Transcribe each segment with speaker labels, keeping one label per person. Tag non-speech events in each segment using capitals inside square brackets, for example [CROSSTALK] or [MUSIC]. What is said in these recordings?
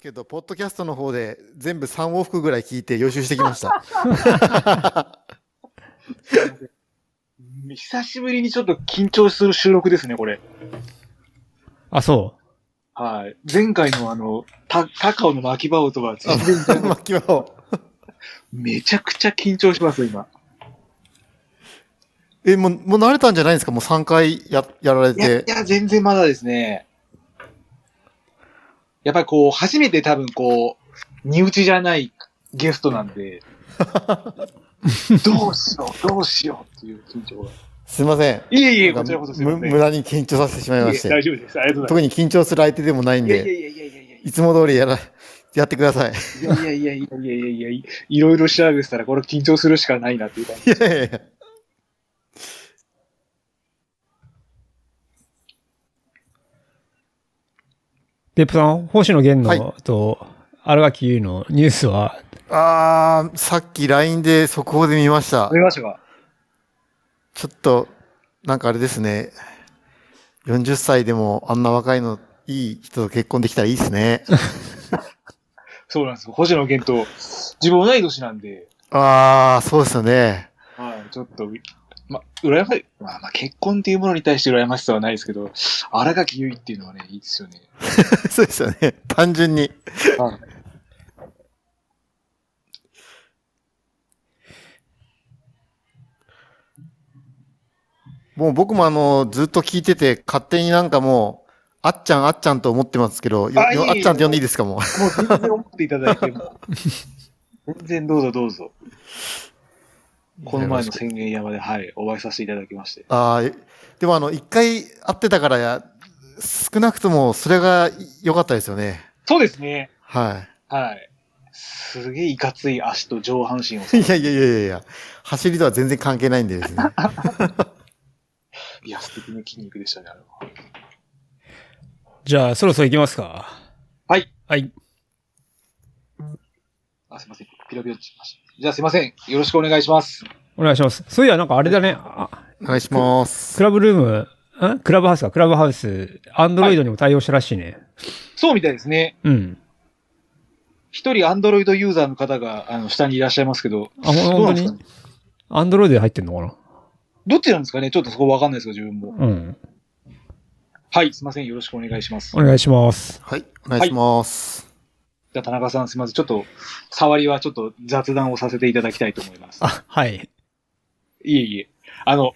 Speaker 1: けど、ポッドキャストの方で全部3往復ぐらい聞いて予習してきました。 [LAUGHS]
Speaker 2: 久しぶりにちょっと緊張する収録ですね、これ。
Speaker 3: あ、そ
Speaker 2: はい。前回のあの、た、高尾の巻き場音は全然違う
Speaker 1: 巻き場を。
Speaker 2: [LAUGHS] めちゃくちゃ緊張します、今。
Speaker 1: え、もう、もう慣れたんじゃないですかもう3回や、やられ
Speaker 2: いや、い
Speaker 1: て。
Speaker 2: や、全然まだですね。やっぱりこう、初めて多分こう、身内じゃないゲストなん
Speaker 1: [LAUGHS]
Speaker 2: で、どうしよう、どうしようっていう緊張が。
Speaker 1: すいません。
Speaker 2: いえいえ、
Speaker 1: な
Speaker 2: こ
Speaker 1: ん
Speaker 2: ち
Speaker 1: から
Speaker 2: こそすい
Speaker 1: む
Speaker 2: ません。
Speaker 1: 無駄に緊張させてしまいまし
Speaker 2: いえいえ
Speaker 1: て。
Speaker 2: 大丈夫です。ありがとうござい
Speaker 1: 特に緊張する相手でもないん
Speaker 2: ます。いやいや
Speaker 1: で、
Speaker 2: いやいやいやいや。
Speaker 1: いつも通りやら、やってください。 [LAUGHS]
Speaker 2: いやいやいやいやいやいやいや、いろいろ調べてたらこれ緊張するしかないなっていう感じ。
Speaker 1: いやいやいや。
Speaker 3: う。デップさん、星野源の、
Speaker 1: は
Speaker 3: と、荒垣結衣のニュースは、
Speaker 1: あー、さっき LINE で速報で見ました
Speaker 2: 食。べましたか
Speaker 1: ちょっと、なんかあれですね。40歳でもあんな若いの、いい人と結婚できたらいいです
Speaker 2: [LAUGHS]
Speaker 1: ね。
Speaker 2: そうなんですよ。星野源と、自分同い年なんで、
Speaker 1: あー、そうですよね。
Speaker 2: はい、ちょっと、ま、羨ましい。まあまあ結婚っていうものに対して羨ましさはないですけど、荒垣結衣っていうのはね、いいですよね。
Speaker 1: [LAUGHS] そうですよね。単純に。
Speaker 2: はい
Speaker 1: もう僕もあの、ずっと聞いてて、勝手になんかもう、あっちゃんあっちゃんと思ってますけど、よ
Speaker 2: あ
Speaker 1: よ
Speaker 2: いい
Speaker 1: あっちゃんって呼んでいいですかもう。
Speaker 2: もう全然思っていただいても、全然どうぞどうぞ。この前の宣言山で、はい、お会いさせていただきまして。
Speaker 1: ああ、でもあの、一回会ってたからや、少なくともそれが良かったですよね。
Speaker 2: そうですね。
Speaker 1: は
Speaker 2: はい。すげえいかつい足と上半身を
Speaker 1: い。いやいやいやいやいや、走りとは全然関係ないんでですね。
Speaker 2: いや、素敵な筋肉でしたね、あれは。
Speaker 3: じゃあ、そろそろ行きますか。
Speaker 2: はい。
Speaker 3: はい。
Speaker 2: あ、すいません。ピロピロってしました。じゃあすいません。よろしくお願いします。
Speaker 3: お願いします。そういや、なんかあれだね。あ
Speaker 1: お願いします。
Speaker 3: クラブルーム、んクラブハウスか。クラブハウス、アンドロイドにも対応したらしいね。
Speaker 2: そうみたいですね。
Speaker 3: うん。
Speaker 2: 一人アンドロイドユーザーの方が、あの、下にいらっしゃいますけど。
Speaker 3: あ、ほ
Speaker 2: どうな
Speaker 3: 本当
Speaker 2: んですか
Speaker 3: に
Speaker 2: ね
Speaker 3: アンドロイドで入ってんのか
Speaker 2: どっちなんですかねちょっとそこわかんないですけど、自分も。
Speaker 3: なうん。
Speaker 2: はい、すいません。よろしくお願いします。
Speaker 3: お願いします。
Speaker 1: はい、お願いします。
Speaker 2: じゃあ、田中さん、すいません。ちょっと、触りはちょっと雑談をさせていただきたいと思います。
Speaker 3: あ、はい。
Speaker 2: いえいえ。あの、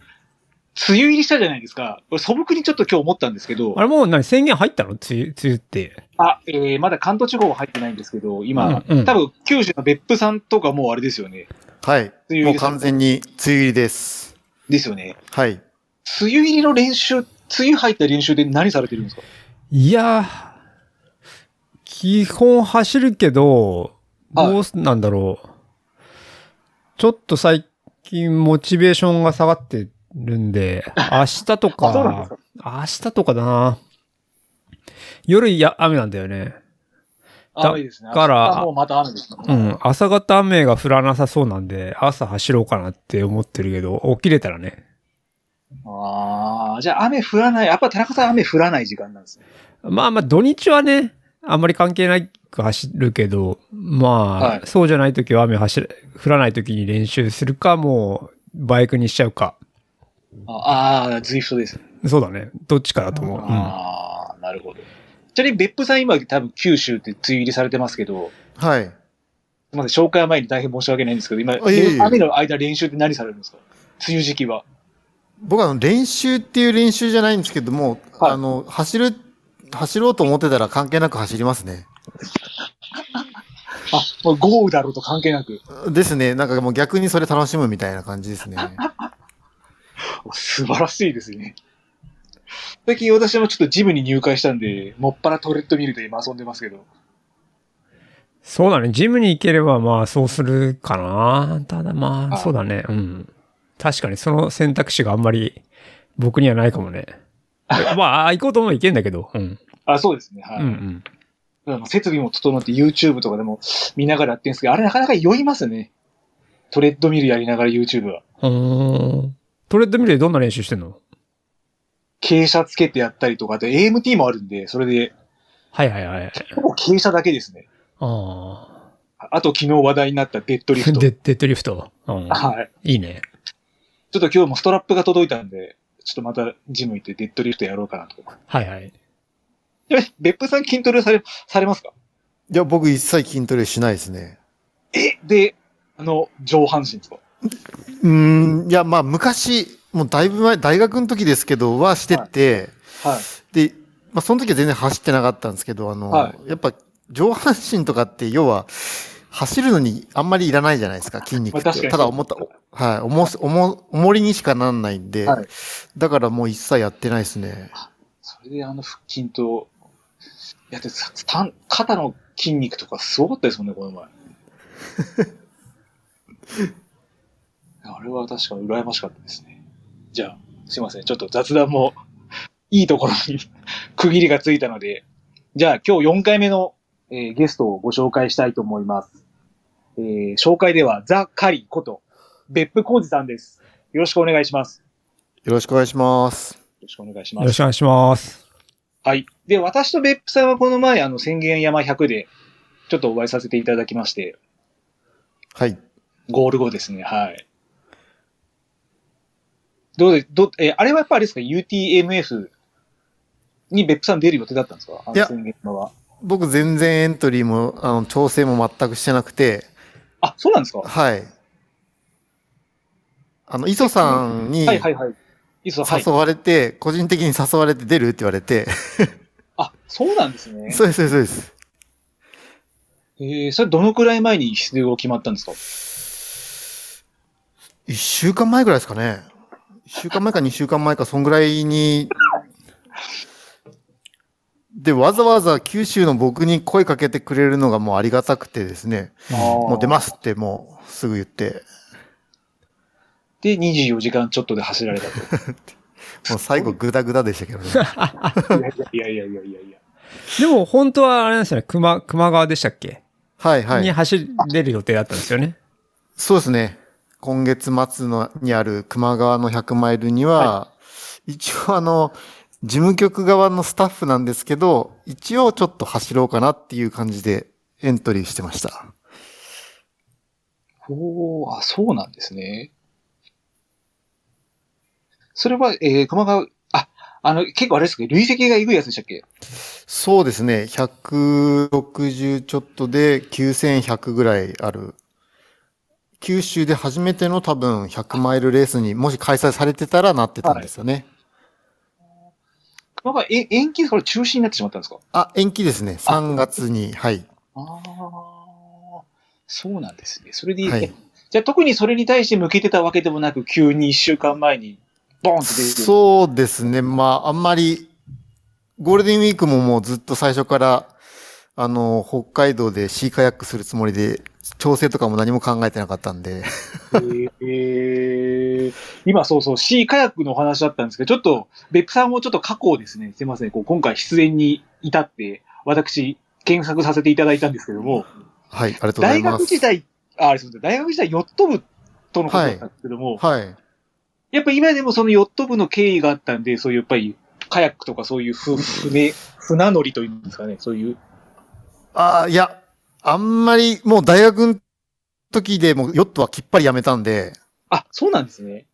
Speaker 2: 梅雨入りしたじゃないですか。俺素朴にちょっと今日思ったんですけど
Speaker 3: あ、れもう何宣言入ったの梅雨、梅雨って。
Speaker 2: あ、えー、まだ関東地方は入ってないんですけど、今、
Speaker 3: うんうん
Speaker 2: 多分九州の別府さんとかもうあれですよね。
Speaker 1: はい。
Speaker 2: 梅雨入
Speaker 1: もう
Speaker 2: りされ
Speaker 1: 完
Speaker 2: た
Speaker 1: 全に梅雨入りです。
Speaker 2: ですよね。
Speaker 1: はい。
Speaker 2: 梅雨入りの練習、梅雨入った練習で何されてるんですか
Speaker 3: いやー、基本走るけど、
Speaker 2: はい
Speaker 3: どうすなんだろう。ちょっと最近モチベーションが下がってるん
Speaker 2: [LAUGHS]
Speaker 3: で、明日と
Speaker 2: あそうなんで
Speaker 3: か
Speaker 2: すか、
Speaker 3: 明日とかだな。夜や、雨なんだよね。だ
Speaker 2: 雨ですね。
Speaker 3: から
Speaker 2: あもうまた雨ですね。
Speaker 3: うん。朝方雨が降らなさそうなんで、朝走ろうかなって思ってるけど、起きれたらね。
Speaker 2: ああ、じゃあ雨降らない。やっぱ田中さん雨降らない時間なんですね。
Speaker 3: まあまあ土日はね、あんまり関係なく走るけど、まあ、
Speaker 2: はい
Speaker 3: そうじゃない時は雨走る、降らない時に練習するか、もうバイクにしちゃうか。
Speaker 2: ああ、ズイフトです。
Speaker 3: そうだね。どっちかだと思う。うん
Speaker 2: ああ、なるほど。ちなみに別府さん今多分九州って梅雨入りされてますけど、
Speaker 1: はい。
Speaker 2: すみません、紹介前に大変申し訳ないんですけど、今、
Speaker 1: あいえいえ
Speaker 2: 雨の間練習って何されるんですか梅雨時期は。
Speaker 1: 僕はあの練習っていう練習じゃないんですけども、
Speaker 2: はい
Speaker 1: あの、走る、走ろうと思ってたら関係なく走りますね。
Speaker 2: あ、もう豪雨だろうと関係なく。
Speaker 1: ですね。なんかもう逆にそれ楽しむみたいな感じ
Speaker 2: [LAUGHS]
Speaker 1: ですね。
Speaker 2: 素晴らしいですね。最近私もちょっとジムに入会したんで、もっぱらトレッドミルで今遊んでますけど。
Speaker 3: そうだね。ジムに行ければ、まあそうするかな。ただまあ、
Speaker 2: はい
Speaker 3: そうだね。うん。確かにその選択肢があんまり僕にはないかも
Speaker 2: [LAUGHS]
Speaker 3: ね。まあ、行こうと思えば行けんだけど。うん。
Speaker 2: あ、そうですね。
Speaker 3: う
Speaker 2: はい。
Speaker 3: んうん。
Speaker 2: だから設備も整って YouTube とかでも見ながらやってるんですけど、あれなかなか酔いますね。トレッドミルやりながら YouTube は。
Speaker 3: うーんトレッドミルでどんな練習してんの
Speaker 2: 傾斜つけてやったりとか、あと AMT もあるんで、それで
Speaker 3: はいはいはいはい。
Speaker 2: ほぼ傾斜だけですね。
Speaker 3: あ
Speaker 2: あと昨日話題になったデッドリ
Speaker 3: あ。 [LAUGHS]
Speaker 2: フト。
Speaker 3: デッデッドリフト。うん。
Speaker 2: はい。
Speaker 3: いいね。
Speaker 2: ちょっと今日もストラップが届いたんで、ちょっとまたジム行ってデッドリフトやろうかなと。
Speaker 3: はいはい。
Speaker 2: え、別府さん筋トレされ、されますか
Speaker 1: いや、僕一切筋トレしないですね。
Speaker 2: え、で、あの、上半身とか。
Speaker 1: うーん、いや、まあ昔、もうだいぶ前、大学の時ですけど、はしてて、
Speaker 2: はい。
Speaker 1: で、まあその時は全然走ってなかったんですけど、あの、
Speaker 2: は
Speaker 1: やっぱ上半身とかって要は、走るのにあんまりいらないじゃないですか、筋肉
Speaker 2: まあ
Speaker 1: って。
Speaker 2: 確かに
Speaker 1: ただ思った、おはい、重す、重、重りにしかなんないんで、
Speaker 2: はい
Speaker 1: だからもう一切やってないですね。
Speaker 2: それであの腹筋と、いや、で、さたん肩の筋肉とかすごかったですもんね、この前。いやあれは確か羨ましかったですね。じゃあ、すいません。ちょっと雑談もいいところに区切りがついたので、じゃあ今日4回目の、えーゲストをご紹介したいと思います。えー紹介ではザ・カリこと、別府浩二さんです。よろしくお願いします。
Speaker 1: よろしくお願いします。
Speaker 2: よろしくお願いし
Speaker 3: よ
Speaker 2: ま
Speaker 3: ろ
Speaker 2: す
Speaker 3: し。くお願いします。
Speaker 2: はい。で、私と別府さんはこの前、あの、宣言山100で、ちょっとお会いさせていただきまして、
Speaker 1: はい。
Speaker 2: ゴール後ですね、はい。どうで、ど、えーあれはやっぱりあれですか、UTMF に別府さん出る予定だったんですかあ
Speaker 1: い
Speaker 2: の
Speaker 1: や
Speaker 2: 宣言山は。
Speaker 1: 僕全然エントリーも、あの、調整も全くしてなくて、
Speaker 2: あ、そうなんですかは
Speaker 1: はい。あの、磯さんに
Speaker 2: いはいはい。いいですはい
Speaker 1: 誘。われて、個人的に誘われて出るって言われ
Speaker 2: [LAUGHS]
Speaker 1: て、
Speaker 2: あ、そうなんですね。
Speaker 1: そうです、そうです、そうです。
Speaker 2: えー、それどのくらい前に出場決まったんですか
Speaker 1: 1週間前ぐらいですかね。1週間前か2週間前か、そんぐらいに、で、わざわざ九州の僕に声かけてくれるのがもうありがたくてですね、もう出
Speaker 2: ま
Speaker 1: ますってもうすぐ言って、
Speaker 2: で、24時間ちょっとで走られたと。
Speaker 1: もう最後グダグダでしたけどね。
Speaker 2: いやいやいやいやいや。
Speaker 3: でも本当はあれなんですよね。熊、熊川でしたっけ
Speaker 1: はいは
Speaker 3: に
Speaker 1: い。
Speaker 3: 走れる予定だったんですよね。
Speaker 1: そうですね。今月末のにある熊川の100マイルには、一応あの、事務局側のスタッフなんですけど、一応ちょっと走ろうかなっていう感じでエントリーしてました。
Speaker 2: おー、あ、そうなんですね。それは、えー、熊川、あ、あの、結構あれですけど、累積がえぐいやつでしたっけ
Speaker 1: そうですね。160ちょっとで9100ぐらいある。九州で初めての多分100マイルレースにもし開催されてたらなってたんですよね。
Speaker 2: 熊川、え、延期、これ中止になってしまったんですか
Speaker 1: あ、延期ですね。3月に。はい。
Speaker 2: ああ、そうなんですね。それで、
Speaker 1: はい
Speaker 2: えじゃあ特にそれに対して向けてたわけでもなく、急に一週間前に、ボーンって出てう。
Speaker 1: そうですね。まあ、あんまり、ゴールデンウィークももうずっと最初から、あの、北海道でシーカヤックするつもりで、調整とかも何も考えてなかったんで、
Speaker 2: えー、今そうそう、シーカヤックのお話だったんですけど、ちょっと、別府さんもちょっと過去をですね、すいません、こう今回出演に至って、私、検索させていただいたんですけども、
Speaker 1: はい、ありがとうござ
Speaker 2: 大
Speaker 1: います。
Speaker 2: 学時代、あ、あれそうですね大学時代、ヨット部とのことだったんですけども、
Speaker 1: はい。
Speaker 2: やっぱ今でもそのヨット部の経緯があったんで、そういうやっぱり、カヤックとかそういうふ船、船乗りというんですかね、そういう。
Speaker 1: ああ、いや、あんまり、もう大学の時でもうヨットはきっぱりやめたんで、
Speaker 2: あ、そうなんですね。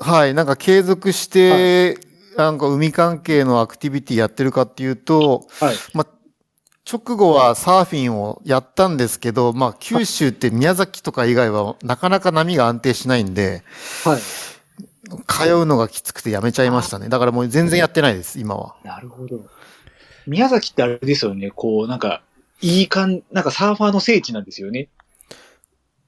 Speaker 1: はい、なんか継続して、なんか海関係のアクティビティやってるかっていうと、
Speaker 2: はい。
Speaker 1: まあ、直後はサーフィンをやったんですけど、まあ、九州って宮崎とか以外はなかなか波が安定しないんで、
Speaker 2: はい。
Speaker 1: 通うのがきつくてやめちゃいましたね。だからもう全然やってないです、今は。
Speaker 2: なるほど。宮崎ってあれですよね、こう、なんか、いい感、なんかサーファーの聖地なんですよね。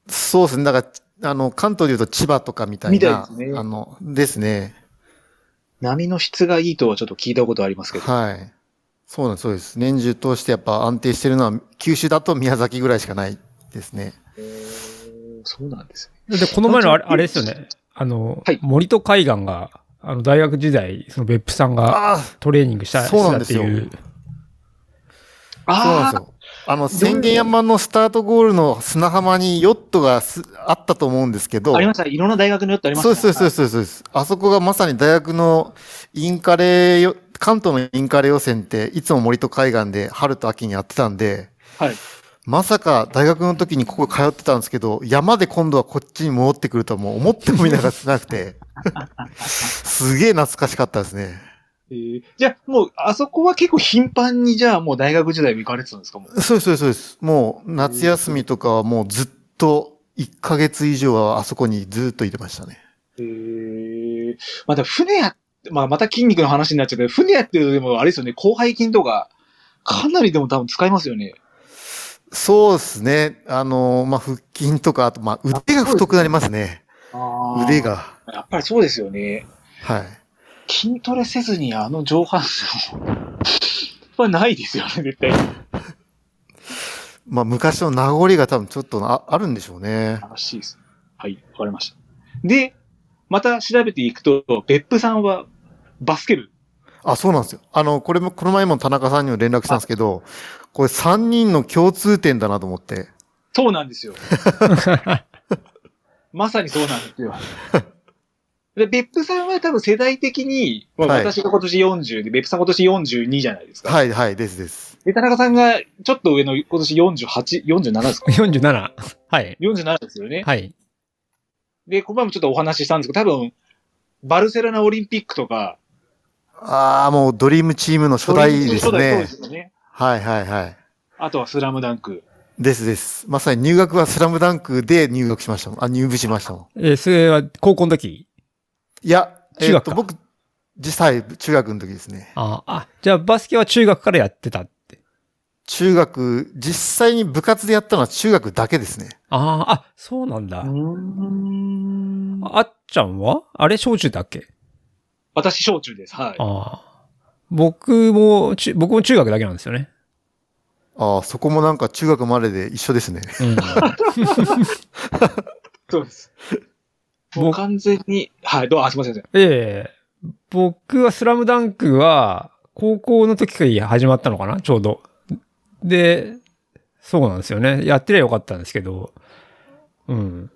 Speaker 1: そうですね。だから、あの、関東で言うと千葉とかみたいな。
Speaker 2: みたいですね
Speaker 1: あの、ですね。
Speaker 2: 波の質がいいとはちょっと聞いたことありますけど。
Speaker 1: はい。そうなんです、そうです。年中通してやっぱ安定してるのは、九州だと宮崎ぐらいしかないですね。
Speaker 2: えーそうなんですね。
Speaker 3: で、この前のあれあれですよね。あの、
Speaker 2: はい
Speaker 3: 森戸海岸が、あの、大学時代、その別府さんが
Speaker 1: あ
Speaker 3: トレーニングした、
Speaker 1: そうなんですよ
Speaker 3: したっていう。
Speaker 1: あそうなん
Speaker 2: あ
Speaker 1: で
Speaker 2: あ
Speaker 1: すよ。あの、宣言山のスタートゴールの砂浜にヨットがすあったと思うんですけど、
Speaker 2: ありました。いろんな大学のヨットありまし
Speaker 1: そ
Speaker 2: た
Speaker 1: う
Speaker 2: ね。
Speaker 1: です、そうです、そうです、そうです。あそこがまさに大学のインカレよ関東のインカレ予選って、いつも森と海岸で春と秋にやってたんで、
Speaker 2: はい。
Speaker 1: まさか大学の時にここ通ってたんですけど、山で今度はこっちに戻ってくるとはもう思ってもみながらなく [LAUGHS] て、すげえ懐かしかったですね。
Speaker 2: えーじゃあ、もう、あそこは結構頻繁に、じゃあ、もう大学時代も行かれてたんですかもう
Speaker 1: そうです、そうです、そうです。もう夏休みとかはもうずっと1ヶ月以上はあそこにずっといてましたね。
Speaker 2: えーまた船や、まあ、また筋肉の話になっちゃうけど、船やってるとでも、あれですよね、広背筋とか、かなりでも多分使いますよね。
Speaker 1: そうですね。あのーまあ、腹筋とか、あと、まあ、腕が太くなりますね。腕。が。
Speaker 2: やっぱりそうですよね。
Speaker 1: はい。
Speaker 2: 筋トレせずにあの上半身を [LAUGHS] はないですよね、絶対。
Speaker 1: まあ、昔の名残が多分ちょっとああるんでしょうね。
Speaker 2: らしいです。はい、わかりました。で、また調べていくと、別府さんはバスケ部。
Speaker 1: あ、そうなんですよ。あの、これも、この前も田中さんにも連絡したんですけど、これ3人の共通点だなと思って。
Speaker 2: そうなんですよ。まさにそうなんで
Speaker 1: [LAUGHS]
Speaker 2: すよ。で、別府さんは多分世代的に、まあ
Speaker 1: はい
Speaker 2: 私が今年40で、別府さん今年42じゃないですか。
Speaker 1: はい、はい、ですです。
Speaker 2: で、田中さんがちょっと上の今年48、47です
Speaker 3: [LAUGHS]
Speaker 2: か
Speaker 3: 47。はい。
Speaker 2: ?47 ですよね。
Speaker 3: はい。
Speaker 2: で、この前もちょっとお話ししたんですけど、多分、バルセロナオリンピックとか、
Speaker 1: ああ、もうドリームチームの初代です
Speaker 2: 初代そう
Speaker 1: ね
Speaker 2: で。すよね。
Speaker 1: はい、はい、はい。
Speaker 2: あとはスラムダンク。
Speaker 1: ですです。まさに入学はスラムダンクで入学しましたもん。あ、入部しましたもん。
Speaker 3: えーそれは高校の時
Speaker 1: いや、え
Speaker 3: 中
Speaker 1: ーっ
Speaker 3: 学か
Speaker 1: と、僕、実際、中学の時ですね。
Speaker 3: ああ、じゃあバスケは中学からやってたって。
Speaker 1: 中学、実際に部活でやったのは中学だけですね。
Speaker 3: ああ、あ、そうなんだ。
Speaker 2: ん
Speaker 3: あっちゃんはあれ小中だっけ
Speaker 2: 私、小中です。はい。
Speaker 3: ああ。僕も、ち僕も中学だけなんですよね。
Speaker 1: ああ、そこもなんか中学までで一緒ですね。 [LAUGHS]
Speaker 3: うん。
Speaker 2: そうです。
Speaker 3: 僕
Speaker 2: もう完全に、はい、どうあ、すみません。すいま
Speaker 3: [LAUGHS] ええ僕はスラムダンクは、高校の時から始まったのかなちょうど。で、そうなんですよね。やってりゃよかったんですけど。うん。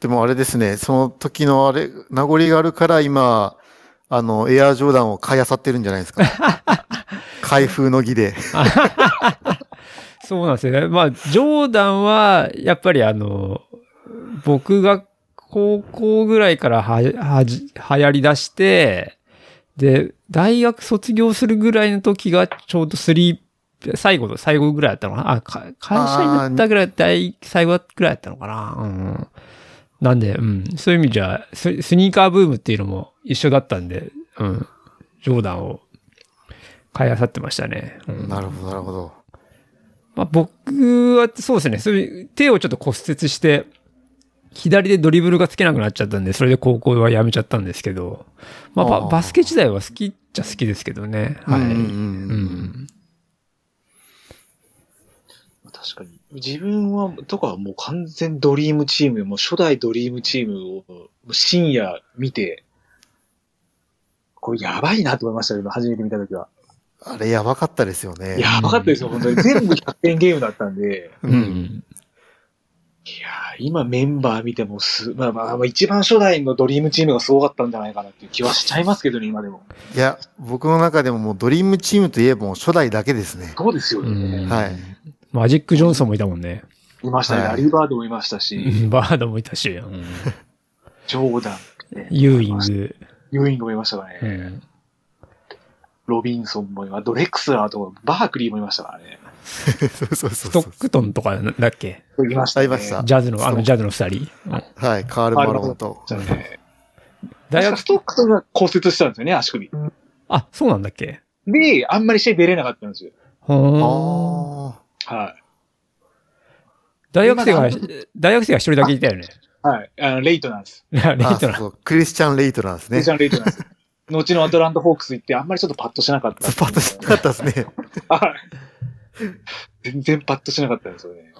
Speaker 1: でもあれですね、その時のあれ、名残があるから今、あの、エアージョーダンを買い漁ってるんじゃないです
Speaker 3: [LAUGHS]
Speaker 1: か。開封の儀で。
Speaker 3: そうなんですよね。まあ、ジョーダンは、やっぱりあの、僕が高校ぐらいからは、はじ、流行り出して、で、大学卒業するぐらいの時が、ちょうどスリー、最後の、最後ぐらいだったのかなあ、か会社になったぐらい、大、最後ぐらいだったのかなうん。なんで、うん。そういう意味じゃ、ススニーカーブームっていうのも一緒だったんで、うん。ジョーダンを買い漁ってましたね。うん
Speaker 1: なるほど、なるほど。
Speaker 3: まあ、僕は、そうですね。そういう手をちょっと骨折して、左でドリブルがつけなくなっちゃったんで、それで高校はやめちゃったんですけど、まあ、
Speaker 1: あ
Speaker 3: バ
Speaker 1: ー
Speaker 3: バスケ自体は好きっちゃ好きですけどね。はい。
Speaker 1: うんうん
Speaker 3: う
Speaker 1: うん
Speaker 3: ん
Speaker 2: せん確かに。自分は、とかはもう完全ドリームチーム、もう初代ドリームチームを深夜見て、これやばいなと思いましたけど、初めて見たときは。
Speaker 1: あれやばかったですよね。
Speaker 2: やばかったですよ、本当に。全部100点ゲームだったんで。
Speaker 1: う。
Speaker 3: うんん。
Speaker 2: いやー今メンバー見てもす、まあまあ、まあ一番初代のドリームチームがすごかったんじゃないかなっていう気はしちゃいますけどね、今でも。
Speaker 1: いや、僕の中でももうドリームチームといえばもう初代だけですね。
Speaker 2: そうですよ
Speaker 3: う
Speaker 2: ね。
Speaker 3: ん
Speaker 1: はい。 [LAUGHS]
Speaker 3: マジック・ジョンソンもいたもんね。 [LAUGHS]
Speaker 2: いましたね。
Speaker 1: はい
Speaker 2: ラリーバードもいましたし。
Speaker 3: バードもいたし、うん
Speaker 2: ジョーダン、
Speaker 3: ユーイング。
Speaker 2: ユーイングもいましたから
Speaker 3: う
Speaker 2: ね。
Speaker 3: ん
Speaker 2: ロビンソンもいました。ドレクスラーとか、バークリーもいましたからね。
Speaker 1: そうそうそ
Speaker 3: ス
Speaker 1: うそ
Speaker 3: ト
Speaker 1: う
Speaker 3: ックトンとかだっけ
Speaker 2: いました、
Speaker 1: いました
Speaker 3: ジャズの、あの、ジャズの二人。うん
Speaker 1: はい。カール・マロンと。
Speaker 2: じゃあね確
Speaker 3: 大
Speaker 2: か
Speaker 3: 学
Speaker 2: ス、トックトンが骨折したんですよね、足首。
Speaker 3: あ、そうなんだっけ
Speaker 2: で、あんまり試合出れなかったんですよ。
Speaker 3: ほーん
Speaker 1: あ
Speaker 2: はい。
Speaker 3: 大学生が
Speaker 2: 今だ、
Speaker 3: 大学生が一人だけいたよね。
Speaker 2: はい。あの、レイトなんです。
Speaker 3: レイト
Speaker 1: ーあ。
Speaker 3: な
Speaker 1: そうそう。クリスチャン・レイトなんです
Speaker 2: レ
Speaker 1: ね
Speaker 2: イ。トンレイトなん
Speaker 1: [LAUGHS]
Speaker 2: です。後のアトランタホークス行って、あんまりちょっとパッとしなかった。
Speaker 1: パッとしなかったですね。
Speaker 2: はい。全然パッとしなかったんですよね。いやー、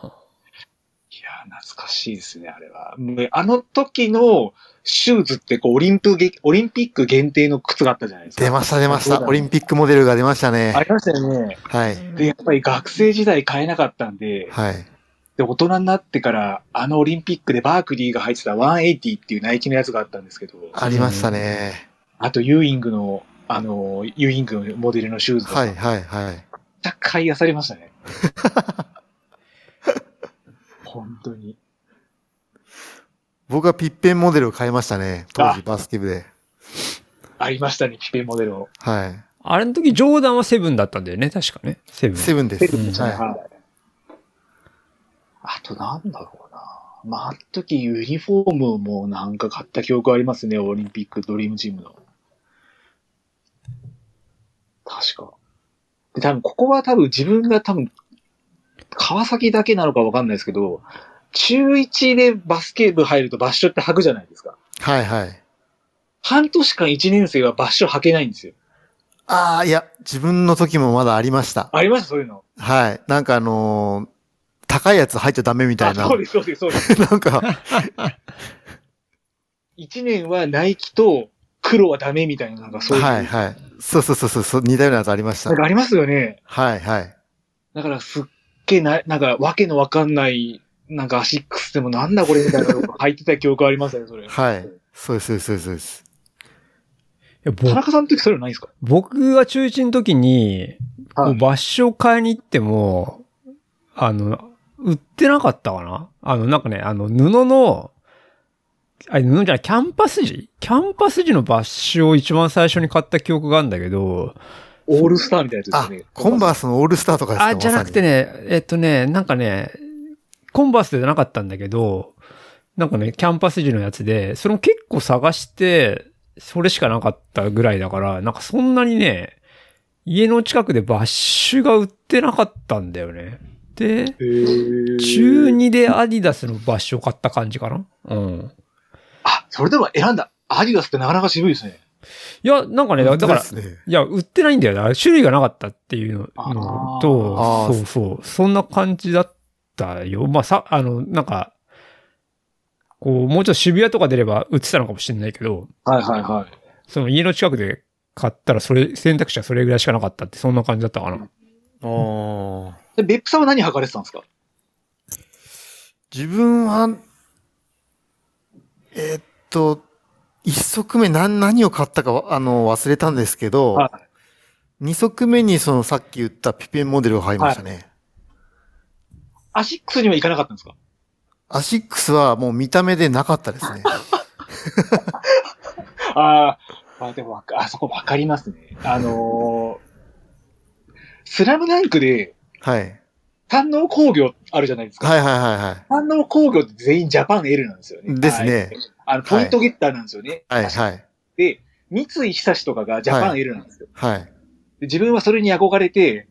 Speaker 2: 懐かしいですね、あれは。もうあの時のシューズってこうオリンプげ、オリンピック限定の靴があったじゃないですか。
Speaker 1: 出ました、出まし
Speaker 2: そうだ
Speaker 1: た。
Speaker 2: ね
Speaker 1: オリンピックモデルが出ました
Speaker 2: あ
Speaker 1: ね。
Speaker 2: りましたよね。
Speaker 1: はい。
Speaker 2: で、やっぱり学生時代買えなかったんで、
Speaker 1: はい。
Speaker 2: で、大人になってから、あのオリンピックでバークリーが入ってた180っていうナイキのやつがあったんですけど、
Speaker 1: ありましたね。
Speaker 2: あとユーイングの、あの、ユーイングのモデルのシューズとか、
Speaker 1: はいはいはい。
Speaker 2: めっちゃ買い漁りましたね。 [LAUGHS] 本当に。
Speaker 1: 僕はピッペンモデルを買いましたね。当時バスケ部で。
Speaker 2: ありましたね、ピペンモデルを。
Speaker 1: は
Speaker 3: あれの時、ジョーダンはセブンだったんだよね、確かね。セブ
Speaker 1: い。
Speaker 3: ン。
Speaker 1: セブンです。
Speaker 3: ブン
Speaker 1: はい
Speaker 2: はい。あとなんだろうな。まあ、あの時ユニフォームもなんか買った記憶ありますね。オリンピックドリームチームの。確か。で、多分ここは多分自分が多分、川崎だけなのかわかんないですけど、中1でバスケ部入るとバッシュって履くじゃないですか。
Speaker 1: はいはい。
Speaker 2: 半年間1年生はバッシュ履けないんですよ。
Speaker 1: ああ、いや、自分の時もまだありました。
Speaker 2: ありましたそういうの。
Speaker 1: はい。なんかあのー高いやつ入っちゃダメみたい
Speaker 2: あ
Speaker 1: な
Speaker 2: そう。です、そうです、そうです。
Speaker 1: [LAUGHS] なんか、
Speaker 2: 一年はナイキと黒はダメみたいな、なんかそういう。
Speaker 1: はいはい。そうそうそうそうそう、似たようなやつありました
Speaker 2: なん。かありますよね。
Speaker 1: はいはい。
Speaker 2: だからすっげえな、なんかわけのわかんない、なんかアシックスでもなんだこれみたいなのが入ってた記憶ありますね、そ
Speaker 1: [LAUGHS]
Speaker 2: れ。
Speaker 1: はい。そうです、そうです、そうです。
Speaker 3: いや
Speaker 2: 田
Speaker 3: 僕
Speaker 2: 中さんの時そういうのないですか
Speaker 3: 僕が中1の時に、こ
Speaker 2: は
Speaker 3: う
Speaker 2: い
Speaker 3: バッシュを買いに行っても、あの、売ってなかったかなあの、なんかね、あの、布の、あれ、布じゃない、キャンパス地キャンパス地のバッシュを一番最初に買った記憶があるんだけど、
Speaker 2: オールスターみたいなやつです
Speaker 1: あ
Speaker 2: よね。、
Speaker 1: コンバースのオールスターとかですか
Speaker 3: あ、じゃなくて。ね、えっとね、なんかね、コンバースでなかったんだけど、なんかね、キャンパス時のやつで、それも結構探して、それしかなかったぐらいだから、なんかそんなにね、家の近くでバッシュが売ってなかったんだよね。で、
Speaker 2: へー
Speaker 3: 中2でアディダスのバッシュを買った感じかなうん。
Speaker 2: あ、それでも選んだ。アディダスってなかなか渋いですね。
Speaker 3: いや、なんかね、だ
Speaker 1: だ
Speaker 3: だ
Speaker 1: か。
Speaker 3: からら
Speaker 1: で、すね。
Speaker 3: いや、売ってないんだよな。種類がなかったっていうの
Speaker 2: あー
Speaker 3: の
Speaker 1: あ
Speaker 3: と、
Speaker 1: ー
Speaker 3: そうそう。そんな感じだったよ。まあ、さ、あの、なんか、こう、もうちょっと渋谷とか出れば売ってたのかもしれないけど、
Speaker 2: はいはいはい。
Speaker 3: その家の近くで買ったら、それ、選択肢はそれぐらいしかなかったって、そんな感じだったかな。
Speaker 1: おー
Speaker 2: で、別府さんは何履かれてたんですか
Speaker 1: 自分は、えーっと、一足目何、何を買ったかわあの忘れたんですけど、
Speaker 2: は
Speaker 1: 二足目にそのさっき言ったピペンモデルを買いましたね。
Speaker 2: アシックスには行かなかったんですか
Speaker 1: アシックスはもう見た目でなかったですね。
Speaker 2: あーあ、でもわか、あそこわかりますね。あのースラムダンクで、
Speaker 1: はい。
Speaker 2: 山王工業あるじゃないですか。
Speaker 1: はいはいはいはい。
Speaker 2: 山王工業って全員ジャパン L なんですよね。
Speaker 1: ですね
Speaker 2: はい。あの、ポイントゲッターなんですよね。
Speaker 1: はいはい。
Speaker 2: で、三井久志とかがジャパン L なんですよ、
Speaker 1: はい。
Speaker 2: で自分はそれに憧れて、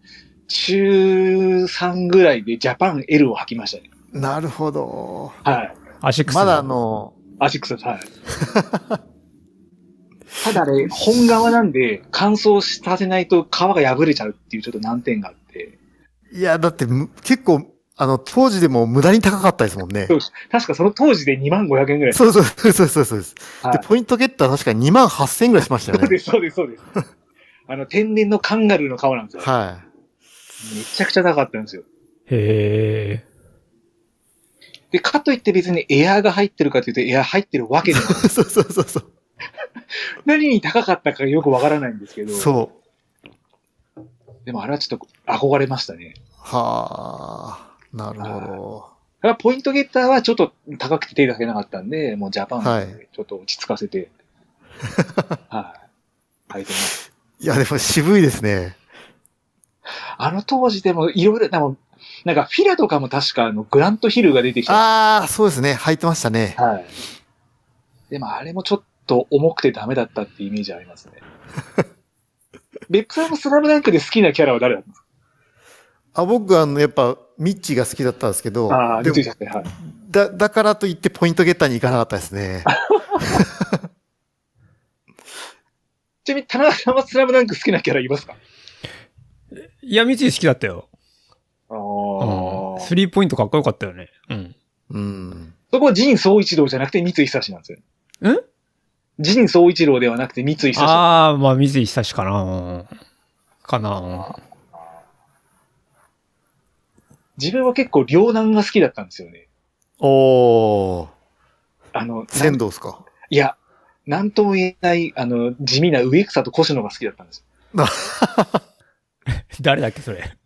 Speaker 2: 中3ぐらいでジャパン L を履きましたね。
Speaker 1: なるほど。
Speaker 2: はい。
Speaker 3: アシックス。
Speaker 1: まだあ、の、
Speaker 2: アシックスですはい。 [LAUGHS] ただね、本革なんで乾燥させないと皮が破れちゃうっていうちょっと難点があって。
Speaker 1: いや、だってむ結構、あの、当時でも無駄に高かったですもんね
Speaker 2: そ。うです確かその当時で2万500円ぐらい。
Speaker 1: そうそうそうそうそうそうです。
Speaker 2: はい
Speaker 1: で、ポイントゲッター確か2万8000円ぐらいしました
Speaker 2: そう
Speaker 1: よ
Speaker 2: で
Speaker 1: ね。
Speaker 2: す、そうです、そうです。 [LAUGHS] あの、天然のカンガルーの皮なんですよ。
Speaker 1: は
Speaker 2: めちゃくちゃ高かったんですよ。
Speaker 3: へ
Speaker 2: で、かといって別にエアーが入ってるかというとエアー入ってるわけでもない。
Speaker 1: [LAUGHS] い。そうそうそうそう。
Speaker 2: 何に高かったかよくわからないんですけど。
Speaker 1: そう。
Speaker 2: でもあれはちょっと憧れましたね。
Speaker 1: はあ、なるほ
Speaker 2: ただポイントゲッターはちょっと高くて手がけなかったんで、もうジャパン
Speaker 1: はい
Speaker 2: でちょっと落ち着かせ
Speaker 1: [LAUGHS]
Speaker 2: て。はい。履いてます。
Speaker 1: ど。いや、でも渋いですね。
Speaker 2: あの当時でもいろいろ、でもなんかフィラとかも確かあのグラントヒルが出てきた。
Speaker 1: ああ、そうですね。入ってましたね。
Speaker 2: はい。でもあれもちょっと重くてダメだったってイメージあり
Speaker 1: [LAUGHS]
Speaker 2: ますね。別府さんのスラムダンクで好きなキャラは誰だったんです
Speaker 1: あ僕、あの、やっぱ、ミッチーが好きだったんですけど、
Speaker 2: かああ、
Speaker 1: で
Speaker 2: 出
Speaker 1: も
Speaker 2: てきちゃって、はい。
Speaker 1: だ、だからといってポイントゲッターに行かなかったです [LAUGHS] ね。
Speaker 2: ちなみに田中さんはスラムダンク好きなキャラいますか
Speaker 3: え。いや、三井好きだったよ。
Speaker 2: ああ、
Speaker 3: うん。
Speaker 2: そ
Speaker 3: スリーポイントかっこよかったよね。うん。
Speaker 1: うん。
Speaker 2: こは仁総一郎じゃなくて三井久志なんですよ。
Speaker 3: ん
Speaker 2: 仁総一郎ではなくて三井久志。
Speaker 3: ああ、まあ、三井久志かな。うんかな。うん
Speaker 2: 自分は結構両南が好きだったんですよね。
Speaker 1: おー。
Speaker 2: あの、
Speaker 1: 仙道ですか
Speaker 2: いや、なんとも言えない、あの、地味な植草と越野が好きだったんですよ。
Speaker 3: 誰だっけ、それ。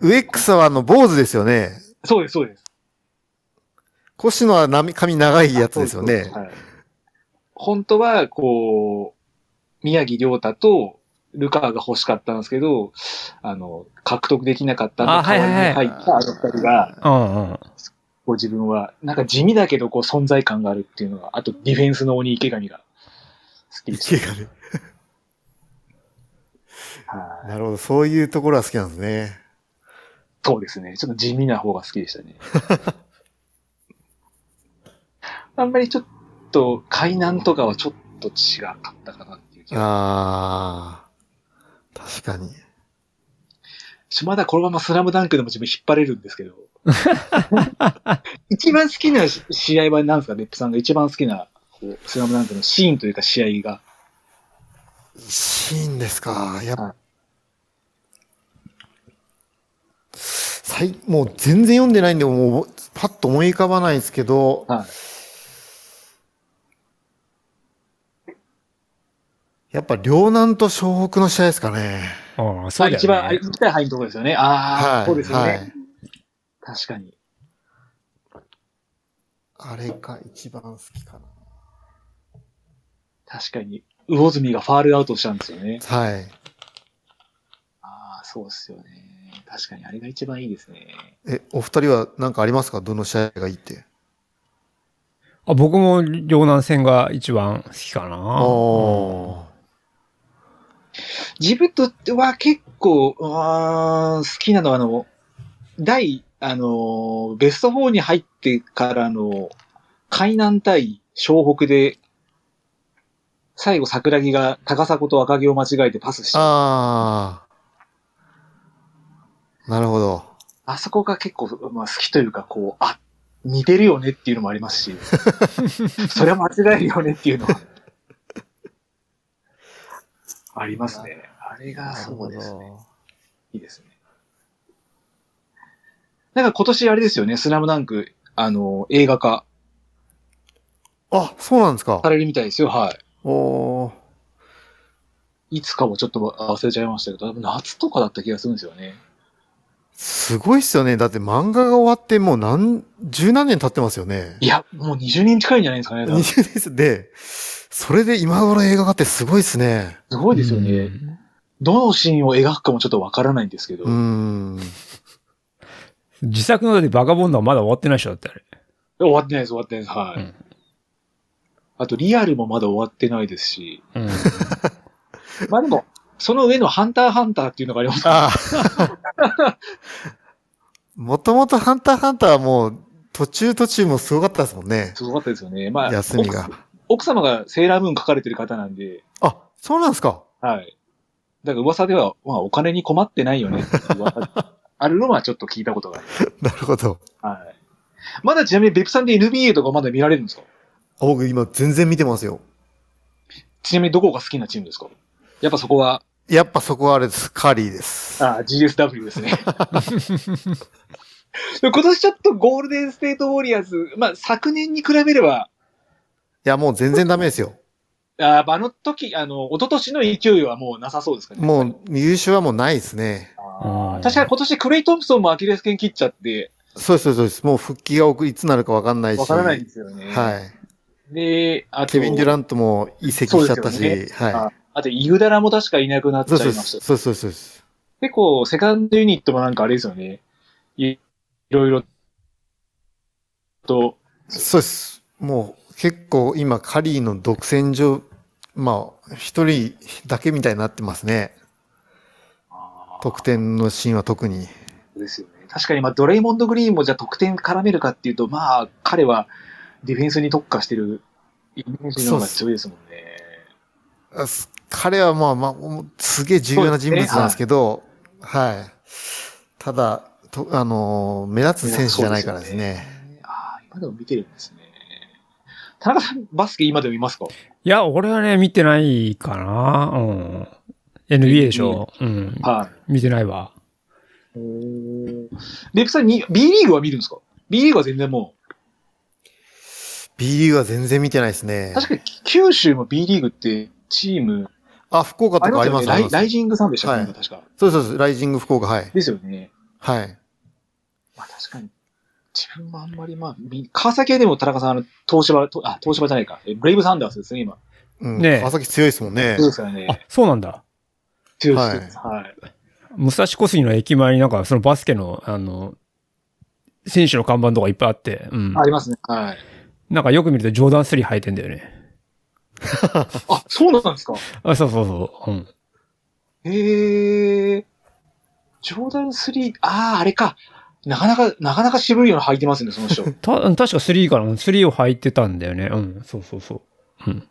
Speaker 1: 植草はあの、坊主ですよね。
Speaker 2: そうです、そうです。
Speaker 1: 腰のはなみ髪長いやつですよ
Speaker 2: そう
Speaker 1: ね。
Speaker 2: はい本当は、こう、宮城亮太とルカが欲しかったんですけど、あの、獲得できなかった
Speaker 3: あはいはいは
Speaker 2: 代わり
Speaker 3: い
Speaker 2: に入ったあの二人が、
Speaker 3: うんうん。
Speaker 2: こう自分は、なんか地味だけど、こう存在感があるっていうのが、あとディフェンスの鬼池上が好きでし
Speaker 1: 池がね。
Speaker 2: た。はい
Speaker 1: なるほど。そういうところは好きなんですね。
Speaker 2: そうですね。ちょっと地味な方が好きでしたね。 [LAUGHS] あんまりちょっと、海南とかはちょっと違かったかなっていう気が
Speaker 1: ああ。確かに。
Speaker 2: しまだこのままスラムダンクでも自分引っ張れるんですけ
Speaker 3: [LAUGHS]
Speaker 2: ど。一番好きなし試合は何ですか別府さんが一番好きな、こうスラムダンクのシーンというか試合が。
Speaker 1: シーンですか。やっぱ。最、もう全然読んでないんで、もう、パッと思い浮かばないですけど、
Speaker 2: はい。
Speaker 1: やっぱ、両南と湘北の試合ですかね。
Speaker 3: ああ、そうだよ、ね。
Speaker 2: 一番、あれ、一対範囲のところですよね。ああ、
Speaker 1: はい
Speaker 2: そうですよね。
Speaker 1: はい
Speaker 2: 確かに。
Speaker 1: あれが一番好きかな。
Speaker 2: 確かに。魚住がファールアウトしたんですよね。
Speaker 1: はい。
Speaker 2: ああ、そうですよね。確かに、あれが一番いいですね。
Speaker 1: え、お二人は何かありますかどの試合がいいって。
Speaker 3: あ僕も両南戦が一番好きかな。
Speaker 1: おー。
Speaker 2: 自分とは結構、うーん好きなのは、あの、第、あのー、ベスト4に入ってからの、海南対湘北で、最後桜木が高迫と赤城を間違えてパスした。あ
Speaker 1: ああ。なるほど。
Speaker 2: そこが結構、まあ、好きというか、こう、あ、似てるよねっていうのもあります
Speaker 3: [LAUGHS]
Speaker 2: し、それは間違えるよねっていうのは、ありますね。あれが、そうですね。いいですね。なんか今年あれですよね、スラムダンク、あの、映画化
Speaker 1: あ、そうなんですか
Speaker 2: さ。れるみたいですよ、は
Speaker 1: おー。
Speaker 2: い。いつかはちょっと忘れちゃいましたけど、多分夏とかだった気がするんですよね。
Speaker 1: すごいっすよね。だって漫画が終わってもう何、十何年経ってますよね
Speaker 2: い。や、もう20年近いんじゃないですかね。多分す
Speaker 1: 20年ですで、それで今頃映画化ってすごいっすね。
Speaker 2: ごいですよね。
Speaker 3: うん
Speaker 2: どのシーンを描くかもちょっとわからないんですけど、
Speaker 1: うーん。
Speaker 3: 自作のだってバカボンドはまだ終わってないでしょ、だってあれ。
Speaker 2: 終わってないです、終わってないです。はい。
Speaker 3: うん
Speaker 2: あと、リアルもまだ終わってないですし、
Speaker 3: [LAUGHS] うん。
Speaker 2: まあでも、その上のハンターハンターっていうのがあります [LAUGHS]
Speaker 1: ああ。 [LAUGHS] もともとハンターハンターはもう途中途中もすごかったですもんね。
Speaker 2: すごかったですよね。まあ、
Speaker 1: 休みが
Speaker 2: 奥。奥様がセーラームーン書かれてる方なんで、
Speaker 1: あ、そうなんですか。
Speaker 2: はい。だから噂では、まあお金に困ってないよねって [LAUGHS] いう噂あるのはちょっと聞いたことがある。
Speaker 1: なるほど。
Speaker 2: はい。まだちなみに別府さんで NBA とかまだ見られるんですか
Speaker 1: あ僕今全然見てますよ。
Speaker 2: ちなみにどこが好きなチームですかやっぱそこは、
Speaker 1: やっぱそこはあれです。カリーです。
Speaker 2: あ GSW ですね。 [LAUGHS] 今年ちょっとゴールデンステートウォリアーズ、まあ昨年に比べれば、
Speaker 1: いや、もう全然ダメですよ。
Speaker 2: ああの時、あの、一昨年の勢いはもうなさそうですかね。
Speaker 1: もう優勝はもうないですね。
Speaker 2: あ
Speaker 3: あー
Speaker 2: ー確かに今年クレイ・トンプソンもアキレス腱切っちゃって、
Speaker 1: そうです、そうですそうです。もう復帰が遅いつなるかわかんないし。
Speaker 2: わからないんですよね。
Speaker 1: はい。
Speaker 2: い。で、あと、
Speaker 1: ケビン・デュラントも移籍しちゃったし、
Speaker 2: そうで
Speaker 1: は
Speaker 2: ああと、イグダラも確かいなくなっ
Speaker 1: い。
Speaker 2: ちゃ
Speaker 1: そう
Speaker 2: い
Speaker 1: そう
Speaker 2: ま
Speaker 1: で
Speaker 2: し
Speaker 1: す。
Speaker 2: た。
Speaker 1: そうそうそうです。
Speaker 2: 結構、セカンドユニットもなんかあれですよね。いいろいろと、
Speaker 1: そうです。もう結構今カリーの独占上、まあ、一人だけみたいになってますね。得点のシーンは特に。
Speaker 2: ですよね。確かに、まあ、ドレイモンド・グリーンもじゃあ得点絡めるかっていうと、まあ、彼はディフェンスに特化してるイメージの方が強いですもんね。
Speaker 1: あす彼はまあまあ、もうすげえ重要な人物なんですけど、はい、ただ、と、あのー目立つ選手じゃないからですね。
Speaker 2: ああ、今でも見てるんですね。田中さん、バスケ今でもいますか
Speaker 3: いや、俺はね、見てないかな。うん。NBA でしょ。うん。
Speaker 2: はい。
Speaker 3: 見てないわ。
Speaker 2: おーレプさんに、B リーグは見るんですか ?B リーグは全然も
Speaker 1: B リーグは全然見てないですね。
Speaker 2: 確かに九州も B リーグってチーム、
Speaker 1: あ、福岡とかあります
Speaker 2: よねライ。
Speaker 1: あります
Speaker 2: ライジングさんでしたっけ、
Speaker 1: はい
Speaker 2: 確か。
Speaker 1: そうですそうです。ライジング福岡、はい。
Speaker 2: ですよね。
Speaker 1: はい。
Speaker 2: まあ確かに。自分もあんまりまあ、み川崎はでも田中さん、あの、東芝、とあ、東芝じゃないか。えブレイブサンダースですね、今。
Speaker 1: うん。
Speaker 3: ねえ
Speaker 1: 川崎強いですもんね
Speaker 2: そう。ですよね。
Speaker 3: あ、そうなんだ。
Speaker 2: 強い
Speaker 1: は
Speaker 2: で
Speaker 1: い
Speaker 2: す。はい。
Speaker 3: 武蔵小杉の駅前になんか、そのバスケの、あの、選手の看板とかいっぱいあって、うん。
Speaker 2: ありますね。はい。
Speaker 3: なんかよく見るとジョーダン3履いてんだよね。
Speaker 2: あ、そうなんですか。
Speaker 3: あ、そうそうそう。うん。
Speaker 2: へえ。ジョーダン3、ああ、あれか。なかなか、なかなか渋いような履いてますね、その
Speaker 3: [LAUGHS]
Speaker 2: 人。
Speaker 3: た、確か3かな ?3 を履いてたんだよね。うん。そうそうそう。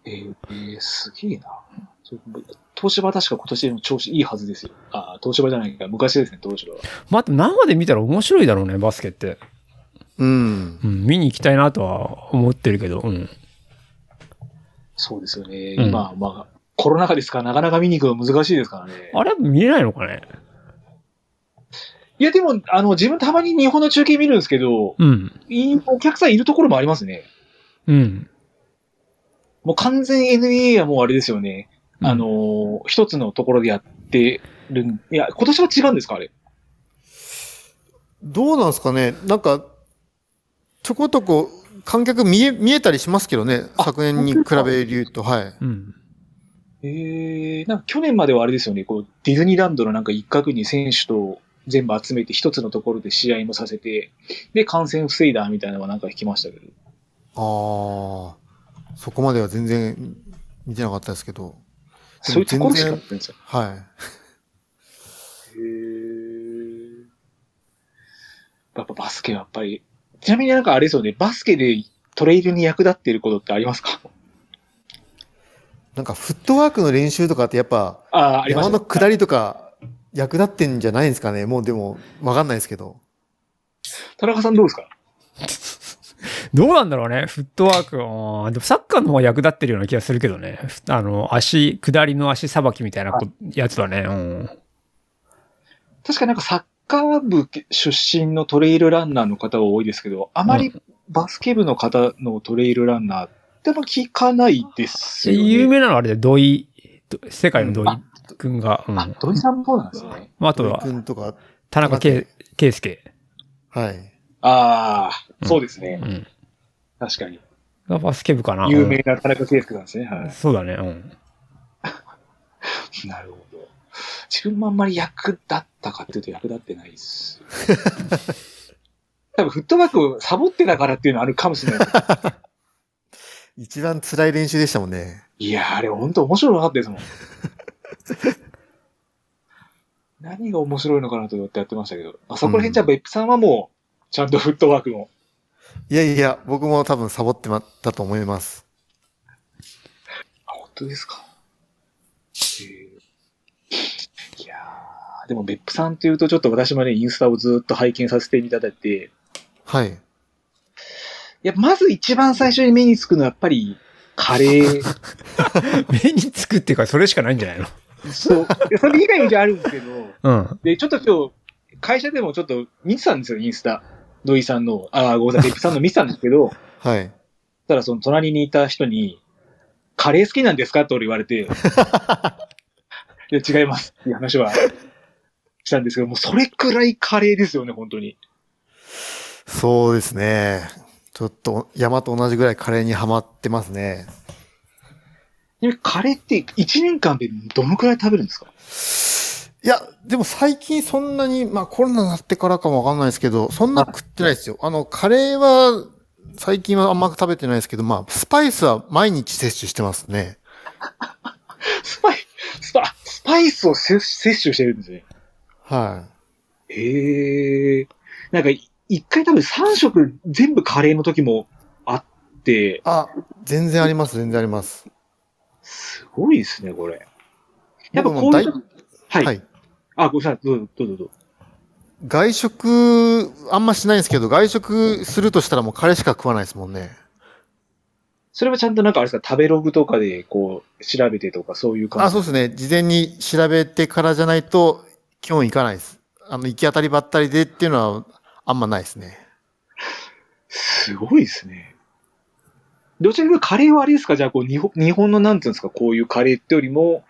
Speaker 2: えー、えーすげえな。そう東芝は確か今年の調子いいはずですよ。ああ、東芝じゃないか。昔ですね、東芝は。
Speaker 3: まあ、でも生で見たら面白いだろうね、バスケって。
Speaker 1: うん。
Speaker 3: うん。見に行きたいなとは思ってるけど、うん。
Speaker 2: そうですよね。
Speaker 3: うん
Speaker 2: 今、まあ、コロナ禍ですから、なかなか見に行くの難しいですからね。
Speaker 3: あれ見れないのかね
Speaker 2: いや、でも、あの、自分たまに日本の中継見るんですけど、
Speaker 3: うん。
Speaker 2: いいお客さんいるところもありますね。
Speaker 3: うん。
Speaker 2: もう完全 NBA はもうあれですよね。あの、ー一つのところでやってるん、いや、今年は違うんですかあれ。
Speaker 1: どうなんですかねなんか、ちょこちょこ観客見え、見えたりしますけどね。
Speaker 2: あ
Speaker 1: 昨年に比べると、はい。
Speaker 3: うん。
Speaker 2: えー、なんか去年まではあれですよね。こう、ディズニーランドのなんか一角に選手と全部集めて一つのところで試合もさせて、で、感染防いだみたいなのはなんか聞きましたけど。
Speaker 1: ああ、そこまでは全然見てなかったですけど。
Speaker 2: そういうところしかやってないんですよ。
Speaker 1: はい。
Speaker 2: へーやっぱバスケはやっぱり、ちなみになんかあれですよね、バスケでトレイルに役立っていることってありますか
Speaker 1: なんかフットワークの練習とかってやっぱ、
Speaker 2: ああ、ありま
Speaker 1: 山
Speaker 2: す
Speaker 1: の下りとか役立ってんじゃないんですかねもうでも、わかんないですけど。
Speaker 2: 田中さんどうですか
Speaker 3: どうなんだろうねフットワーク。うんでもサッカーの方が役立ってるような気がするけどね。ふあの、足、下りの足さばきみたいなこやつはね。うん。
Speaker 2: 確かなんかサッカー部出身のトレイルランナーの方は多いですけど、あまりバスケ部の方のトレイルランナーってあんま聞かないです
Speaker 3: で
Speaker 2: よね。
Speaker 3: 有名なのはあれで、土井、ど世界の土
Speaker 2: うんあ
Speaker 3: 井くんが、うん。
Speaker 2: あ、土井さんもそうなんですね。
Speaker 3: まあ、あと
Speaker 1: 鳥
Speaker 3: は
Speaker 1: く、んとか、
Speaker 3: 田中圭圭介。
Speaker 1: はい。
Speaker 2: あ
Speaker 3: う
Speaker 2: あ、
Speaker 3: ん
Speaker 2: そうですね。
Speaker 3: うん。
Speaker 2: 確かに。
Speaker 3: がバスケ部かな。
Speaker 2: 有名な田中圭介さんですね。は
Speaker 3: うん
Speaker 2: い。
Speaker 3: そうだね。うん。 [LAUGHS]
Speaker 2: なるほど。自分もあんまり役立ったかっていうと役立ってないです。多分フットワークをサボってたからっていうのはあるかもしれないです。
Speaker 1: 一番辛い練習でしたもんね。
Speaker 2: いやー、あれ本当面白くなかったですもん。何が面白いのかなと思ってやってましたけど。あそこら辺じゃあ別府さんはもう、ちゃんとフットワークも。
Speaker 1: いやいや、僕も多分サボってまったと思います。
Speaker 2: あ、本当ですか。えーいやー、でも別府さんっていうとちょっと私もね、インスタをずっと拝見させていただいて、
Speaker 1: はい。
Speaker 2: いや、まず一番最初に目につくのはやっぱり、カレー。
Speaker 3: 目につくっていうか、それしかないんじゃないの
Speaker 2: そう。いやそれ以外にじゃあるんですけど、
Speaker 3: うん。
Speaker 2: で、ちょっと今日、会社でもちょっと見てたんですよ、インスタ。土井さんの、ああ、ごめんなさい、デップさんの見てたんですけど、そし
Speaker 1: はい。
Speaker 2: たらその隣にいた人に、カレー好きなんですかって俺言われて、いや、違いますっていう話はしたんですけど、もうそれくらいカレーですよね、本当に。
Speaker 1: そうですね。ちょっと山と同じぐらいカレーにはまってますね。
Speaker 2: でカレーって1年間でどのくらい食べるんですか
Speaker 1: いや、でも最近そんなに、まあコロナになってからかもわかんないですけど、そんな食ってないですよ。あの、カレーは、最近はあんま食べてないですけど、まあ、スパイスは毎日摂取してますね。
Speaker 2: スパイ、スパ、スパイスを摂摂取してるんですね。
Speaker 1: は
Speaker 2: へえ。なんか、い一回多分3食全部カレーの時もあって
Speaker 1: い。、あ、全然あります、全然あります。
Speaker 2: すごいですね、これ。やっぱこういう
Speaker 1: 僕
Speaker 2: と
Speaker 1: も
Speaker 2: はい。
Speaker 1: はい。
Speaker 2: あ、ごめんなさい。どうぞ、どうぞ、どうぞ。
Speaker 1: 外食、あんましないんですけど、外食するとしたらもうカレーしか食わないですもんね。
Speaker 2: それはちゃんとなんかあれですか、食べログとかでこう、調べてとかそういう感じ。
Speaker 1: あ、そうですね。事前に調べてからじゃないと、基本行かないです。あの、行き当たりばったりでっていうのは、あんまないですね。
Speaker 2: すごいですね。どちらかというとカレーはあれですかじゃあ、こう、日本、日本のなんていうんですか、こういうカレーってよりも、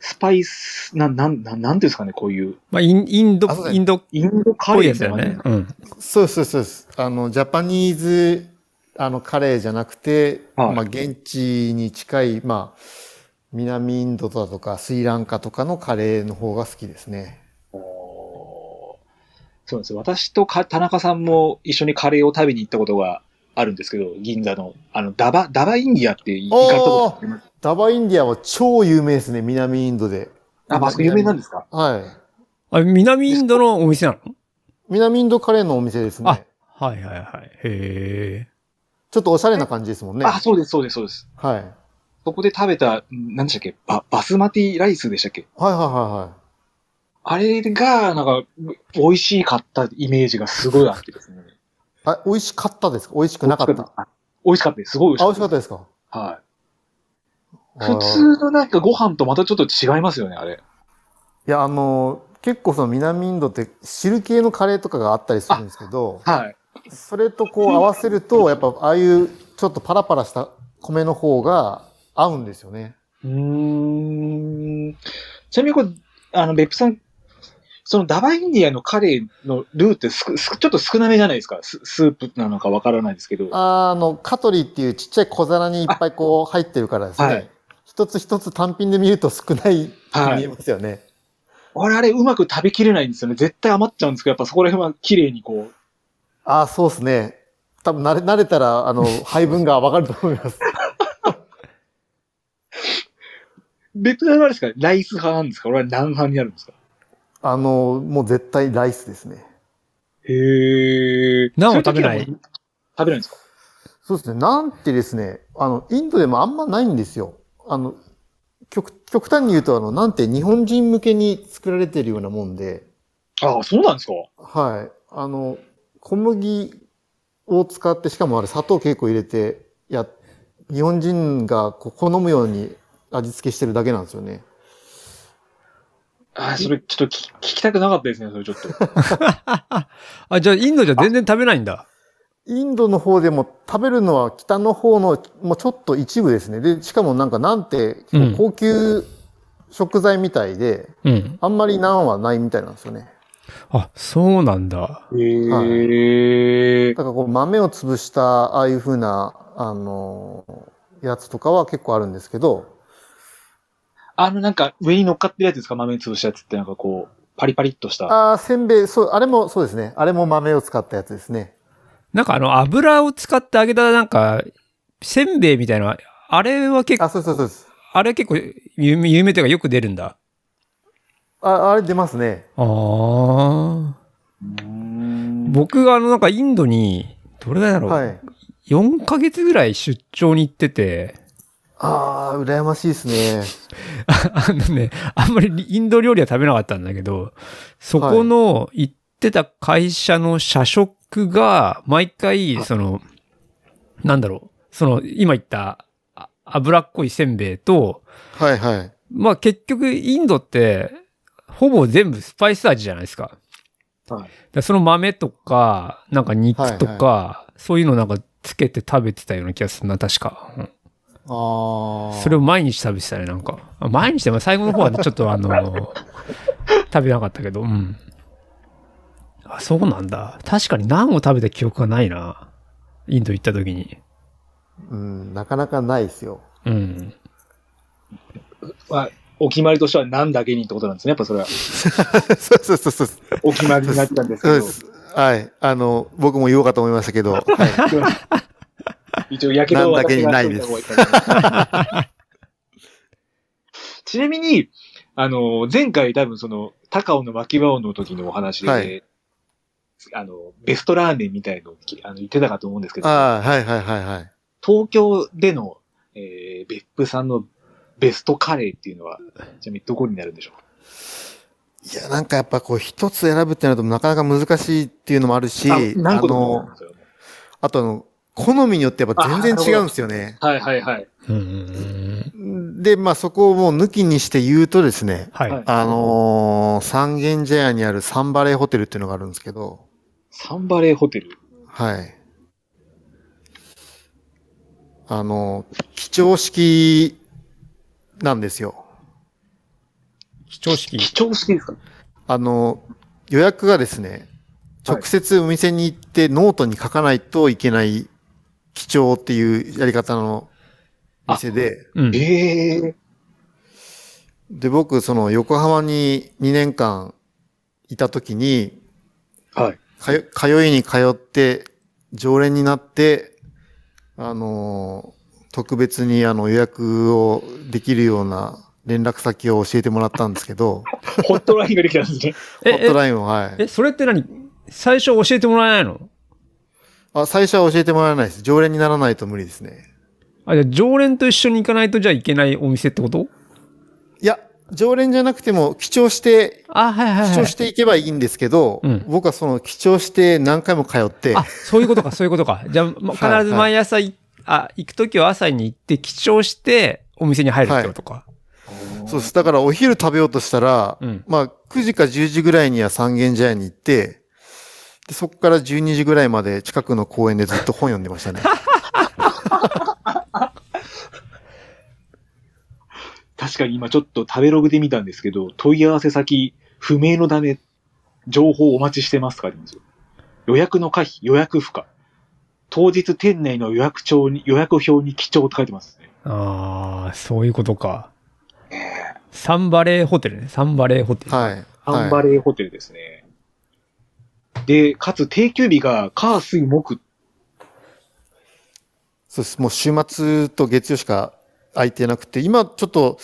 Speaker 2: スパイス、なん、なん、なんなんていうんですかね、こういう、
Speaker 3: まあ、インインド
Speaker 1: あそう、だね
Speaker 3: インドっ
Speaker 2: インドカ
Speaker 3: ぽい
Speaker 2: レー
Speaker 3: や
Speaker 2: みた
Speaker 3: つだ
Speaker 2: いな
Speaker 3: よ
Speaker 2: 感じ
Speaker 3: ね。うん。
Speaker 1: そうです、そうです。そうですあの、ジャパニーズ、あの、カレーじゃなくて、
Speaker 2: はい
Speaker 1: まあ、現地に近い、まあ、南インドだとか、スリランカとかのカレーの方が好きですね。
Speaker 2: おーそうなんですよ私とか田中さんも一緒にカレーを食べに行ったことがあるんですけど、銀座の、あの、ダバ、ダバインディアって行かれたことあります
Speaker 1: ダバインディアは超有名ですね、南インドで。
Speaker 2: あ、まあ、有名なんですか
Speaker 1: はい。
Speaker 3: あれ、南インドのお店なの
Speaker 1: 南インドカレーのお店です
Speaker 3: あ
Speaker 1: ね。
Speaker 3: はいはいはい。へ
Speaker 1: ちょっとおしゃれな感じですもんね。
Speaker 2: あ、そうです、そうです、そうです。
Speaker 1: はい。はい
Speaker 2: そこで食べた、ん何でしたっけバ、バスマティライスでしたっけ
Speaker 1: はいは
Speaker 2: あれが、なんか、美味しかったイメージがすごいあってですね。
Speaker 1: いはい。あ、美味しかったですか美味しくなかった。あ、
Speaker 2: 美味しかったです。すごい
Speaker 1: 美
Speaker 2: 美
Speaker 1: 味し
Speaker 2: 味
Speaker 1: か
Speaker 2: しか
Speaker 1: っ
Speaker 2: ったた。
Speaker 1: ですか
Speaker 2: はい。普通のなんかご飯とまたちょっと違いますよね、あれ。
Speaker 1: いや、あの、結構その南インドって汁系のカレーとかがあったりするんですけど、
Speaker 2: はい。
Speaker 1: それとこう合わせると、やっぱああいうちょっとパラパラした米の方が合うんですよね。
Speaker 2: うーんちなみにこれ、あの、別府さん、そのダバインディアのカレーのルーってすくすくちょっと少なめじゃないですか。ススープなのかわからないですけど。
Speaker 1: あの、カトリーっていうちっちゃい小皿にいっぱいこう入ってるからですね。
Speaker 2: はい
Speaker 1: 一つ一つ単品で見ると少ない
Speaker 2: はい
Speaker 1: 見えますよね。
Speaker 2: 俺あれうまく食べきれないんですよね。絶対余っちゃうんですけど、やっぱそこら辺は綺麗にこう。
Speaker 1: ああ、そうですね。多分慣れ慣れたら、あの、配分がわかると思います。
Speaker 2: 別府さんはあれですかライス派なんですか俺は何派になるんですか
Speaker 1: あの、もう絶対ライスですね。
Speaker 2: へえ。
Speaker 3: ナンは食べない
Speaker 2: そうう時はもう食べないんですか
Speaker 1: そうですね。なんてですね、あの、インドでもあんまないんですよ。あの、極極端に言うと、あの、なんて日本人向けに作られてるようなもんで、
Speaker 2: ああ、そうなんですか
Speaker 1: はい。あの、小麦を使って、しかもあれ砂糖結構入れて、や、日本人がこう好むように味付けしてるだけなんですよね。
Speaker 2: ああ、それちょっと聞聞きたくなかったですね、それちょっと。
Speaker 3: あ、じゃあインドじゃ全然食べないんだ。
Speaker 1: インドの方でも食べるのは北の方のもうちょっと一部ですね。で、しかもなんかなんて
Speaker 3: うん
Speaker 1: 高級食材みたいで、
Speaker 3: うん。
Speaker 1: あんまりナンはないみたいなんですよね。
Speaker 3: あ、そうなんだ。
Speaker 2: へえ。
Speaker 1: だからこう豆を潰したああいう風な、あのーやつとかは結構あるんですけど、
Speaker 2: あのなんか上に乗っかってるやつですか豆に潰したやつってなんかこう、パリパリっとした。
Speaker 1: ああ、せんべい、そう、あれもそうですね。あれも豆を使ったやつですね。
Speaker 3: なんかあの油を使って揚げたなんか、せんべいみたいな、あれは結構、
Speaker 1: あ、そうそうそうです。
Speaker 3: あれ結構有名有名というかよく出るんだ。
Speaker 1: ああれ出ますね。
Speaker 3: ああ。
Speaker 2: うーん
Speaker 3: 僕があのなんかインドに、どれぐらいだろう、
Speaker 1: はい。
Speaker 3: ?4 ヶ月ぐらい出張に行ってて、
Speaker 1: ああ、羨ましいですね。
Speaker 3: あのね、あんまりインド料理は食べなかったんだけど、そこの行ってた会社の社食が、毎回、その、なんだろう、その、今言った、あ脂っこいせんべいと、
Speaker 1: はいはい。
Speaker 3: まあ結局インドって、ほぼ全部スパイス味じゃないですか。
Speaker 2: はい
Speaker 3: だからその豆とか、なんか肉とか、そういうのなんかつけて食べてたような気がするな、確か。うん
Speaker 1: ああ。
Speaker 3: それを毎日食べてたね、なんか。あ毎日でも最後の方はねちょっとあ [LAUGHS] の、食べなかったけど、うん。あ、そうなんだ。確かにナンを食べた記憶がないな。インド行った時に。
Speaker 1: うん、なかなかないですよ。
Speaker 3: うん。
Speaker 2: まあ、お決まりとしては何だけにってことなんですね。やっぱそれ
Speaker 1: [LAUGHS]
Speaker 2: は。
Speaker 1: そうそうそうそう。
Speaker 2: お決まりになったんですけ
Speaker 1: そうで
Speaker 2: ど、
Speaker 1: す。はい。あの、僕も言おうかと思いましたけど、はい。
Speaker 2: 一応、やけどは私が
Speaker 1: 何だけにないです
Speaker 2: しといた方がいいかな [LAUGHS] ちなみに、あの、前回多分その、高尾の巻き場王の時のお話で、
Speaker 1: はい
Speaker 2: あの、ベストラーメンみたいのをきあの言ってたかと思うんですけど、
Speaker 1: ああ、はいはいはいはい。
Speaker 2: 東京での、えー、別府さんのベストカレーっていうのは、ちなみにどこになるんでしょうか
Speaker 1: いや、なんかやっぱこう一つ選ぶってなるとなかなか難しいっていうのもあるし、あ
Speaker 2: あ何個でも
Speaker 1: の、あとあの、好みによってやっぱ全然違うんですよね。
Speaker 2: はいはいはい。
Speaker 3: うんうんうん。
Speaker 1: で、まあそこをもう抜きにして言うとですね、
Speaker 3: はい。
Speaker 2: はい
Speaker 1: あのー三軒茶屋にあるサンバレーホテルっていうのがあるんですけど、
Speaker 2: サンバレーホテル。
Speaker 1: はい。あの、基調式なんですよ。
Speaker 3: 基調式。
Speaker 2: 貴重式ですか
Speaker 1: あの、予約がですね、
Speaker 2: はい
Speaker 1: 直接お店に行ってノートに書かないといけない基調っていうやり方の店で、
Speaker 3: うん。
Speaker 2: ええ
Speaker 1: で、僕、その横浜に2年間いた時に、
Speaker 2: はい。
Speaker 1: かよ通いに通って、常連になって、あのー特別にあの予約をできるような連絡先を教えてもらったんですけど、
Speaker 2: ホットラインができたんですね。
Speaker 1: ホ
Speaker 3: え、
Speaker 1: ット
Speaker 3: え、
Speaker 1: ラインを、はい。
Speaker 3: え、それって何最初教えてもらえないの
Speaker 1: あ、最初は教えてもらえないです。常連にならないと無理ですね。
Speaker 3: あ、じゃあ常連と一緒に行かないとじゃあいけないお店ってこと
Speaker 1: いや、常連じゃなくても、記帳して、
Speaker 3: あ、はいは
Speaker 1: 記
Speaker 3: いは
Speaker 1: 帳
Speaker 3: い。
Speaker 1: していけばいいんですけど、
Speaker 3: うん
Speaker 1: 僕はその記帳して何回も通って
Speaker 3: あ、、そういうことか、そういうことか。じゃあ、ま
Speaker 1: はいはい
Speaker 3: 必ず毎朝い、あ、行くときは朝に行って、記帳して、お店に入るってことか。
Speaker 1: そうです。だからお昼食べようとしたら、
Speaker 3: うん
Speaker 1: まあ9時か10時ぐらいには三軒茶屋に行って、でそこから12時ぐらいまで近くの公園でずっと本読んでましたね。
Speaker 2: 確かに今ちょっと食べログで見たんですけど、問い合わせ先不明のため、情報お待ちしてますとかありますよ。予約の可否、予約不可。当日店内の予約帳に、予約表に記帳と書いてますね。
Speaker 3: ああ、そういうことか。サンバレーホテルね。サンバレーホテル。
Speaker 1: はい。はい
Speaker 2: アンバレーホテルですね。で、かつ定休日が火、水、木。
Speaker 1: そうです。もう週末と月曜しか空いてなくて、今ちょっと、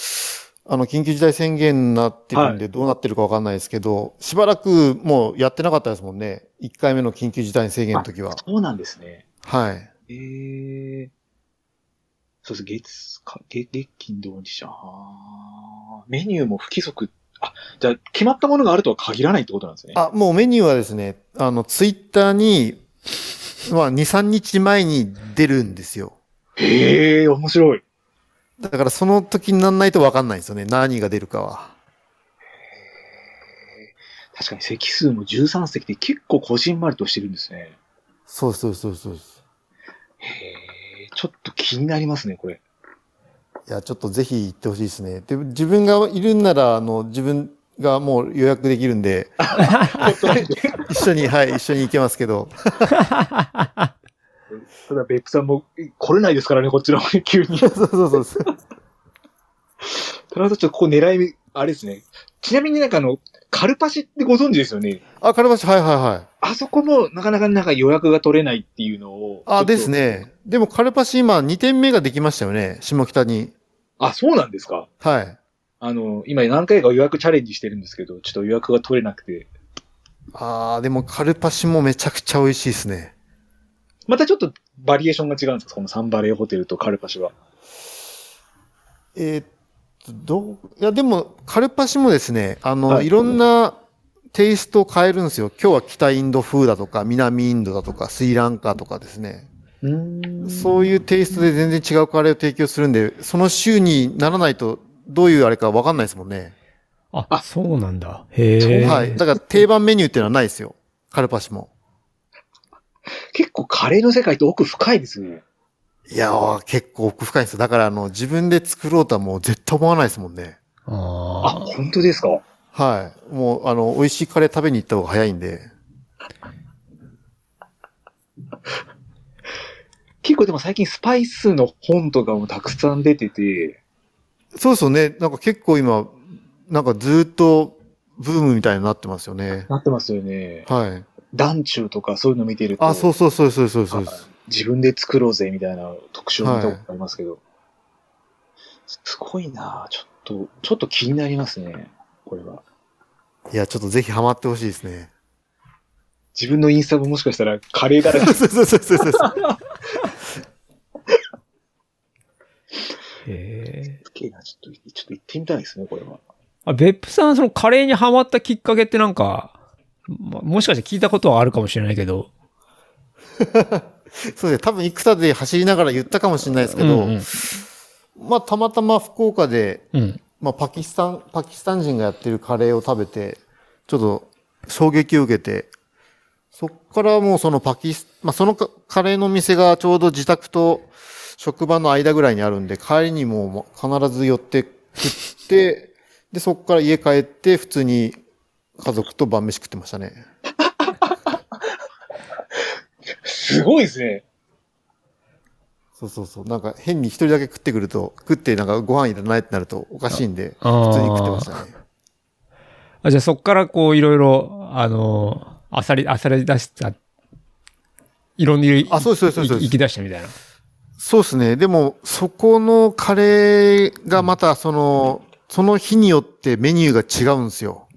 Speaker 1: あの、緊急事態宣言になってるんで、どうなってるかわかんないですけど、しばらくもうやってなかったですもんね。1回目の緊急事態宣言の時は
Speaker 2: あ。そうなんですね。
Speaker 1: はい。
Speaker 2: ええそうです。月、か、月、月金土日じゃん。あーメニューも不規則。あ、じゃあ、決まったものがあるとは限らないってことなんですね。
Speaker 1: あ、もうメニューはですね、あの、ツイッターに、まあ、2、3日前に出るんですよ。
Speaker 2: へえ、面白い。
Speaker 1: だからその時になんないとわかんないんですよね。何が出るかは。
Speaker 2: 確かに席数も13席で結構こじんまりとしてるんですね。
Speaker 1: そうそうそうそう。い
Speaker 2: へえ、ちょっと気になりますね、これ。
Speaker 1: や、ちょっとぜひ行ってほしいですね。で、自分がいるんなら、あの、自分がもう予約できるんで、一緒に、はい、一緒に行けますけど。
Speaker 2: ただ、別府さんも来れないですからね、こっちの方に急に。
Speaker 1: そうそうそうそう。
Speaker 2: とりあえずちょっとここ狙い目、あれですね。ちなみになんかあの、カルパシってご存知ですよね。
Speaker 1: あ、カルバシ、はいはいはい。
Speaker 2: あそこもなかなかなんか予約が取れないっていうのを。ちょっ
Speaker 1: あ、
Speaker 2: と
Speaker 1: です。ね。でもカルパシ今2点目ができましたよね。下北に。
Speaker 2: あ、そうなんですか
Speaker 1: はい。
Speaker 2: あの、今何回か予約チャレンジしてるんですけど、ちょっと予約が取れなくて。
Speaker 1: あー、でもカルパシもめちゃくちゃ美味しいですね。
Speaker 2: またちょっとバリエーションが違うんですかこのサンバレーホテルとカルパシは。
Speaker 1: えーっと、どう、いや、でも、カルパシもですね、あの、、
Speaker 2: はいい
Speaker 1: ろんなテイストを変えるんですよ。今日は北インド風だとか、南インドだとか、スリランカとかですね。
Speaker 2: うん
Speaker 1: そういうテイストで全然違うカレーを提供するんで、その週にならないと、どういうあれかわかんないですもんね。
Speaker 3: あ、
Speaker 2: あ
Speaker 3: そうなんだ。へえ。
Speaker 1: はい。だから定番メニューっていうのはないですよ。カルパシも。
Speaker 2: 結構カレーの世界って奥深いですね。
Speaker 1: いやー、結構奥深いんですよ。だから、あの、自分で作ろうとはもう絶対思わないですもんね。
Speaker 2: あ、
Speaker 3: あ
Speaker 2: 本当ですか
Speaker 1: はい。もう、あの、美味しいカレー食べに行った方が早いんで。
Speaker 2: 結構でも最近スパイスの本とかもたくさん出てて、
Speaker 1: そうですよね。なんか結構今、なんかずーっとブームみたいになってますよね。
Speaker 2: なってますよね。
Speaker 1: はい。
Speaker 2: 団中とかそういうの見てると。
Speaker 1: あ、そうそうそうそうそうそうです。
Speaker 2: 自分で作ろうぜみたいな特集を見たことありますけど、すごいなぁちょっと、ちょっと気になりますね、これは。
Speaker 1: いや、ちょっとぜひハマってほしいですね。
Speaker 2: 自分のインスタももしかしたらカレーだら
Speaker 1: そ
Speaker 2: け。
Speaker 1: うそうそう [LAUGHS] そうそう。
Speaker 3: へえ。
Speaker 2: すげえなちょっと、ちょっと行ってみたいですね、これは。
Speaker 3: あ、別府さん、そのカレーにハマったきっかけってなんか、まもしかして聞いたことはあるかもしれないけど。
Speaker 1: そうですね。多分、戦で走りながら言ったかもしれないですけ
Speaker 3: うん
Speaker 1: ど、
Speaker 3: うん
Speaker 1: まあ、たまたま福岡で、
Speaker 3: うん。
Speaker 1: まあ、パキスタン、パキスタン人がやってるカレーを食べて、ちょっと衝撃を受けて、そっからもうそのパキス、まあ、そのカカレーの店がちょうど自宅と職場の間ぐらいにあるんで、帰りにもう必ず寄って食って、で、そこから家帰って、普通に家族と晩飯食ってましたね。
Speaker 2: すごいですね。
Speaker 1: そうそうそう。なんか変に一人だけ食ってくると、食ってなんかご飯いらないってなるとおかしいんで、
Speaker 3: あー
Speaker 1: 普通に食ってましたね。
Speaker 3: あじゃあそっからこういろいろ、あの、あさり、あさり出した、いろんな、
Speaker 1: あ、そうですそうですそうです。
Speaker 3: い行き出したみたいな。
Speaker 1: そうですね。でも、そこのカレーがまた、その、その日によってメニューが違うんですよ。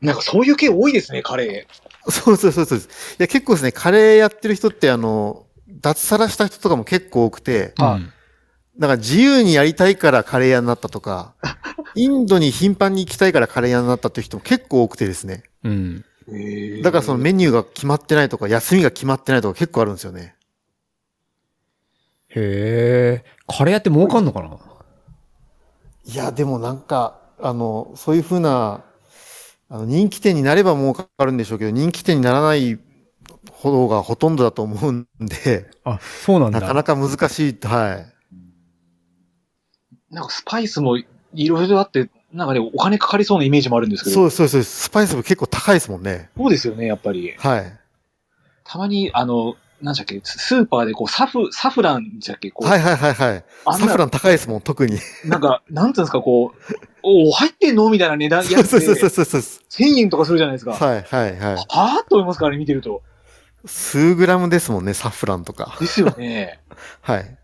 Speaker 2: なんかそういう系多いですね、カレー。
Speaker 1: そうそうそうそうです。いや、結構ですね、カレーやってる人って、あの、脱サラした人とかも結構多くて、
Speaker 2: はい
Speaker 3: うん
Speaker 1: なんか自由にやりたいからカレー屋になったとか、インドに頻繁に行きたいからカレー屋になったっていう人も結構多くてですね。
Speaker 3: うん。
Speaker 1: だからそのメニューが決まってないとか、休みが決まってないとか結構あるんですよね。
Speaker 3: へえ。カレー屋って儲かんのかない
Speaker 1: や、でもなんか、あの、そういうふうな、あの、人気店になれば儲かるんでしょうけど、人気店にならない方がほとんどだと思うんで、
Speaker 3: あ、そうなんだ。
Speaker 1: なかなか難しい。はい。
Speaker 2: なんかスパイスもいろいろあって、なんかね、お金かかりそうなイメージもあるんですけど。
Speaker 1: そうですそうですそうです。スパイスも結構高いですもんね。
Speaker 2: そうですよね、やっぱり。
Speaker 1: はい。
Speaker 2: たまに、あの、なんじゃっけ、ススーパーでこう、サフ、サフランじゃっけ、こう、
Speaker 1: はいはいはいはい。
Speaker 2: あん
Speaker 1: サ
Speaker 2: な
Speaker 1: フラン高いですもん、特に。
Speaker 2: なんか、なんていうんですか、こう、お、入ってんのみたいな値段
Speaker 1: そ
Speaker 2: や
Speaker 1: う
Speaker 2: つ
Speaker 1: そう
Speaker 2: で、
Speaker 1: そう
Speaker 2: 1000
Speaker 1: そうそう。
Speaker 2: 円とかするじゃないですか。は
Speaker 1: はいはいはい。
Speaker 2: ぁと思いますからね、見てると。
Speaker 1: 数グラムですもんね、サフランとか。
Speaker 2: ですよね。
Speaker 1: はい。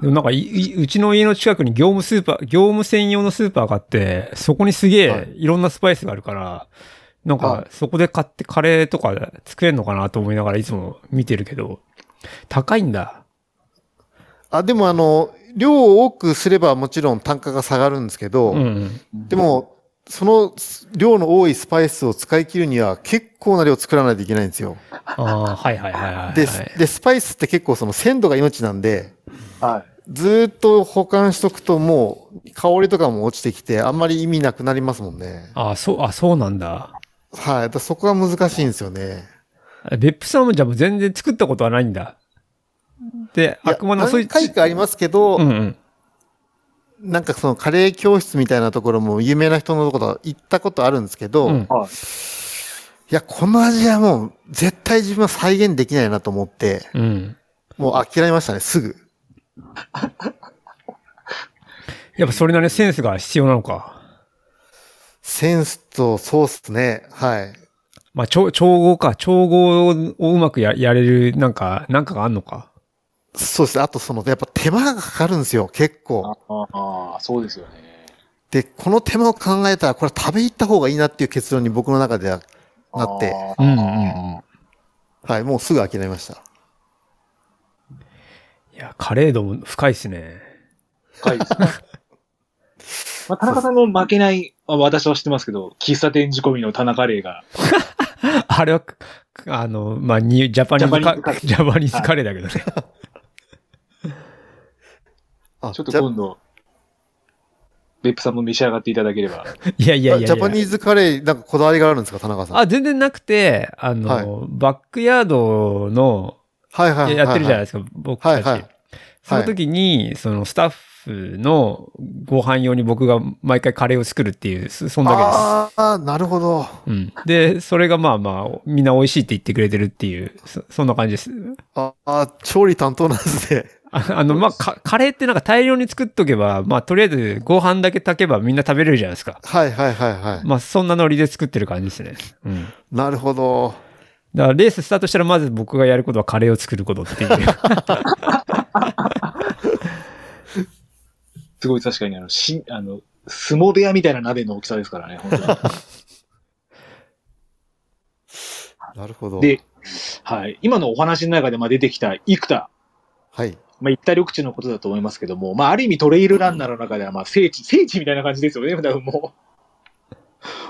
Speaker 3: でもなんかい、いうちの家の近くに業務スーパー、業務専用のスーパーがあって、そこにすげ
Speaker 1: は
Speaker 3: えいろんなスパイスがあるから、なん
Speaker 1: は
Speaker 3: か、そこで買ってカレーとか作れるのかなと思いながらいつも見てるけど、高いんだ。
Speaker 1: あ、でもあの、量を多くすればもちろん単価が下がるんですけど、
Speaker 3: うん。
Speaker 1: で、も、その量の多いスパイスを使い切るには結構な量作らないといけないんですよ。
Speaker 3: ああ、はいはいはいはい、はい。
Speaker 1: で、で、スパイスって結構その鮮度が命なんで、
Speaker 2: は
Speaker 1: ずーっと保管しとくともう香りとかも落ちてきてあんまり意味なくなりますもんね。
Speaker 3: ああ、そう、あ、そうなんだ。
Speaker 1: はい。だからそこが難しいんですよね。
Speaker 3: 別府さんもじゃあもう全然作ったことはないんだ。で、
Speaker 1: いや
Speaker 3: あくまでもそういう
Speaker 1: 何。回かありますけど、
Speaker 3: うんうん。
Speaker 1: なんかそのカレー教室みたいなところも有名な人のところ行ったことあるんですけど、
Speaker 3: うん
Speaker 1: い
Speaker 2: い。はい。
Speaker 1: や、この味はもう絶対自分は再現できないなと思って、
Speaker 3: うん。
Speaker 1: もう諦めましたね、すぐ。
Speaker 3: やっぱそれなりのセンスが必要なのか。
Speaker 1: センスとソースね。はい。
Speaker 3: まあ、調調合か。調合をうまくややれる、なんか、なんかがあんのか。
Speaker 1: そうですね。あとその、やっぱ手間がかかるんですよ、結構。
Speaker 2: ああ、そうですよね。
Speaker 1: で、この手間を考えたら、これ食べ行った方がいいなっていう結論に僕の中ではなって、
Speaker 2: あー
Speaker 3: うんうんうん
Speaker 1: はい、もうすぐ諦めました。
Speaker 3: いや、カレードも深いっすね。
Speaker 2: 深いです
Speaker 1: [LAUGHS]
Speaker 2: ね。まあ、田中さんも負けない、まあ私は知ってますけど、喫茶店仕込みの田中レイが、
Speaker 3: あれは、くあの、まあ、にジャパニーズカジ
Speaker 2: ジ
Speaker 3: ャパニーズカレーだけどね。
Speaker 1: あ、
Speaker 2: ちょっと
Speaker 1: じゃ
Speaker 2: 今度、別府さんも召し上がっていただければ。
Speaker 3: いやいやいやいや。
Speaker 1: ジャパニーズカレー、なんかこだわりがあるんですか、田中さん。
Speaker 3: あ、全然なくて、あの、
Speaker 1: はい
Speaker 3: バックヤードの、
Speaker 1: はいはいはいはい。
Speaker 3: ややってるじゃないですか、僕たち。
Speaker 1: はいはい
Speaker 3: その時に、そのスタッフのご飯用に僕が毎回カレーを作るっていう、そそんだけです。
Speaker 1: ああ、なるほど。
Speaker 3: うん、で、それがまあまあ、みんな美味しいって言ってくれてるっていう、そそんな感じです。
Speaker 1: ああ、調理担当なんですね。
Speaker 3: ああの、まあか、カレーってなんか大量に作っとけば、まあ、とりあえずご飯だけ炊けばみんな食べれるじゃないですか。
Speaker 1: はいはいはいはい。
Speaker 3: まあ、そんなノリで作ってる感じですね。うん。
Speaker 1: なるほど。
Speaker 3: だから、レーススタートしたら、まず僕がやることはカレーを作ること
Speaker 1: [LAUGHS]
Speaker 3: っていう。
Speaker 2: すごい確かにあの、し、あの、相撲部屋みたいな鍋の大きさですからね、本当に。
Speaker 1: なるほど。
Speaker 2: で、はい。今のお話の中でまあ出てきた幾田、
Speaker 1: はい。
Speaker 2: まあ、一体緑地のことだと思いますけども、まあ、ある意味トレイルランナーの中では、まあ、聖地、聖地みたいな感じですよね、 [LAUGHS] 多分も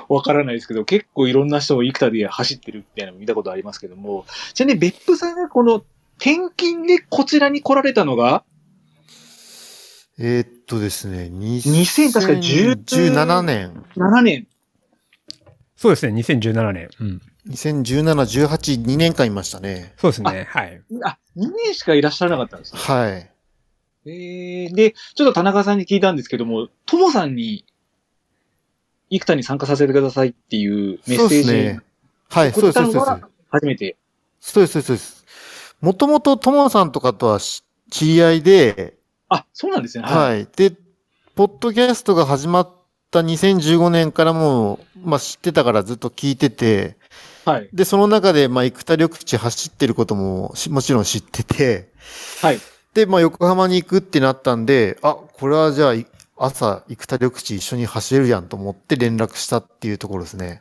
Speaker 2: う。わからないですけど、結構いろんな人も幾田で走ってるみたいなの見たことありますけども、じゃあね、別府さんがこの転勤でこちらに来られたのが、
Speaker 1: えーっとですね、2000
Speaker 2: 2000確か10
Speaker 1: 17年。
Speaker 2: 7年。
Speaker 3: そうですね、2017年。うん。
Speaker 1: 2017、18、2年間いましたね。
Speaker 3: そうですね。はい。
Speaker 2: あ、2年しかいらっしゃらなかったんですね。
Speaker 1: はい。
Speaker 2: えー、で、ちょっと田中さんに聞いたんですけども、ともさんに、幾田に参加させてくださいっていうメ
Speaker 1: そ
Speaker 2: ッ
Speaker 1: う
Speaker 2: セ
Speaker 1: で
Speaker 2: ー
Speaker 1: す
Speaker 2: ジ
Speaker 1: ね。はい、そう
Speaker 2: 送
Speaker 1: で
Speaker 2: っ
Speaker 1: す、
Speaker 2: た
Speaker 1: そうです
Speaker 2: の
Speaker 1: そうで
Speaker 2: が初めて。
Speaker 1: す。そうです、そうですそうです。もともとともさんとかとはし知り合いで、
Speaker 2: あ、そうなんですね。い。
Speaker 1: はい。で、ポッドキャストが始まった2015年からもう、まあ知ってたからずっと聞いてて、
Speaker 2: はい。
Speaker 1: で、その中で、まあ、生田緑地走ってることもし、もちろん知ってて、
Speaker 2: はい。
Speaker 1: で、まあ、横浜に行くってなったんで、あ、これはじゃあ、い朝、生田緑地一緒に走れるやんと思って連絡したっていうところですね。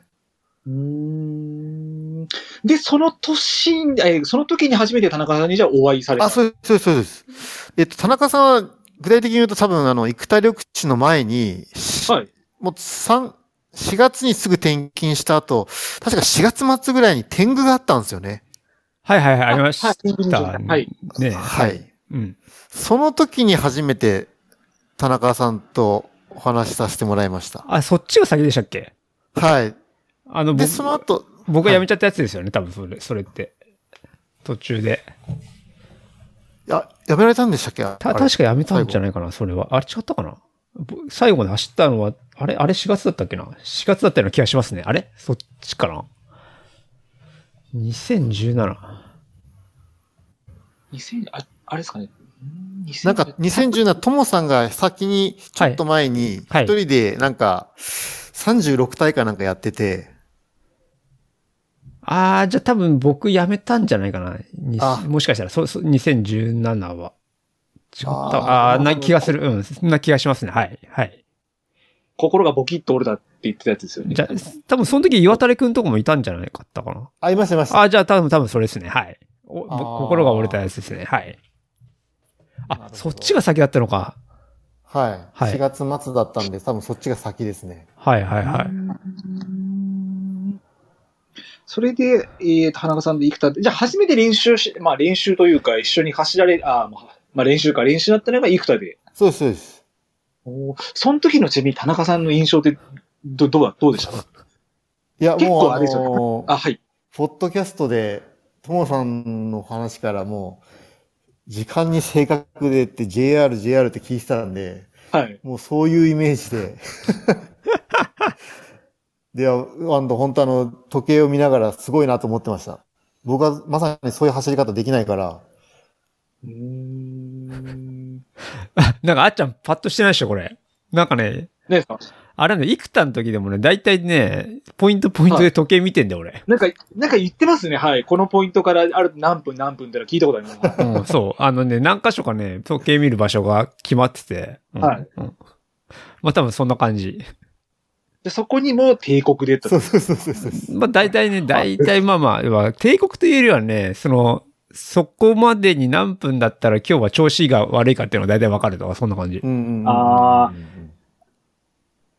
Speaker 2: うーん。で、その年、えーその時に初めて田中さんにじゃあお会いされた。
Speaker 1: あ、そうです、そうです、そうです。えっと、田中さんは、具体的に言うと多分、あの、生田緑地の前に、し
Speaker 2: はい。
Speaker 1: もう3、4月にすぐ転勤した後、確か4月末ぐらいに天狗があったんですよね。
Speaker 3: はいはいはい。ありました
Speaker 2: はい
Speaker 3: ね。
Speaker 2: はい
Speaker 3: ね。
Speaker 1: はい。
Speaker 3: うん。
Speaker 1: その時に初めて田中さんとお話しさせてもらいました。
Speaker 3: あ、そっちが先でしたっけ
Speaker 1: はい。
Speaker 3: あの、
Speaker 1: で、
Speaker 3: 僕
Speaker 1: その後、
Speaker 3: 僕が辞めちゃったやつですよね。多分それ、それって。途中で。
Speaker 1: や、やめられたんでしたっけ
Speaker 3: た、
Speaker 1: あれ
Speaker 3: 確かやめたんじゃないかな、それは。あれ違ったかなぼ最後まで走ったのは、あれあれ4月だったっけな ?4 月だったような気がしますね。あれそっちかな ?2017。
Speaker 2: 2000、あ、あれですかね。うーん
Speaker 1: なんか、2017、ともさんが先に、ちょっと前に、一
Speaker 3: はい
Speaker 1: 人で、なんか、36大会なんかやってて、
Speaker 3: ああ、じゃあ多分僕辞めたんじゃないかな。に
Speaker 1: あ
Speaker 3: もしかしたら、そう、そう、2017は。違った
Speaker 1: あー
Speaker 3: ああー、な気がする。うん、そんな気がしますね。はい、はい。
Speaker 2: 心がボキッと折れたって言ってたやつですよね。
Speaker 3: じゃあ、多分その時岩垂くんとかもいたんじゃないかったかな。
Speaker 1: あ、いました、いまし
Speaker 3: あ。あ、じゃあ多分、多分それですね。はい。お
Speaker 1: あー
Speaker 3: 心が折れたやつですね。はい。
Speaker 1: な
Speaker 3: あ
Speaker 1: るほ、ど
Speaker 3: そっちが先だったのか。
Speaker 1: はい。
Speaker 3: はい
Speaker 1: 4月末だったんで、多分そっちが先ですね。
Speaker 3: はいはい
Speaker 2: う
Speaker 3: はい。
Speaker 2: ーんそれで、えー、田中さんで生田で、じゃあ初めて練習し、まあ練習というか一緒に走られ、あーまあまあ練習か、練習だったのが生田で。
Speaker 1: そうです、そうです。
Speaker 2: おーその時のちなみに田中さんの印象ってど、どうだ、どうでしたか
Speaker 1: いや、
Speaker 2: 結
Speaker 1: もう、
Speaker 2: 構あ
Speaker 1: あ
Speaker 2: れですよ
Speaker 1: のー
Speaker 2: あ、はい。
Speaker 1: ポッドキャストで、ともさんの話からもう、時間に正確でって JR、JR って聞いてたんで、
Speaker 2: はい。
Speaker 1: もうそういうイメージ [LAUGHS] で。で、あの、本当あの、時計を見ながらすごいなと思ってました。僕はまさにそういう走り方できないから、
Speaker 2: うーん。
Speaker 3: なんかあっちゃんパッとしてないでしょ、これ。なんかね、
Speaker 2: 何ですか
Speaker 3: あれね、幾多の時でもね、大体ね、ポイントポイントで時計見てんだよ、俺。
Speaker 2: なんか、なんか言ってますね。はい。このポイントからある何分何分ってのは聞いたことあります。
Speaker 3: うん、そう。あのね、何箇所かね、時計見る場所が決まってて。うん
Speaker 2: はい
Speaker 3: うんまあ多分そんな感じ。
Speaker 2: で、そこにも帝国でと
Speaker 1: そうそうそうそうそう。
Speaker 3: まあ大体ね、大体まあまあ、要は帝国というよりはね、その、そこまでに何分だったら今日は調子が悪いかっていうのが大体わかるとか、そんな感じ
Speaker 1: う。んうんうんうん
Speaker 2: あ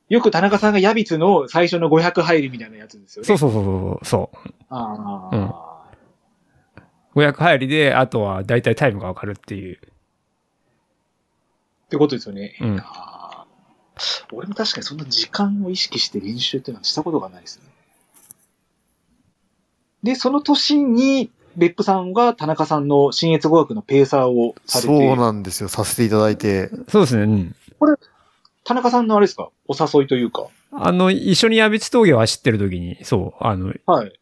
Speaker 2: よく田中さんがヤビツの最初の500入りみたいなやつですよね。
Speaker 3: そうそうそうそうそ
Speaker 2: あ
Speaker 3: うん
Speaker 2: あ、
Speaker 3: う。500入りで、あとは大体タイムがわかるっていう。
Speaker 2: ってことですよね。
Speaker 3: うん
Speaker 2: あー俺も確かにそんな時間を意識して練習っていうのはしたことがないですね。で、その年に、別府さんが田中さんの新越語学のペーサーをされ
Speaker 1: そう
Speaker 2: て、
Speaker 1: なんですよ。させていただいて。
Speaker 3: そうですね、うん。
Speaker 2: 田中さんのあれですか、お誘いというか。
Speaker 3: あの、一緒に矢別峠を走ってる時に、そう、あの、
Speaker 2: はい。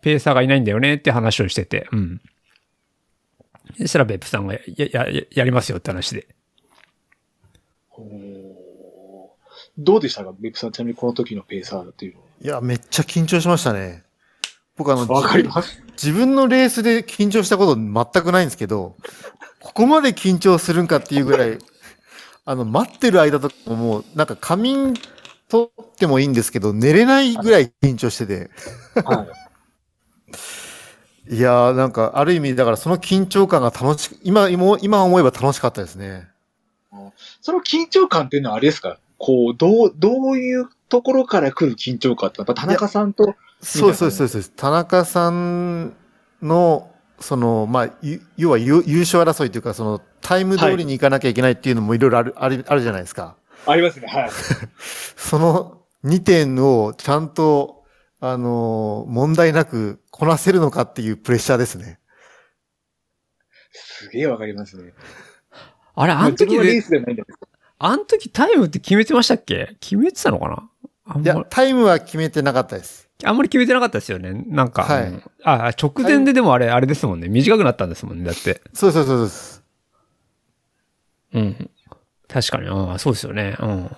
Speaker 3: ペーサーがいないんだよねって話をしてて、うん。そしたら別府さんがや、や、ややりますよって話で。
Speaker 2: ほーどうでしたか、別府さん、ちなみにこの時のペーサーっていうのは。
Speaker 1: いや、めっちゃ緊張しましたね。僕あの、
Speaker 2: わかります。
Speaker 1: 自分のレースで緊張したこと全くないんですけど、ここまで緊張するんかっていうぐらい、あの、待ってる間とかももう、なんか仮眠取ってもいいんですけど、寝れないぐらい緊張してて。
Speaker 2: はい。
Speaker 1: いやー、なんか、ある意味、だからその緊張感が楽しく、今、今今思えば楽しかったですね。
Speaker 2: [LAUGHS] その緊張感っていうのはあれですかこう、どう、どういうところから来る緊張感って、やっぱ田中さんと、
Speaker 1: そうそうそうそう。田中さんの、その、まあ、ゆ要はゆ優勝争いというか、その、タイム通りに行かなきゃいけないっていうのもいろいろある、ある、あるじゃないですか。
Speaker 2: ありますね、はい。
Speaker 1: その2点をちゃんと、あのー問題なくこなせるのかっていうプレッシャーですね。
Speaker 2: すげえわかりますね。
Speaker 3: あれ、あの時
Speaker 2: まあ自分はレー
Speaker 3: で、
Speaker 2: スでもないんだけど。
Speaker 3: あの時タイムって決めてましたっけ決めてたのかなあん
Speaker 1: い
Speaker 3: ま
Speaker 1: や、タイムは決めてなかったです。
Speaker 3: あんまり決めてなかったですよね。なんか、
Speaker 1: はい
Speaker 3: うんあ、直前ででもあれ、あれですもんね。短くなったんですもんね。だって。
Speaker 1: そうそうそうそうです。
Speaker 3: うん。確かに、うん、そうですよね。うん。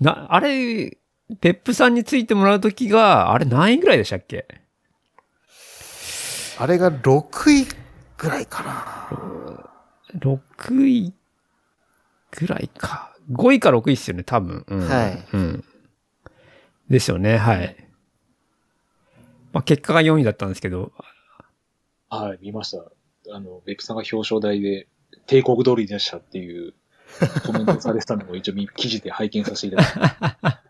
Speaker 3: な、あれ、ペップさんについてもらうときが、あれ何位ぐらいでしたっけ
Speaker 1: あれが6位ぐらいかな。
Speaker 3: ?6 位ぐらいか。5位か6位っすよね、多分。うん、
Speaker 1: はい。
Speaker 3: うん。ですよね、はい。まあ、結果が4位だったんですけど、
Speaker 2: はい、見ました。あの、ベップさんが表彰台で帝国通りでしたっていうコメントをされてたのも一応み記事で拝見させていただきました。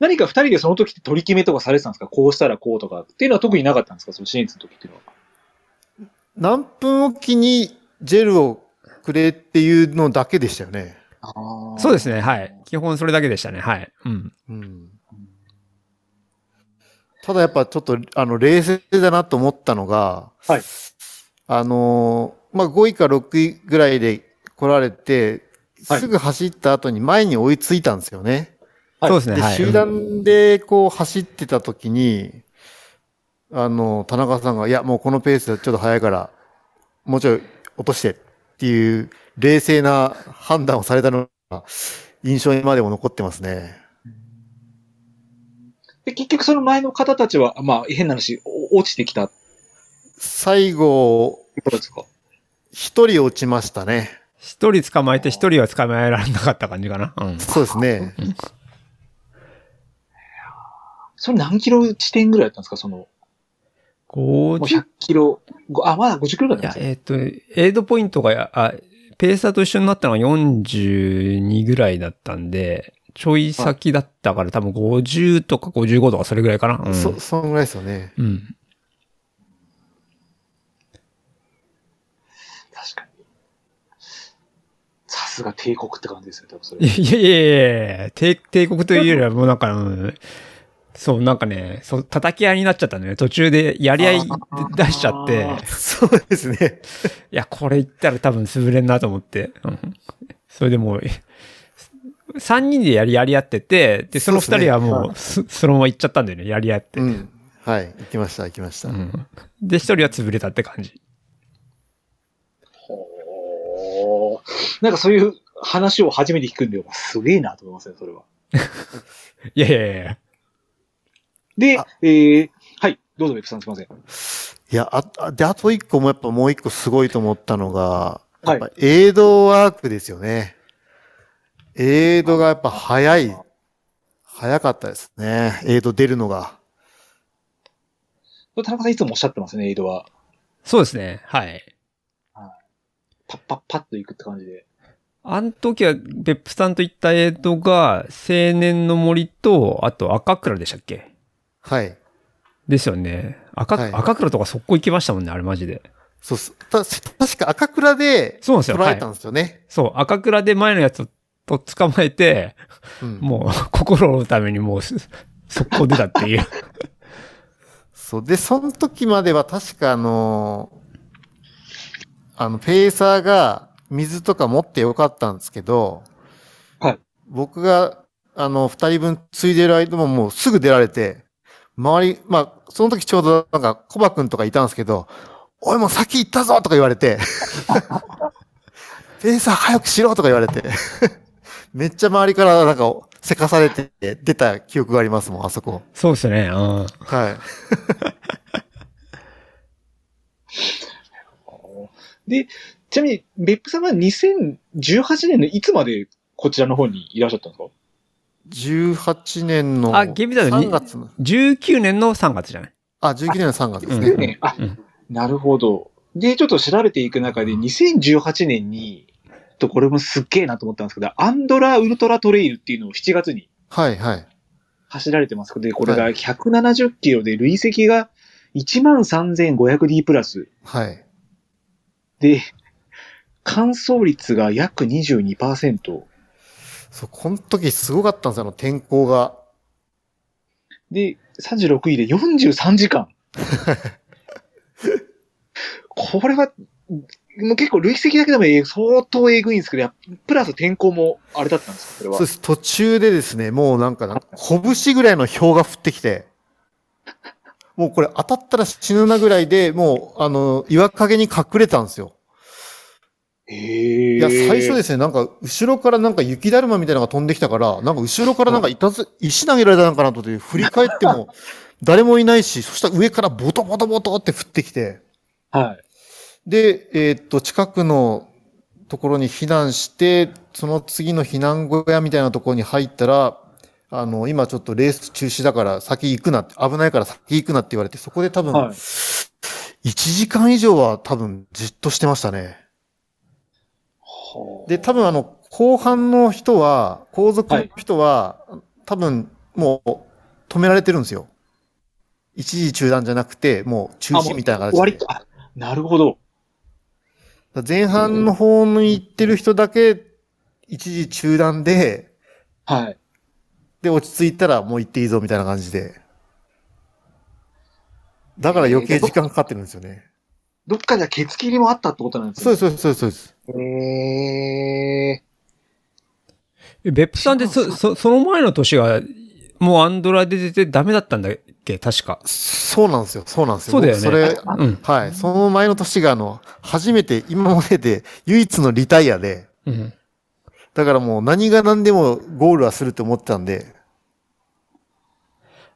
Speaker 2: 何か二人でその時って取り決めとかされてたんですかこうしたらこうとかっていうのは特になかったんですかその支援の時っていうのは。。
Speaker 1: 何分おきにジェルをくれっていうのだけでしたよね。
Speaker 3: そうですすね、はい。基本それだけでしたね、はい。うん。
Speaker 1: うん。ただやっぱちょっと、あの、冷静だなと思ったのが、
Speaker 2: はい
Speaker 1: あのーまあ、5位か6位ぐらいで来られて、
Speaker 2: はい
Speaker 1: すぐ走った後に前に追いついたんですよね。
Speaker 2: はい
Speaker 3: そうですね、
Speaker 1: で、
Speaker 3: はい。
Speaker 1: 集団でこう走ってた時に、あの、田中さんが、いや、もうこのペースはちょっと早いから、もうちょい落としてっていう冷静な判断をされたのが、印象にまでも残ってますね。
Speaker 2: で、結局その前の方たちは、まあ変な話、お落ちてきたって
Speaker 1: 最後、
Speaker 2: ことですか
Speaker 1: 一人落ちましたね。
Speaker 3: 一人捕まえて一人は捕まえられなかった感じかな。うん。
Speaker 1: そうですね。
Speaker 2: それ何キロ地点ぐらいだったんですかその、もう
Speaker 3: 50
Speaker 2: 100キロ、ごあ、まだ50キロだっ
Speaker 3: い
Speaker 2: たんです
Speaker 3: や、
Speaker 2: ね
Speaker 3: えっ、と、エイドポイントが、あ、ペーサーと一緒になったのが42ぐらいだったんで、ちょい先だったから多分50とか55とかそれぐらいかな。うん。
Speaker 1: そ、そんぐらいですよね。
Speaker 3: うん、
Speaker 2: 確かに。さすが帝国って感じですね、多分そ
Speaker 3: い
Speaker 2: れ。
Speaker 3: やいやいやいや帝帝国というよりはもうなんか、うんそう、なんかね、そう、叩き合いになっちゃったんだよね。途中でやり合い出しちゃって、
Speaker 2: あー
Speaker 1: そうですね。
Speaker 3: いや、これ言ったら多分潰れんなと思って。うんそれでもう、3人でやり、やり合ってて、で、その2人はもう、そそのまま行っちゃったんだよね、やり合って。
Speaker 1: うん。はい。行きました、行きました。
Speaker 3: うんで、一人は潰れたって感じ。
Speaker 2: ほーなんかそういう話を初めて聞くんで、すげえなと思いますね、それは。
Speaker 3: いやいやいや
Speaker 2: で
Speaker 1: あ、
Speaker 2: えー、はい、どうぞ、ベップさんすいません。
Speaker 1: いや、ああ、で、あと一個もやっぱもう一個すごいと思ったのが、や
Speaker 2: はい
Speaker 1: っぱエイドワークですよね。エイドがやっぱ早い、早かったですね。エイド出るのが。
Speaker 2: 田中さんいつもおっしゃってますね、エイドは。
Speaker 3: そうですね。はい。
Speaker 2: パッパッパッと行くって感じで。
Speaker 3: あの時は、別府さんと行ったエイドが、青年の森と、あと赤倉でしたっけ
Speaker 1: はい。
Speaker 3: ですよね。赤、
Speaker 1: はい
Speaker 3: 赤倉とか速攻行きましたもんね、あれマジで。
Speaker 1: そうっす。た、確か赤倉で
Speaker 3: そうなんですよ。
Speaker 1: 捉
Speaker 3: は
Speaker 1: え
Speaker 3: い
Speaker 1: た。んですよね。
Speaker 3: そう、赤倉で前のやつをと捕まえて、
Speaker 1: うん。
Speaker 3: もう、 [LAUGHS] 心のためにもうす、速攻出たっていう。
Speaker 1: そう。で、その時までは確かあのーあの、ペーサーが水とか持ってよかったんですけど、
Speaker 2: はい。
Speaker 1: 僕が、あの、二人分ついでる間ももうすぐ出られて、周り、まあ、その時ちょうどなんか、コバくんとかいたんですけど、おいもう先行ったぞとか言われて、ペーサー早くしろとか言われて、 [LAUGHS] めっちゃ周りからなんか、せかされて出た記憶がありますもん、あそこ。
Speaker 3: そうですね。う
Speaker 1: は
Speaker 3: ん。
Speaker 1: い。
Speaker 2: で、ちなみに、ベップさんは2018年のいつまでこちらの方にいらっしゃったんですか
Speaker 1: 18年の。
Speaker 3: あ厳密だとに
Speaker 1: 3月の。
Speaker 3: 19年の3月じゃない
Speaker 1: あ、19年の3月ですね。
Speaker 2: 19年あ
Speaker 3: うん
Speaker 2: なるほど。で、ちょっと調べていく中で、2018年に、ちょっとこれもすっげえなと思ったんですけど、アンドラウルトラトレイルっていうのを7月に
Speaker 1: はいはい。
Speaker 2: 走られてます。で、これが
Speaker 1: は
Speaker 2: 170キロで累積が 13,500D プラス。
Speaker 1: はい。
Speaker 2: で、乾燥率が約22%。
Speaker 1: そう、この時すごかったんですよ、あの天候が。
Speaker 2: で、36位で43
Speaker 1: [LAUGHS]
Speaker 2: 時間。これは、もう結構累積だけでもえぐ相当えぐいんですけど、やっぱプラス天候もあれだったんですよ、こ
Speaker 1: そう
Speaker 2: れ
Speaker 1: で
Speaker 2: は。
Speaker 1: す。途中でですね、もうなんかな、拳ぐらいの氷が降ってきて、もうこれ当たったら死ぬなぐらいで、もう、あの、岩陰に隠れたんですよ。
Speaker 2: へ。
Speaker 1: いや、最初ですすね、なんか、後ろからなんか雪だるまみたいなのが飛んできたから、なんか後ろからなんかいたず、石投げられたのかなと思って、振り返っても、誰もいないし、そしたら上からボトボトボトって降ってきて、
Speaker 2: はい。
Speaker 1: で、えーっと、近くのところに避難して、その次の避難小屋みたいなところに入ったら、あの、今ちょっとレース中止だから先行くなって、危ないから先行くなって言われて、そこで多分、
Speaker 2: はい
Speaker 1: 1時間以上は多分じっとしてましたね。で、多分あの、後半の人は、後続の人は、多分もう止められてるんですよ。一時中断じゃなくて、もう中
Speaker 2: あも
Speaker 1: 止
Speaker 2: う
Speaker 1: みたいな形で。
Speaker 2: 終わりか。なるほど。
Speaker 1: だから前半の方に行ってる人だけ、一時中断で、
Speaker 2: はい。
Speaker 1: で、落ち着いたらもう行っていいぞみたいな感じで。だから余計時間かかってるんですよね。
Speaker 2: どっかじゃ血切りもあったってことなんです
Speaker 1: そうで
Speaker 2: ね。
Speaker 1: す、そうです、そうです。
Speaker 2: うです。へ
Speaker 3: え別府さんってそ、そ、その前の年が、もうアンドラで出てダメだったんだっけ確か。
Speaker 1: そうなんですよ、そうなんですよ。
Speaker 3: そうだよね
Speaker 1: 僕それ、
Speaker 2: あ
Speaker 3: うん。
Speaker 1: はい。その前の年が、あの、初めて、今までで唯一のリタイアで、
Speaker 3: うん。
Speaker 1: だからもう何が何でもゴールはするって思ってたんで、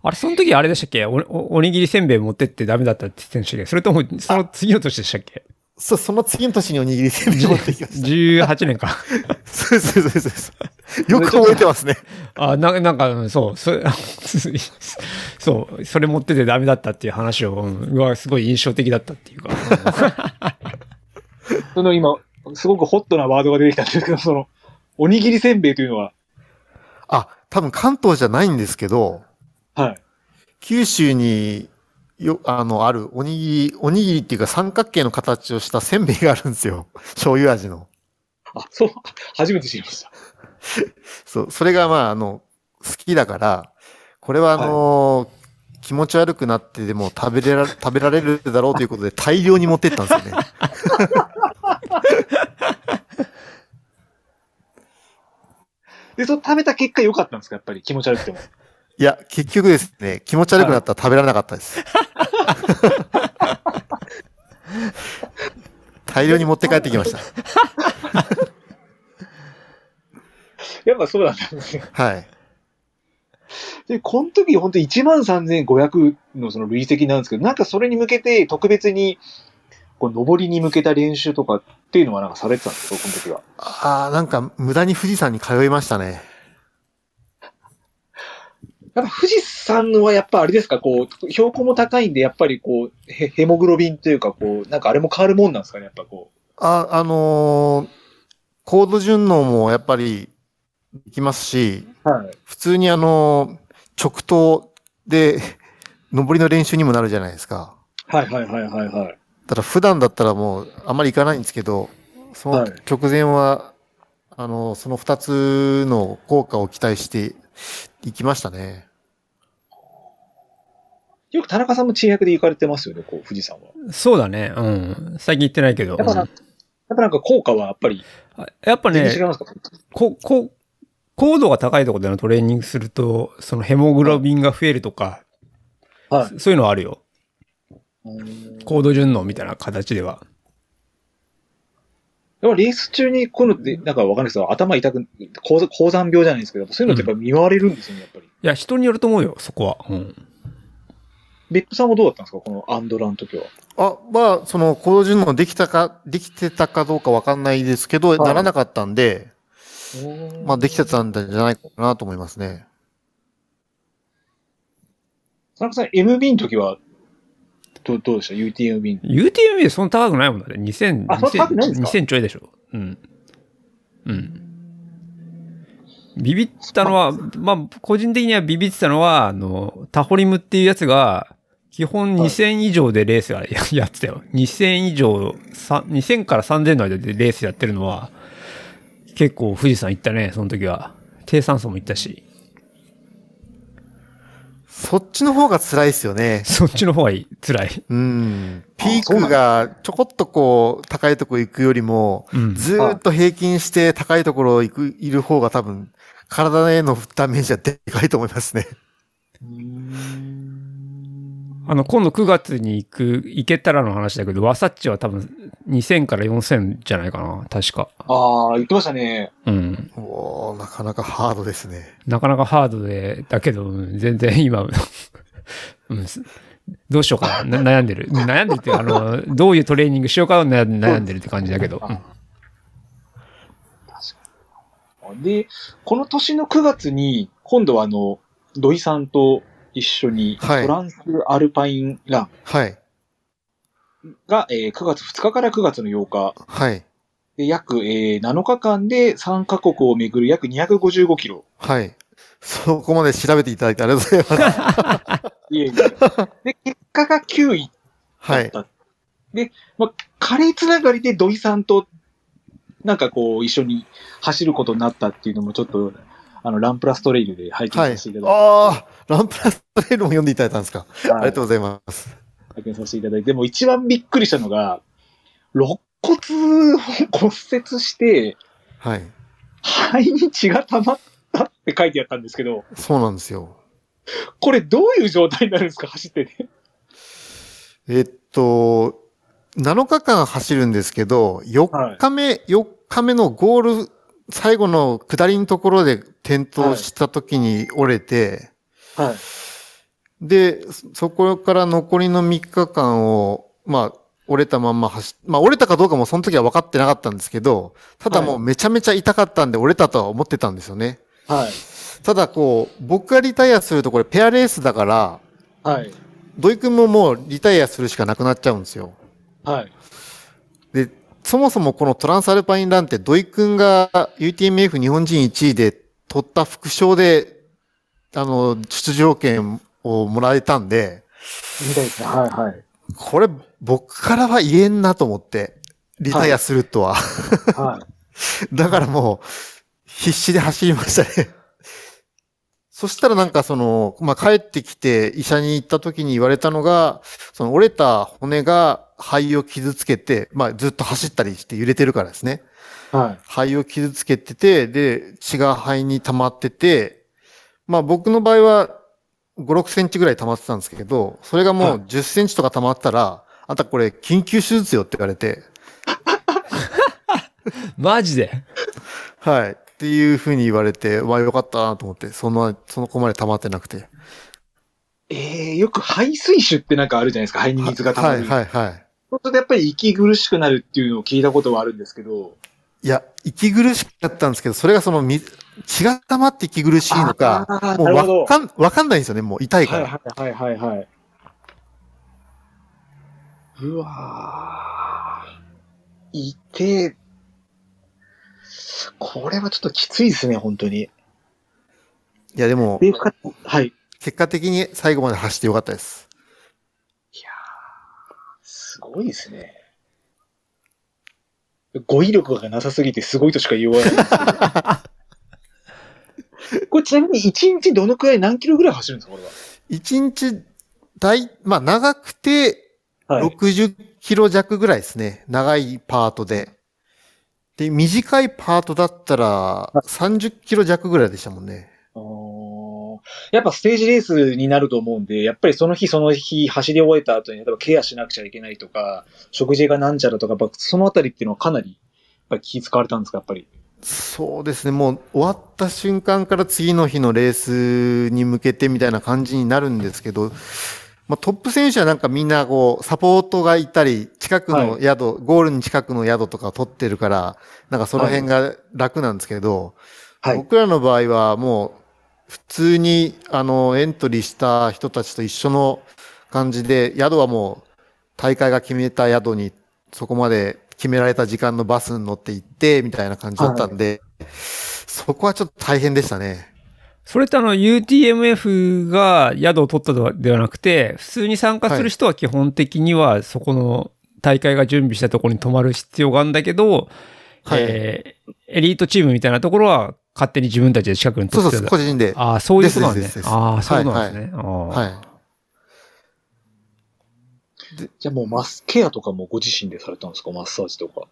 Speaker 3: あれ、その時あれでしたっけおおおにぎりせんべい持ってってダメだったって言ってんでしたっけそれとも、その次の年でしたっけ
Speaker 1: そ、その次の年におにぎりせんべい持ってきました。
Speaker 3: ?18 年か。
Speaker 1: そうです、そうです、そうです。よく覚えてますね。
Speaker 3: あ、な、なんか、うんそう、そ [LAUGHS] そう、それ持っててダメだったっていう話を、うんうわ、すごい印象的だったっていうか。
Speaker 2: ー。その今、すごくホットなワードが出てきたんですけど、その、おにぎりせんべいというのは、
Speaker 1: あ、多分関東じゃないんですけど、
Speaker 2: はい。
Speaker 1: 九州によ、あの、あるおにぎり、おにぎりっていうか三角形の形をしたせんべいがあるんですよ。 [LAUGHS] 醤油味の。
Speaker 2: あ、そう、 [LAUGHS] 初めて知りました。
Speaker 1: そう、それがまあ、あの、好きだから、これはあの気持ち悪くなってでも食べれら、食べられるだろうということで大量に持ってったんですよね。
Speaker 2: で、その食べた結果良かったんですかやっぱり気持ち悪くても。
Speaker 1: いや、結局ですね、気持ち悪くなったら食べられなかったです。大量に持って帰ってきました。
Speaker 2: [LAUGHS] やっぱそうなんですね。
Speaker 1: はい。
Speaker 2: で、この時本当に13,500のその累積なんですけど、なんかそれに向けて特別に、こう、上りに向けた練習とかっていうのはなんかされてたんですかこの時は。
Speaker 1: ああ、なんか無駄に富士山に通いましたね。
Speaker 2: やっぱ富士山はやっぱあれですかこう、標高も高いんで、やっぱりこう、ヘヘモグロビンというか、こう、なんかあれも変わるもんなんですかねやっぱこう。
Speaker 1: あ、あのー高度順応もやっぱりできますし、
Speaker 2: はい。
Speaker 1: 普通にあのー直投で、 [LAUGHS] 登りの練習にもなるじゃないですか。
Speaker 2: はいはいはいはいはい。
Speaker 1: ただ普段だったらもうあまり行かないんですけど、その
Speaker 2: はい
Speaker 1: 直前は、あのーその二つの効果を期待していきましたね。
Speaker 2: よく田中さんも知略で行かれてますよね、こう、富士山は。
Speaker 3: そうだね。うん。最近行ってないけど。
Speaker 2: やっぱな
Speaker 3: うん
Speaker 2: か、やっぱなんか効果はやっぱり、
Speaker 3: んあやっぱ
Speaker 2: 全然違い
Speaker 3: ね、
Speaker 2: ますか、
Speaker 3: こ、こ、高度が高いところでのトレーニングすると、そのヘモグロビンが増えるとか、
Speaker 2: はい
Speaker 3: そそういうのはあるよ。
Speaker 2: うん
Speaker 3: 高度順応みたいな形では。
Speaker 2: やっぱレース中にこういうのって、なんかわかんないですけど、頭痛く、高山高山病じゃないですけど、そういうのってやっぱ見舞われるんですよね、やっぱり。
Speaker 3: いや、人によると思うよ、そこは。うん。
Speaker 2: 別府さんはどうだったんですかこのアンドラの時は。
Speaker 1: あ、まあ、その、高度順応できたか、できてたかどうかわかんないですけど、
Speaker 2: い
Speaker 1: ならなかったんで、まあ、できてたんじゃないかなと思いますね。
Speaker 2: 田中さん、MB の時は、どうどうでした ?UTMB の
Speaker 3: UTMB でそんな高くないもんだね。2000、
Speaker 2: あそんな高くないんですか
Speaker 3: 2000ちょいでしょ。うん。うん。ビビったのは、まあ、個人的にはビビってたのは、あの、タホリムっていうやつが、基本
Speaker 2: はい
Speaker 3: 2000以上でレースやや [LAUGHS] やってたよ。2000以上、さ2000から3000の間でレースやってるのは、結構富士山行ったね、その時は。低酸素も行ったし。
Speaker 1: そっちの方が辛いですよね。
Speaker 3: そっちの方がいい辛い。
Speaker 1: うん。
Speaker 2: あ
Speaker 1: ピー
Speaker 2: そうな
Speaker 1: ク
Speaker 2: んだ
Speaker 1: がちょこっとこう、高いとこ行くよりも、
Speaker 3: うん。
Speaker 1: ずーっと平均して高いところ行く、いる方が多分、体へのダメージはでかいと思いますね。
Speaker 3: あの、今度9月に行く、行けたらの話だけど、ワサッチは多分2000から4000じゃないかな、確か。
Speaker 2: ああ、言ってましたね。
Speaker 3: うん。
Speaker 1: おーなかなかハードですね。
Speaker 3: なかなかハードで、だけど、うん全然今、 [LAUGHS] うん、すどうしようかな、な悩んでる。悩んでるって、あの、どういうトレーニングしようかな悩んでるって感じだけど。うん
Speaker 2: 確かに。で、この年の9月に、今度はあの、土井さんと一緒に、ト
Speaker 1: はい
Speaker 2: ランスアルパインラン
Speaker 1: はい。
Speaker 2: が、えー9月2日から9月の8日、
Speaker 1: はい。
Speaker 2: で約、えー7日間で3カ国を巡る約255キロ。
Speaker 1: はい。そこまで調べていただいてありがとうござい [LAUGHS] ます。
Speaker 2: い
Speaker 1: [LAUGHS]
Speaker 2: えいえで、結果が9位
Speaker 1: は
Speaker 2: だっ
Speaker 1: い。
Speaker 2: た。で、まあ、カレーつながりで土井さんと、なんかこう、一緒に走ることになったっていうのもちょっと、あの、ランプラストレイルで拝見
Speaker 1: は
Speaker 2: さ
Speaker 1: い
Speaker 2: せてい。ただいて、
Speaker 1: あー、ランプラストレールも読んでいただいたんですか。
Speaker 2: は
Speaker 1: あ
Speaker 2: い
Speaker 1: りがとうございます。
Speaker 2: 拝見させていただいて、でも一番びっくりしたのが、肋骨を骨折して、
Speaker 1: はい。
Speaker 2: 肺に血が溜まったって書いてあったんですけど、
Speaker 1: そうなんですよ。
Speaker 2: これどういう状態になるんですか走ってね。
Speaker 1: えっと、7日間走るんですけど、4日目、4日目のゴール、最後の下りのところで転倒した時に折れて、
Speaker 2: はい。
Speaker 1: で、そそこから残りの3日間を、まあ、折れたまんま走っ、まあ、折れたかどうかもその時は分かってなかったんですけど、ただもうめちゃめちゃ痛かったんで折れたとは思ってたんですよね。
Speaker 2: はい。
Speaker 1: ただこう、僕がリタイアするとこれペアレースだから、
Speaker 2: はい。
Speaker 1: 土井くんももうリタイアするしかなくなっちゃうんですよ。
Speaker 2: はい。
Speaker 1: で、そもそもこのトランスアルパインランって土井くんが UTMF 日本人1位で取った副賞で、あの、出場権をもらえたんで、
Speaker 2: みたいですね。はいはい。
Speaker 1: これ僕からは言えんなと思って、リタイアするとは。
Speaker 2: はい。
Speaker 1: だからもう、必死で走りましたね。そしたらなんかその、まあ、帰ってきて医者に行った時に言われたのが、その折れた骨が肺を傷つけて、まあ、ずっと走ったりして揺れてるからですね。
Speaker 2: はい。
Speaker 1: 肺を傷つけてて、で、血が肺に溜まってて、まあ僕の場合は5、6センチぐらい溜まってたんですけど、それがも
Speaker 2: は
Speaker 1: う
Speaker 2: い
Speaker 1: 10センチとか溜まったら、あんたこれ緊急手術よって言われて、
Speaker 3: マジで
Speaker 1: はい。っていうふうに言われて、わあ、よかったなと思って、そんな、その子まで溜まってなくて。
Speaker 2: えー、よく肺水腫ってなんかあるじゃないですか。肺に水が溜ま
Speaker 1: は
Speaker 2: る。
Speaker 1: いはいはい。
Speaker 2: 本当でやっぱり息苦しくなるっていうのを聞いたことはあるんですけど。
Speaker 1: いや、息苦しかったんですけど、それがその水、血が溜まって息苦しいのか、
Speaker 2: あー
Speaker 1: も
Speaker 2: な
Speaker 1: う
Speaker 2: るほど。
Speaker 1: わ
Speaker 2: は
Speaker 1: かん、わかんないんですよね、もう痛い
Speaker 2: い
Speaker 1: から。
Speaker 2: はいはいはいはい。うわーいて、これはちょっときついですね、本当に。
Speaker 1: いや、でも、
Speaker 2: でかはい。
Speaker 1: 結果的に最後まで走ってよかったです。
Speaker 2: すごいですね。語彙力がなさすぎてすごいとしか言わないんです [LAUGHS] けど。これちなみに1日どのくらい何キロぐらい走るんですか、これ
Speaker 1: 一日大、まあ長くて
Speaker 2: は。はい。
Speaker 1: 60キロ弱ぐらいですね。長いパートで。で、短いパートだったら30キロ弱ぐらいでしたもんね。
Speaker 2: あーやっぱステージレースになると思うんで、やっぱりその日その日走り終えた後に、例えばケアしなくちゃいけないとか、食事がなんちゃらとか、やっぱそのあたりっていうのはかなり、やっぱり気使われたんですか、やっぱり。
Speaker 1: そうですね。もう終わった瞬間から次の日のレースに向けてみたいな感じになるんですけど、まあ、トップ選手はなんかみんなこう、サポートがいたり、近くの宿、ゴールに近くの宿とか取ってるから、なんかその辺が楽なんですけど、
Speaker 2: はい。
Speaker 1: 僕らの場合はもう普通にあのエントリーした人たちと一緒の感じで宿はもう大会が決めた宿にそこまで決められた時間のバスに乗って行ってみたいな感じだったんで、そこはちょっと大変でしたね。
Speaker 3: それってあの UTMF が宿を取ったのではなくて、普通に参加する人は基本的にはそこの大会が準備したところに泊まる必要があるんだけど、
Speaker 1: はい
Speaker 3: えーエリートチームみたいなところは勝手に自分たちで近くに
Speaker 1: そう
Speaker 3: 撮
Speaker 1: そ
Speaker 3: っ
Speaker 1: うそ
Speaker 3: てた
Speaker 1: う、個人で。
Speaker 3: ああ、そういうことなん
Speaker 1: で
Speaker 3: ですす
Speaker 1: です。です
Speaker 3: ねああ、そういうことなんですね。ああ
Speaker 1: はい。
Speaker 2: じゃあもうマスケアとかもご自身でされたんですかマッサージとか。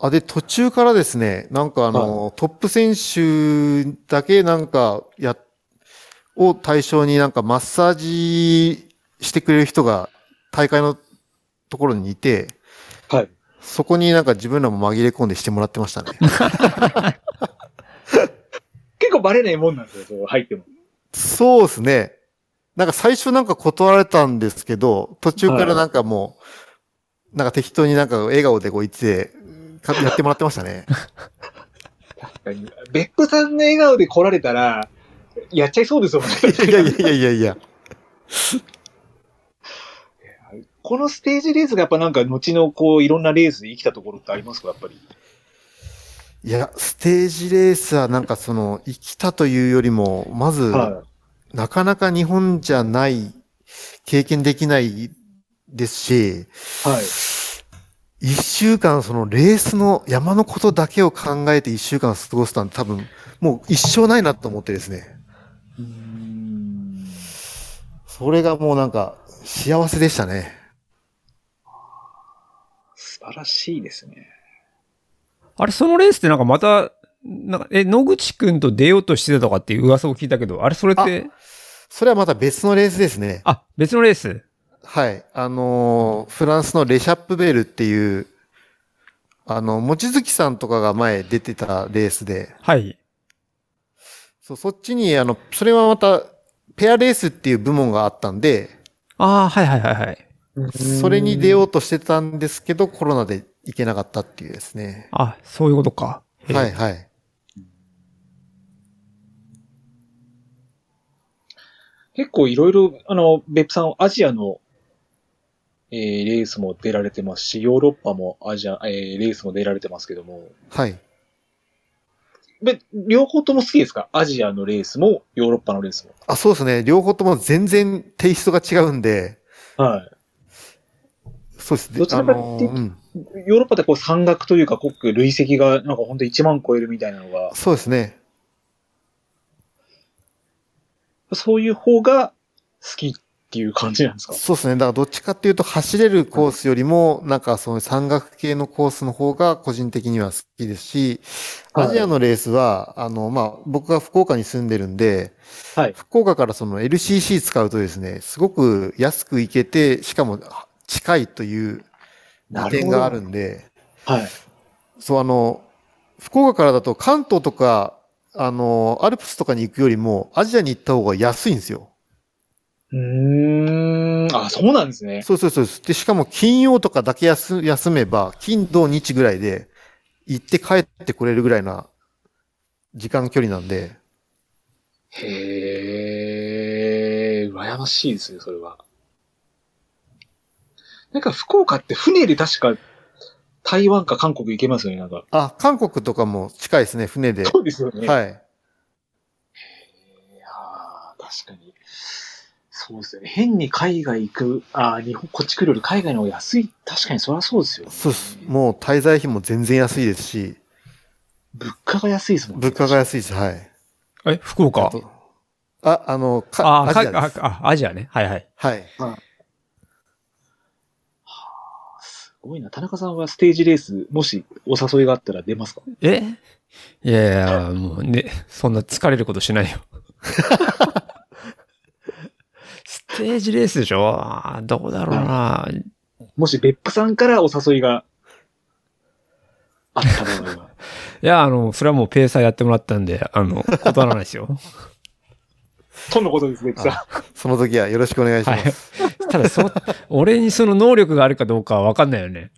Speaker 1: あ、で、途中からですね、なんかあの、トップ選手だけなんか、や、を対象になんかマッサージしてくれる人が大会のところにいて、
Speaker 2: はい。
Speaker 1: そこになんか自分らも紛れ込んでしてもらってましたね。
Speaker 2: 結構バレないもんなんですよ、そう入っても。
Speaker 1: そうですね。なんか最初なんか断られたんですけど、途中からなんかもう、なんか適当になんか笑顔でこう言って、かやってもらってましたね。
Speaker 2: 別府さんの笑顔で来られたら、やっちゃいそうですよね。
Speaker 1: いやいやいやいやいや。
Speaker 2: このステージレースがやっぱなんか後のこういろんなレースで生きたところってありますかやっぱり。
Speaker 1: いや、ステージレースはなんかそ
Speaker 2: [LAUGHS]
Speaker 1: の、生きたというよりも、まず、
Speaker 2: はい。
Speaker 1: なかなか日本じゃない、経験できないですし、
Speaker 2: はい。
Speaker 1: 一週間そのレースの山のことだけを考えて一週間過ごすなんて多分、もう一生ないなと思ってですね。
Speaker 2: うーん。
Speaker 1: それがもうなんか、幸せでしたね。
Speaker 2: 素晴らしいですね。
Speaker 3: あれ、そのレースってなんかまた、なんか、え、野口くんと出ようとしてたとかっていう噂を聞いたけど、あれ、それって、
Speaker 1: それはまた別のレースですね。
Speaker 3: あ別のレース
Speaker 1: はい。あのーフランスのレシャップベールっていう、あの、もちづきさんとかが前出てたレースで、
Speaker 3: はい。
Speaker 1: そうそっちに、あの、それはまた、ペアレースっていう部門があったんで、
Speaker 3: ああ、はいはいはいはい。
Speaker 1: それに出ようとしてたんですけど、コロナで行けなかったっていうですね。
Speaker 3: あ、そういうことか。へえ
Speaker 1: はいはい。
Speaker 2: 結構いろいろ、あの、別府さん、アジアの、えーレースも出られてますし、ヨーロッパもアジア、えーレースも出られてますけども、
Speaker 1: はい。
Speaker 2: べ両方とも好きですかアジアのレースも、ヨーロッパのレースも。
Speaker 1: あ、そうですね。両方とも全然テイストが違うんで、
Speaker 2: はい。
Speaker 1: そうですね。
Speaker 2: どちらかっていうと
Speaker 1: あのーうん
Speaker 2: ヨーロッパってこう山岳というか国家累積がなんか本当1万超えるみたいなのが、
Speaker 1: そうですね。
Speaker 2: そういう方が好きっていう感じなんですか
Speaker 1: そうですね。だからどっちかっていうと走れるコースよりも、なんかその山岳系のコースの方が個人的には好きですし、
Speaker 2: はい
Speaker 1: アジアのレースは、あの、まあ、僕が福岡に住んでるんで、
Speaker 2: はい
Speaker 1: 福岡からその LCC 使うとですね、すごく安く行けて、しかも近いという利点があるんで、
Speaker 2: はい。
Speaker 1: そうあの、福岡からだと関東とか、あの、アルプスとかに行くよりも、アジアに行った方が安いんですよ。
Speaker 2: うーん。あ、そうなんですね。
Speaker 1: そうそうそうです。で、しかも金曜とかだけ休休めば、金土日ぐらいで行って帰ってこれるぐらいな時間距離なんで、
Speaker 2: へえ、羨ましいですね、それは。なんか福岡って船で確か台湾か韓国行けますよね、なんか。
Speaker 1: あ、韓国とかも近いですね、船で。
Speaker 2: そうですよね。い。
Speaker 1: はい。
Speaker 2: やー確かに。そうですよね。変に海外行く、あー日本、こっち来るより海外の方が安い。確かにそりゃそうですよ。
Speaker 1: そうです。もう滞在費も全然安いですし、
Speaker 2: 物価が安いですもん
Speaker 1: 物価が安いです。はい。
Speaker 3: え、福岡
Speaker 1: あとあ、あの、
Speaker 3: あ
Speaker 1: か、
Speaker 3: あ
Speaker 1: ア
Speaker 3: か
Speaker 1: ジアです。
Speaker 3: あ、あアジアね。はいはい。
Speaker 1: はい。
Speaker 2: すごいな。田中さんはステージレース、もしお誘いがあったら出ますか
Speaker 3: えいやいや、もうね、そんな疲れることしない [LAUGHS] よ。ステージレースでしょあーどうだろうな。
Speaker 2: もし別府さんからお誘いがあったのな
Speaker 1: [LAUGHS]
Speaker 2: らば。
Speaker 3: いや、あの、それはもうペーサーやってもらったんで、あの、断らないですよ。
Speaker 2: とのことです、別府さん。
Speaker 1: その時はよろしくお願いしま
Speaker 3: [LAUGHS] は
Speaker 1: す。
Speaker 3: い。ただ、そ、俺にその能力があるかどうかはわかんないよね。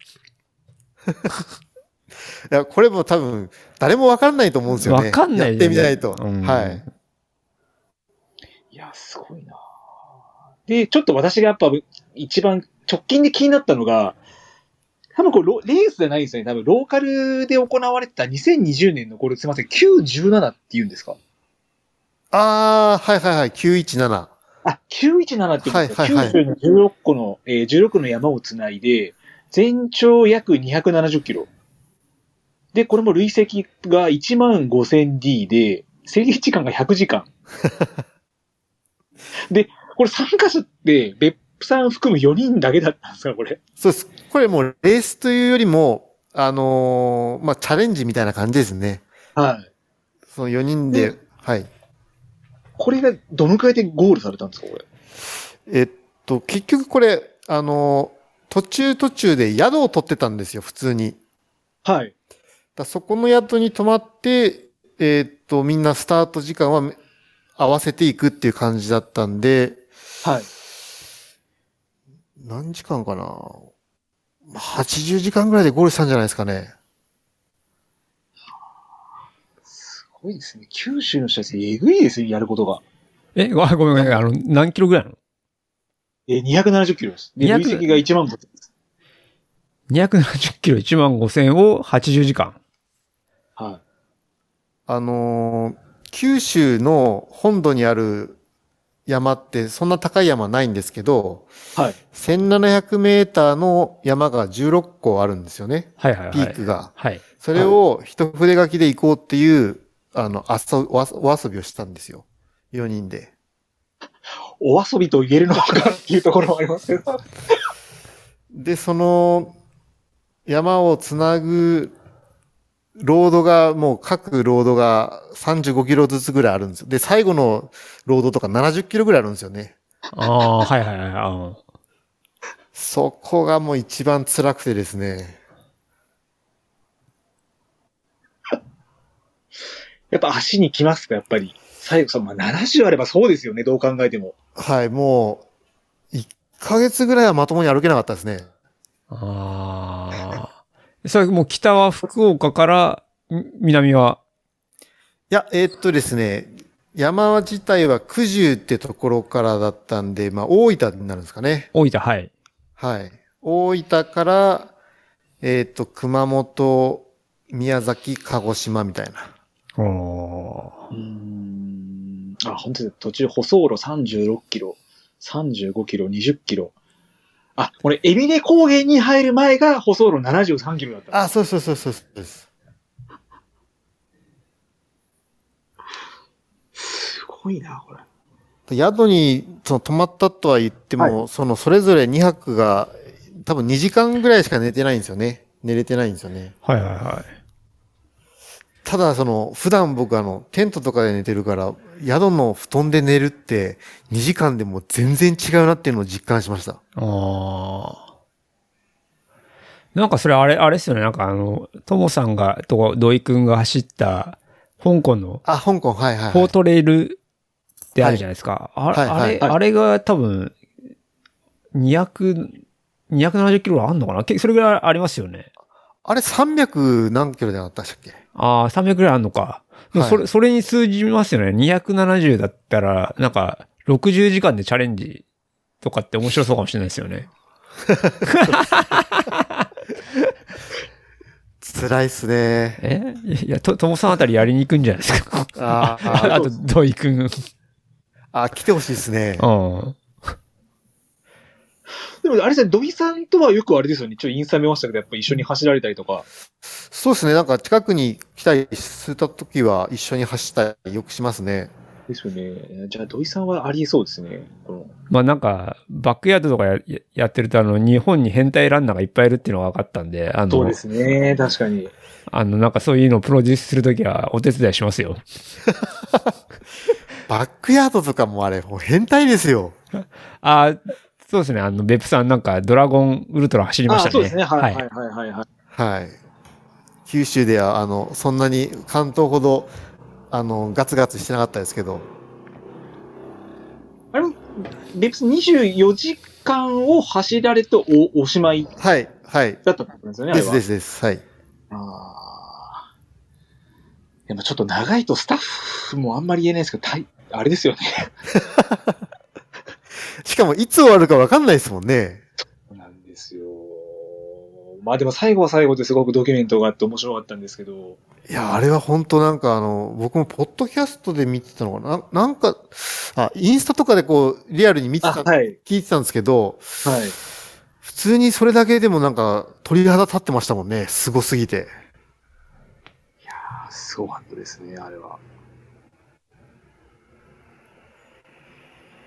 Speaker 1: いや、これも多分、誰もわかんないと思うんですよね。
Speaker 3: わかんない
Speaker 1: やってみないと。
Speaker 3: うん
Speaker 1: はい。
Speaker 2: いや、すごいなで、ちょっと私がやっぱ一番直近で気になったのが、多分これロレースじゃないんですよね。多分ローカルで行われてた2020年のこれすいません、917って言うんですか
Speaker 1: ああ、はいはいはい、917。
Speaker 2: あ、917って言うんですか、
Speaker 1: はいはいはい
Speaker 2: 九州の16個の、えー16の山をつないで、全長約270キロ。で、これも累積が 15,000D で、制限時間が100時間。 [LAUGHS] で、これ参加者って、別府さん含む4人だけだったんですか、これ。
Speaker 1: そうです。これもうレースというよりも、あのーまあ、チャレンジみたいな感じですね。
Speaker 2: はい。
Speaker 1: その4人で、はい。
Speaker 2: これがどのくらいでゴールされたんですか、これ。
Speaker 1: えっと、結局これ、あのー途中途中で宿を取ってたんですよ、普通に。
Speaker 2: はい。
Speaker 1: だそこの宿に泊まって、えーっと、みんなスタート時間はめ合わせていくっていう感じだったんで、
Speaker 2: はい。
Speaker 1: 何時間かなまあ ?80 時間ぐらいでゴールしたんじゃないですかね。
Speaker 2: すごいですね。九州の人たち、えぐいですね、やることが。
Speaker 3: え、ごめんごめんごめん、あの、何キロぐらいなの
Speaker 2: えー、270キロです。で、
Speaker 3: 200
Speaker 2: 累積が1万5千
Speaker 3: ?270 キロ1万5千を80時間。
Speaker 2: は
Speaker 1: あのー九州の本土にある山ってそんな高い山ないんですけど、
Speaker 2: い。はい。
Speaker 1: 1700メーターの山が16個あるんですよね。
Speaker 3: はいはいはい。
Speaker 1: ピークが。
Speaker 3: はい。
Speaker 1: それを一筆書きで行こうっていう、あの、あそお遊お遊びをしたんですよ。4人で。
Speaker 2: お遊びと言えるのかっていうところもありますけ [LAUGHS] ど。
Speaker 1: で、その、山をつなぐ、ロードが、もう各ロードが35キロずつぐらいあるんですよ。で、最後のロードとか70キロぐらいあるんですよね。
Speaker 3: ああ、はいはいはいあー。
Speaker 1: そこがもう一番辛くてですね。
Speaker 2: やっぱ足に来ますか、やっぱり。最後、その、まあ、70あればそうですよね、どう考えても。
Speaker 1: はい、もう、1ヶ月ぐらいはまともに歩けなかったですね。
Speaker 3: ああ。それもう北は福岡から、ん南は、
Speaker 1: いや、えーっとですね、山自体は九十ってところからだったんで、まあ、大分になるんですかね。
Speaker 3: 大分、はい。
Speaker 1: はい。大分から、えーっと、熊本、宮崎、鹿児島みたいな。
Speaker 3: おお。
Speaker 2: うーん。あ、本当です途中、舗装路36キロ、35キロ、20キロ。あ、これ、海老根高原に入る前が舗装路73キロだった。
Speaker 1: あ、そうそうそうそうそうです。
Speaker 2: すごいな、これ。
Speaker 1: 宿に、その、泊まったとは言っても、その、それぞれ2泊が、多分2時間ぐらいしか寝てないんですよね。寝れてないんですよね。
Speaker 3: はいはいはい。
Speaker 1: ただ、その、普段僕あの、テントとかで寝てるから、宿の布団で寝るって、2時間でも全然違うなっていうのを実感しました。
Speaker 3: ああ。なんかそれあれ、あれっすよね。なんかあの、ともさんが、と、土井くんが走った、香港の
Speaker 1: あ、香港、はいはい、
Speaker 3: フォ
Speaker 1: は
Speaker 3: ー
Speaker 1: い。
Speaker 3: トレールってあるじゃないですか。あ
Speaker 1: はいはい
Speaker 3: あれ、
Speaker 2: はい
Speaker 3: あれが多分、200、270キロぐらいあんのかなけそれぐらいありますよね。
Speaker 1: あれ300何キロじゃなかったっけ
Speaker 3: ああ、300ぐらいあんのか。でもそれ、
Speaker 1: はい
Speaker 3: それに数字見ますよね。270だったら、なんか、60時間でチャレンジとかって面白そうかもしれないですよね。
Speaker 1: 辛いっすね。
Speaker 3: えいや、と、ともさんあたりやりに行くんじゃないですか。
Speaker 1: [LAUGHS] あー
Speaker 3: あ [LAUGHS] あと、土井くん。うん。
Speaker 1: あ、来てほしいっすね。
Speaker 2: でも、あれですね、土井さんとはよくあれですよね。ちょっとインスタ見ましたけど、やっぱ一緒に走られたりとか。
Speaker 1: そうですね。なんか近くに来たりした時は一緒に走ったりよくしますね。
Speaker 2: ですよね。じゃあ、土井さんはありえそうですね。この
Speaker 3: まあなんか、バックヤードとかやややってると、あの、日本に変態ランナーがいっぱいいるっていうのが分かったんで、あ
Speaker 2: そう
Speaker 3: の
Speaker 2: で、すね。確かに。
Speaker 3: あの、なんかそういうのをプロデュースするときはお手伝いしますよ。
Speaker 1: バックヤードとかもあれ、もう変態ですよ。
Speaker 3: あーそうですね。あの、別府さんなんか、ドラゴンウルトラ走りましたね。
Speaker 2: あそうですね。はい、はい、
Speaker 3: は
Speaker 2: はいい、はいはい。
Speaker 1: はい。九州では、あの、そんなに関東ほど、あの、ガツガツしてなかったですけど。
Speaker 2: あれも、別に24時間を走られておおしまい
Speaker 1: はい、はい。
Speaker 2: だったってことですよね。あ
Speaker 1: で
Speaker 2: れ
Speaker 1: す
Speaker 2: は
Speaker 1: ですです。はい。
Speaker 2: あーでもちょっと長いとスタッフもあんまり言えないですけど、たいあれですよね。
Speaker 1: しかも、いつ終わるかわかんないですもんね。
Speaker 2: なんですよ。まあでも最後は最後ですごくドキュメントがあって面白かったんですけど、
Speaker 1: いや、あれは本当なんかあの、僕もポッドキャストで見てたのかなななんか、あ、インスタとかでこう、リアルに見て
Speaker 2: あ、
Speaker 1: た、
Speaker 2: はい、
Speaker 1: 聞いてたんですけど、
Speaker 2: はい。
Speaker 1: 普通にそれだけでもなんか鳥肌立ってましたもんね。すごすぎて。
Speaker 2: すごかったですね、あれは。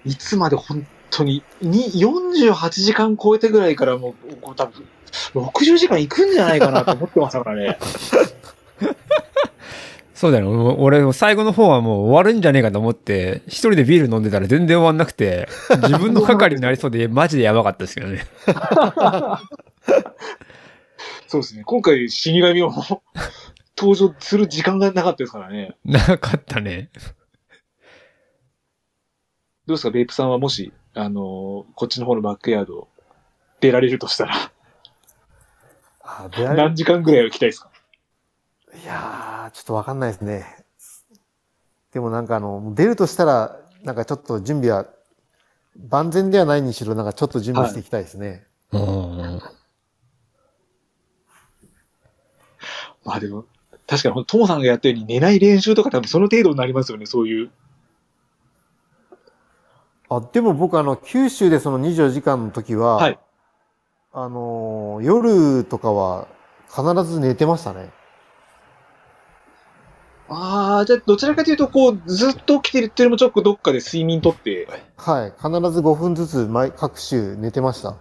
Speaker 2: いつまで本当に、に48時間超えてぐらいからもう、こう多分、60時間いくんじゃないかなと思ってましたからね。
Speaker 3: そうだよ、ね、俺も俺も最後の方はもう終わるんじゃねえかと思って、一人でビール飲んでたら全然終わんな
Speaker 2: [LAUGHS]
Speaker 3: くて、自分の係になりそうで、マジでやばかったですけどね。
Speaker 2: [LAUGHS]
Speaker 3: [LAUGHS]
Speaker 2: そうですね。今回、死神を登場する時間がなかったですからね。
Speaker 3: なかったね。
Speaker 2: どうですか、ベイプさんはもし、あのーこっちの方のバックヤード、出られるとしたら、
Speaker 1: あ出られ
Speaker 2: 何時間ぐらいは行きたいですか
Speaker 1: いやー、ちょっとわかんないですね。でもなんかあの、出るとしたら、なんかちょっと準備は、万全ではないにしろ、なんかちょっと準備していきたいですね。
Speaker 3: うん。
Speaker 2: まあでも、確かにほんと、トモさんがやったように寝ない練習とか多分その程度になりますよね、そういう。
Speaker 1: あ、でも僕あの、九州でその24時間の時は、
Speaker 2: はい
Speaker 1: あのー夜とかは必ず寝てましたね。
Speaker 2: ああ、じゃあ、どちらかというと、こう、ずっと起きてるっていうよりも、ちょっとどっかで睡眠とって、
Speaker 1: はい。必ず5分ずつ毎、各週寝てました。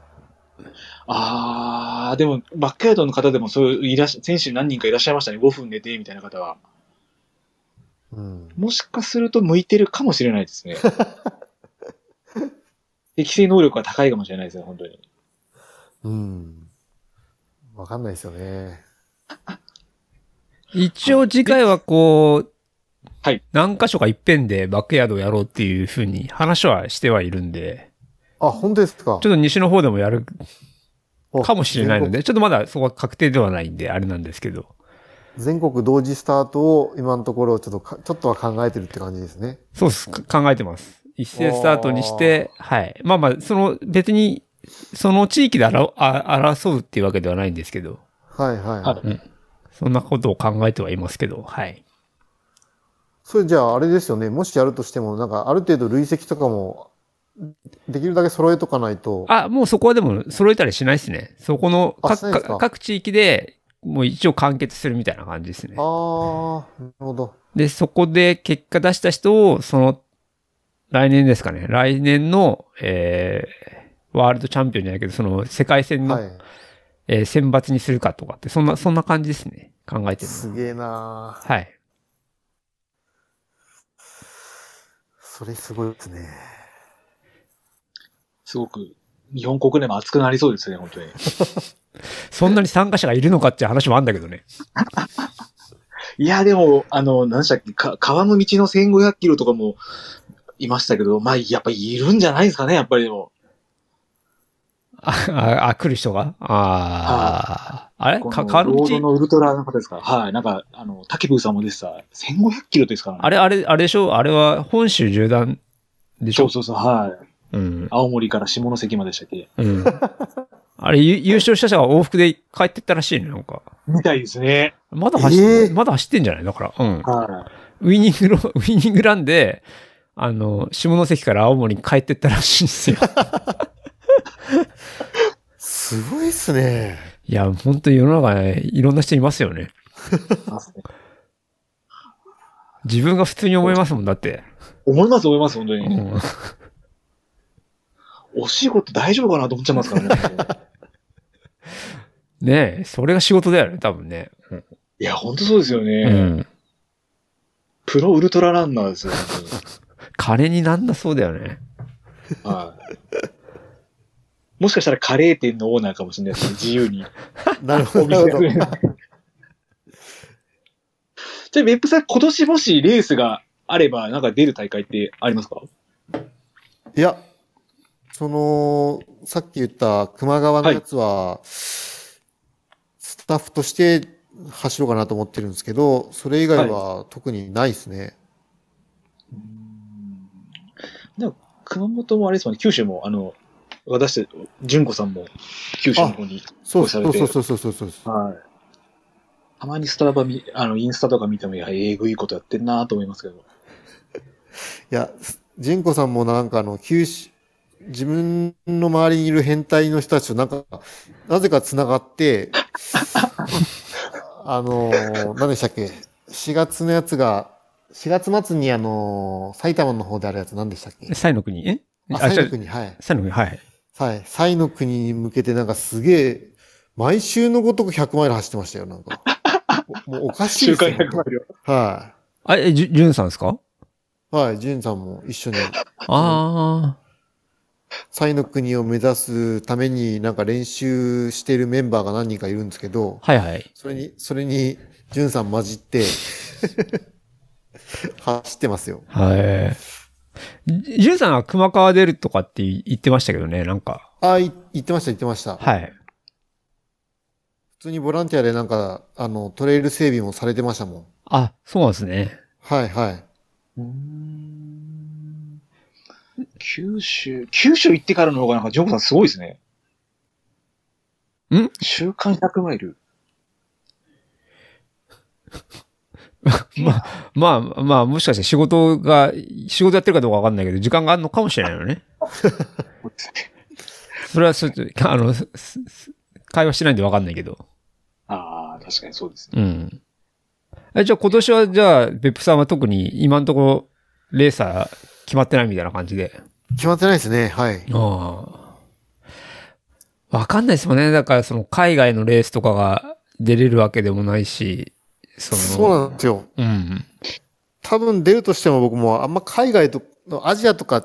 Speaker 2: ああ、でも、バックヤードの方でも、そういう、いらっしゃ、選手何人かいらっしゃいましたね、5分寝て、みたいな方は。
Speaker 1: うん。
Speaker 2: もしかすると向いてるかもしれないですね。適性能力が高いかもしれないですね、本当に。
Speaker 1: うん。わかんないですよね。
Speaker 3: 一応次回はこう、
Speaker 2: はい。
Speaker 3: 何箇所か一遍でバックヤードをやろうっていうふうに話はしてはいるんで、
Speaker 1: あ、本当ですか
Speaker 3: ちょっと西の方でもやる
Speaker 1: お
Speaker 3: かもしれないので、ちょっとまだそこは確定ではないんで、あれなんですけど。
Speaker 1: 全国。全国同時スタートを今のところちょっとか、ちょっとは考えてるって感じですね。
Speaker 3: そうです。か考えてます。一斉スタートにして、はい。まあまあ、その、別に、その地域で争あ争うっていうわけではないんですけど、
Speaker 1: はいはい、はい。
Speaker 2: はい
Speaker 3: そんなことを考えてはいますけど、はい。
Speaker 1: それじゃああれですよね。もしやるとしても、なんかある程度累積とかも、できるだけ揃えとかないと。
Speaker 3: あ、もうそこはでも揃えたりしないですね。そこの
Speaker 1: あ
Speaker 3: 各、
Speaker 1: しないですか
Speaker 3: か各地域で、もう一応完結するみたいな感じですね
Speaker 1: あ。ー、なるほど。
Speaker 3: で、そこで結果出した人を、その、来年ですかね。来年の、えー、ワールドチャンピオンじゃないけど、その、世界戦の、
Speaker 1: はい。
Speaker 3: えー選抜にするかとかって、そんな、そんな感じですね。考えてるのは。
Speaker 1: すげえなー
Speaker 3: はい。
Speaker 1: それすごいですね。
Speaker 2: すごく、日本国内も熱くなりそうですね、本当に。
Speaker 3: そんなに参加者がいるのかっていう話もあるんだけどね。
Speaker 2: いや、でも、あの、何でしたっけ、か、川の道の1500キロとかも、いましたけど、まあ、やっぱいるんじゃないですかね、やっぱりでも。
Speaker 3: あ、あ、あ来る人がああ。あれ
Speaker 2: こ
Speaker 3: か、
Speaker 2: の
Speaker 3: 川の
Speaker 2: ロード
Speaker 3: 道
Speaker 2: のウルトラの方ですかはい、なんか、あの、滝風さんも出てた、1500キロですからね。
Speaker 3: あれ、あれ、あれでしょあれは本州縦断でし
Speaker 2: そ
Speaker 3: ょ
Speaker 2: うそうそう、はい。
Speaker 3: うん。
Speaker 2: 青森から下関までしたっけ
Speaker 3: うん。あれ、ゆ優勝した人が往復で帰ってったらしいね、なんか。
Speaker 2: みたいですね。
Speaker 3: まだ走って、
Speaker 1: えー
Speaker 3: まだ走ってんじゃないだから。うん。
Speaker 2: は
Speaker 3: ウィニングロ、ウィニングランで、あの、下関から青森に帰ってったらしいんです [LAUGHS] よ。
Speaker 1: すごいっすね。
Speaker 3: いや、本当に世の中ね、いろんな人いますよね。
Speaker 2: い。
Speaker 3: 自分が普通に思いますもんだって。
Speaker 2: 思います、思います、本当
Speaker 3: う
Speaker 2: に。
Speaker 3: ん。
Speaker 2: お仕事大丈夫かなと思っちゃいます
Speaker 3: [LAUGHS]
Speaker 2: からね。
Speaker 3: ねえ、それが仕事だよね、多分ね。
Speaker 2: いや、本当そうですよ
Speaker 3: う
Speaker 2: ね。
Speaker 3: ん。
Speaker 2: プロウルトラランナーですよ、本
Speaker 3: 金になんだそうだよね。
Speaker 2: 当にはい。もしかしたらカレー店のオーナーかもしれないですね、自由に。
Speaker 1: なるほ
Speaker 2: [LAUGHS] お
Speaker 1: ど。な
Speaker 2: 店
Speaker 1: るほど
Speaker 2: でじゃあ、別府さん、今年もしレースがあれば、なんか出る大会ってありますか
Speaker 1: いや、その、さっき言った熊川のやつは、スタッフとして走ろうかなと思ってるんですけど、それ以外は特にないですね。
Speaker 2: でも、熊本もあれですもんね、九州も、あの、私たち、純子さんも、九州の方に。
Speaker 1: そう
Speaker 2: そ
Speaker 1: そううそうそうそうそうそう。
Speaker 2: はい。たまにスタバ見、あの、インスタとか見ても、いや、えぐいことやってんなと思いますけど。
Speaker 1: いや、純子さんもなんかあの、九州、自分の周りにいる変態の人たちとなんか、なぜか繋がって、あのー、何でしたっけ4月のやつが、4月末にあの、埼玉の方であるやつ何でしたっけ
Speaker 3: サイの国え
Speaker 1: あ、サイ
Speaker 3: 違
Speaker 1: の
Speaker 3: う
Speaker 1: 国、はい。
Speaker 3: サイの国、はい。
Speaker 1: はい。サイの国に向けてなんかすげえ、毎週のごとく100マイル走ってましたよ、なん
Speaker 2: [LAUGHS]
Speaker 1: か。もうおかしいで
Speaker 2: 週
Speaker 1: す
Speaker 2: 間
Speaker 1: よ。
Speaker 2: 100マイル。
Speaker 1: は
Speaker 3: あ、え、じゅ、じゅんさんですか
Speaker 1: い。はい。ジュンさんも一緒に、
Speaker 3: あ
Speaker 1: サイの国を目指すためになんか練習してるメンバーが何人かいるんですけど、
Speaker 3: あ、はいはい。
Speaker 1: それに、それに、ジュンさん混じって、 [LAUGHS] 走ってますよ。
Speaker 3: はい。じじゅんさんは熊川出るとかって言ってましたけどね、なんか。
Speaker 1: あ、い言ってました、言ってました。
Speaker 3: はい。
Speaker 1: 普通にボランティアでなんか、あの、トレイル整備もされてましたもん。
Speaker 3: あ、そうなんです [LAUGHS] ね。
Speaker 1: はい、はい。
Speaker 2: 九州、九州行ってからの方がなんか、ジョブさんすごいですね。
Speaker 3: ん
Speaker 2: 週間100マイル。
Speaker 3: まあ、まあ、まあ、もしかして仕事が、仕事やってるかどうかわかんないけど、時間があるのかもしれないよね。
Speaker 2: そうですね
Speaker 3: それはちょっと、あの、すす会話してないんでわかんないけど。
Speaker 2: [LAUGHS] ああ、確かにそうですね。
Speaker 3: うん。え、じゃあ今年は、じゃあ、別府さんは特に今のところ、レーサー決まってないみたいな感じで。
Speaker 1: 決まってないですね、はい。
Speaker 3: ああ。わかんないですもんね。だから、その、海外のレースとかが出れるわけでもないし、その、
Speaker 1: そうなんですよ。
Speaker 3: うん。
Speaker 1: 多分出るとしても僕もあんま海外と、アジアとか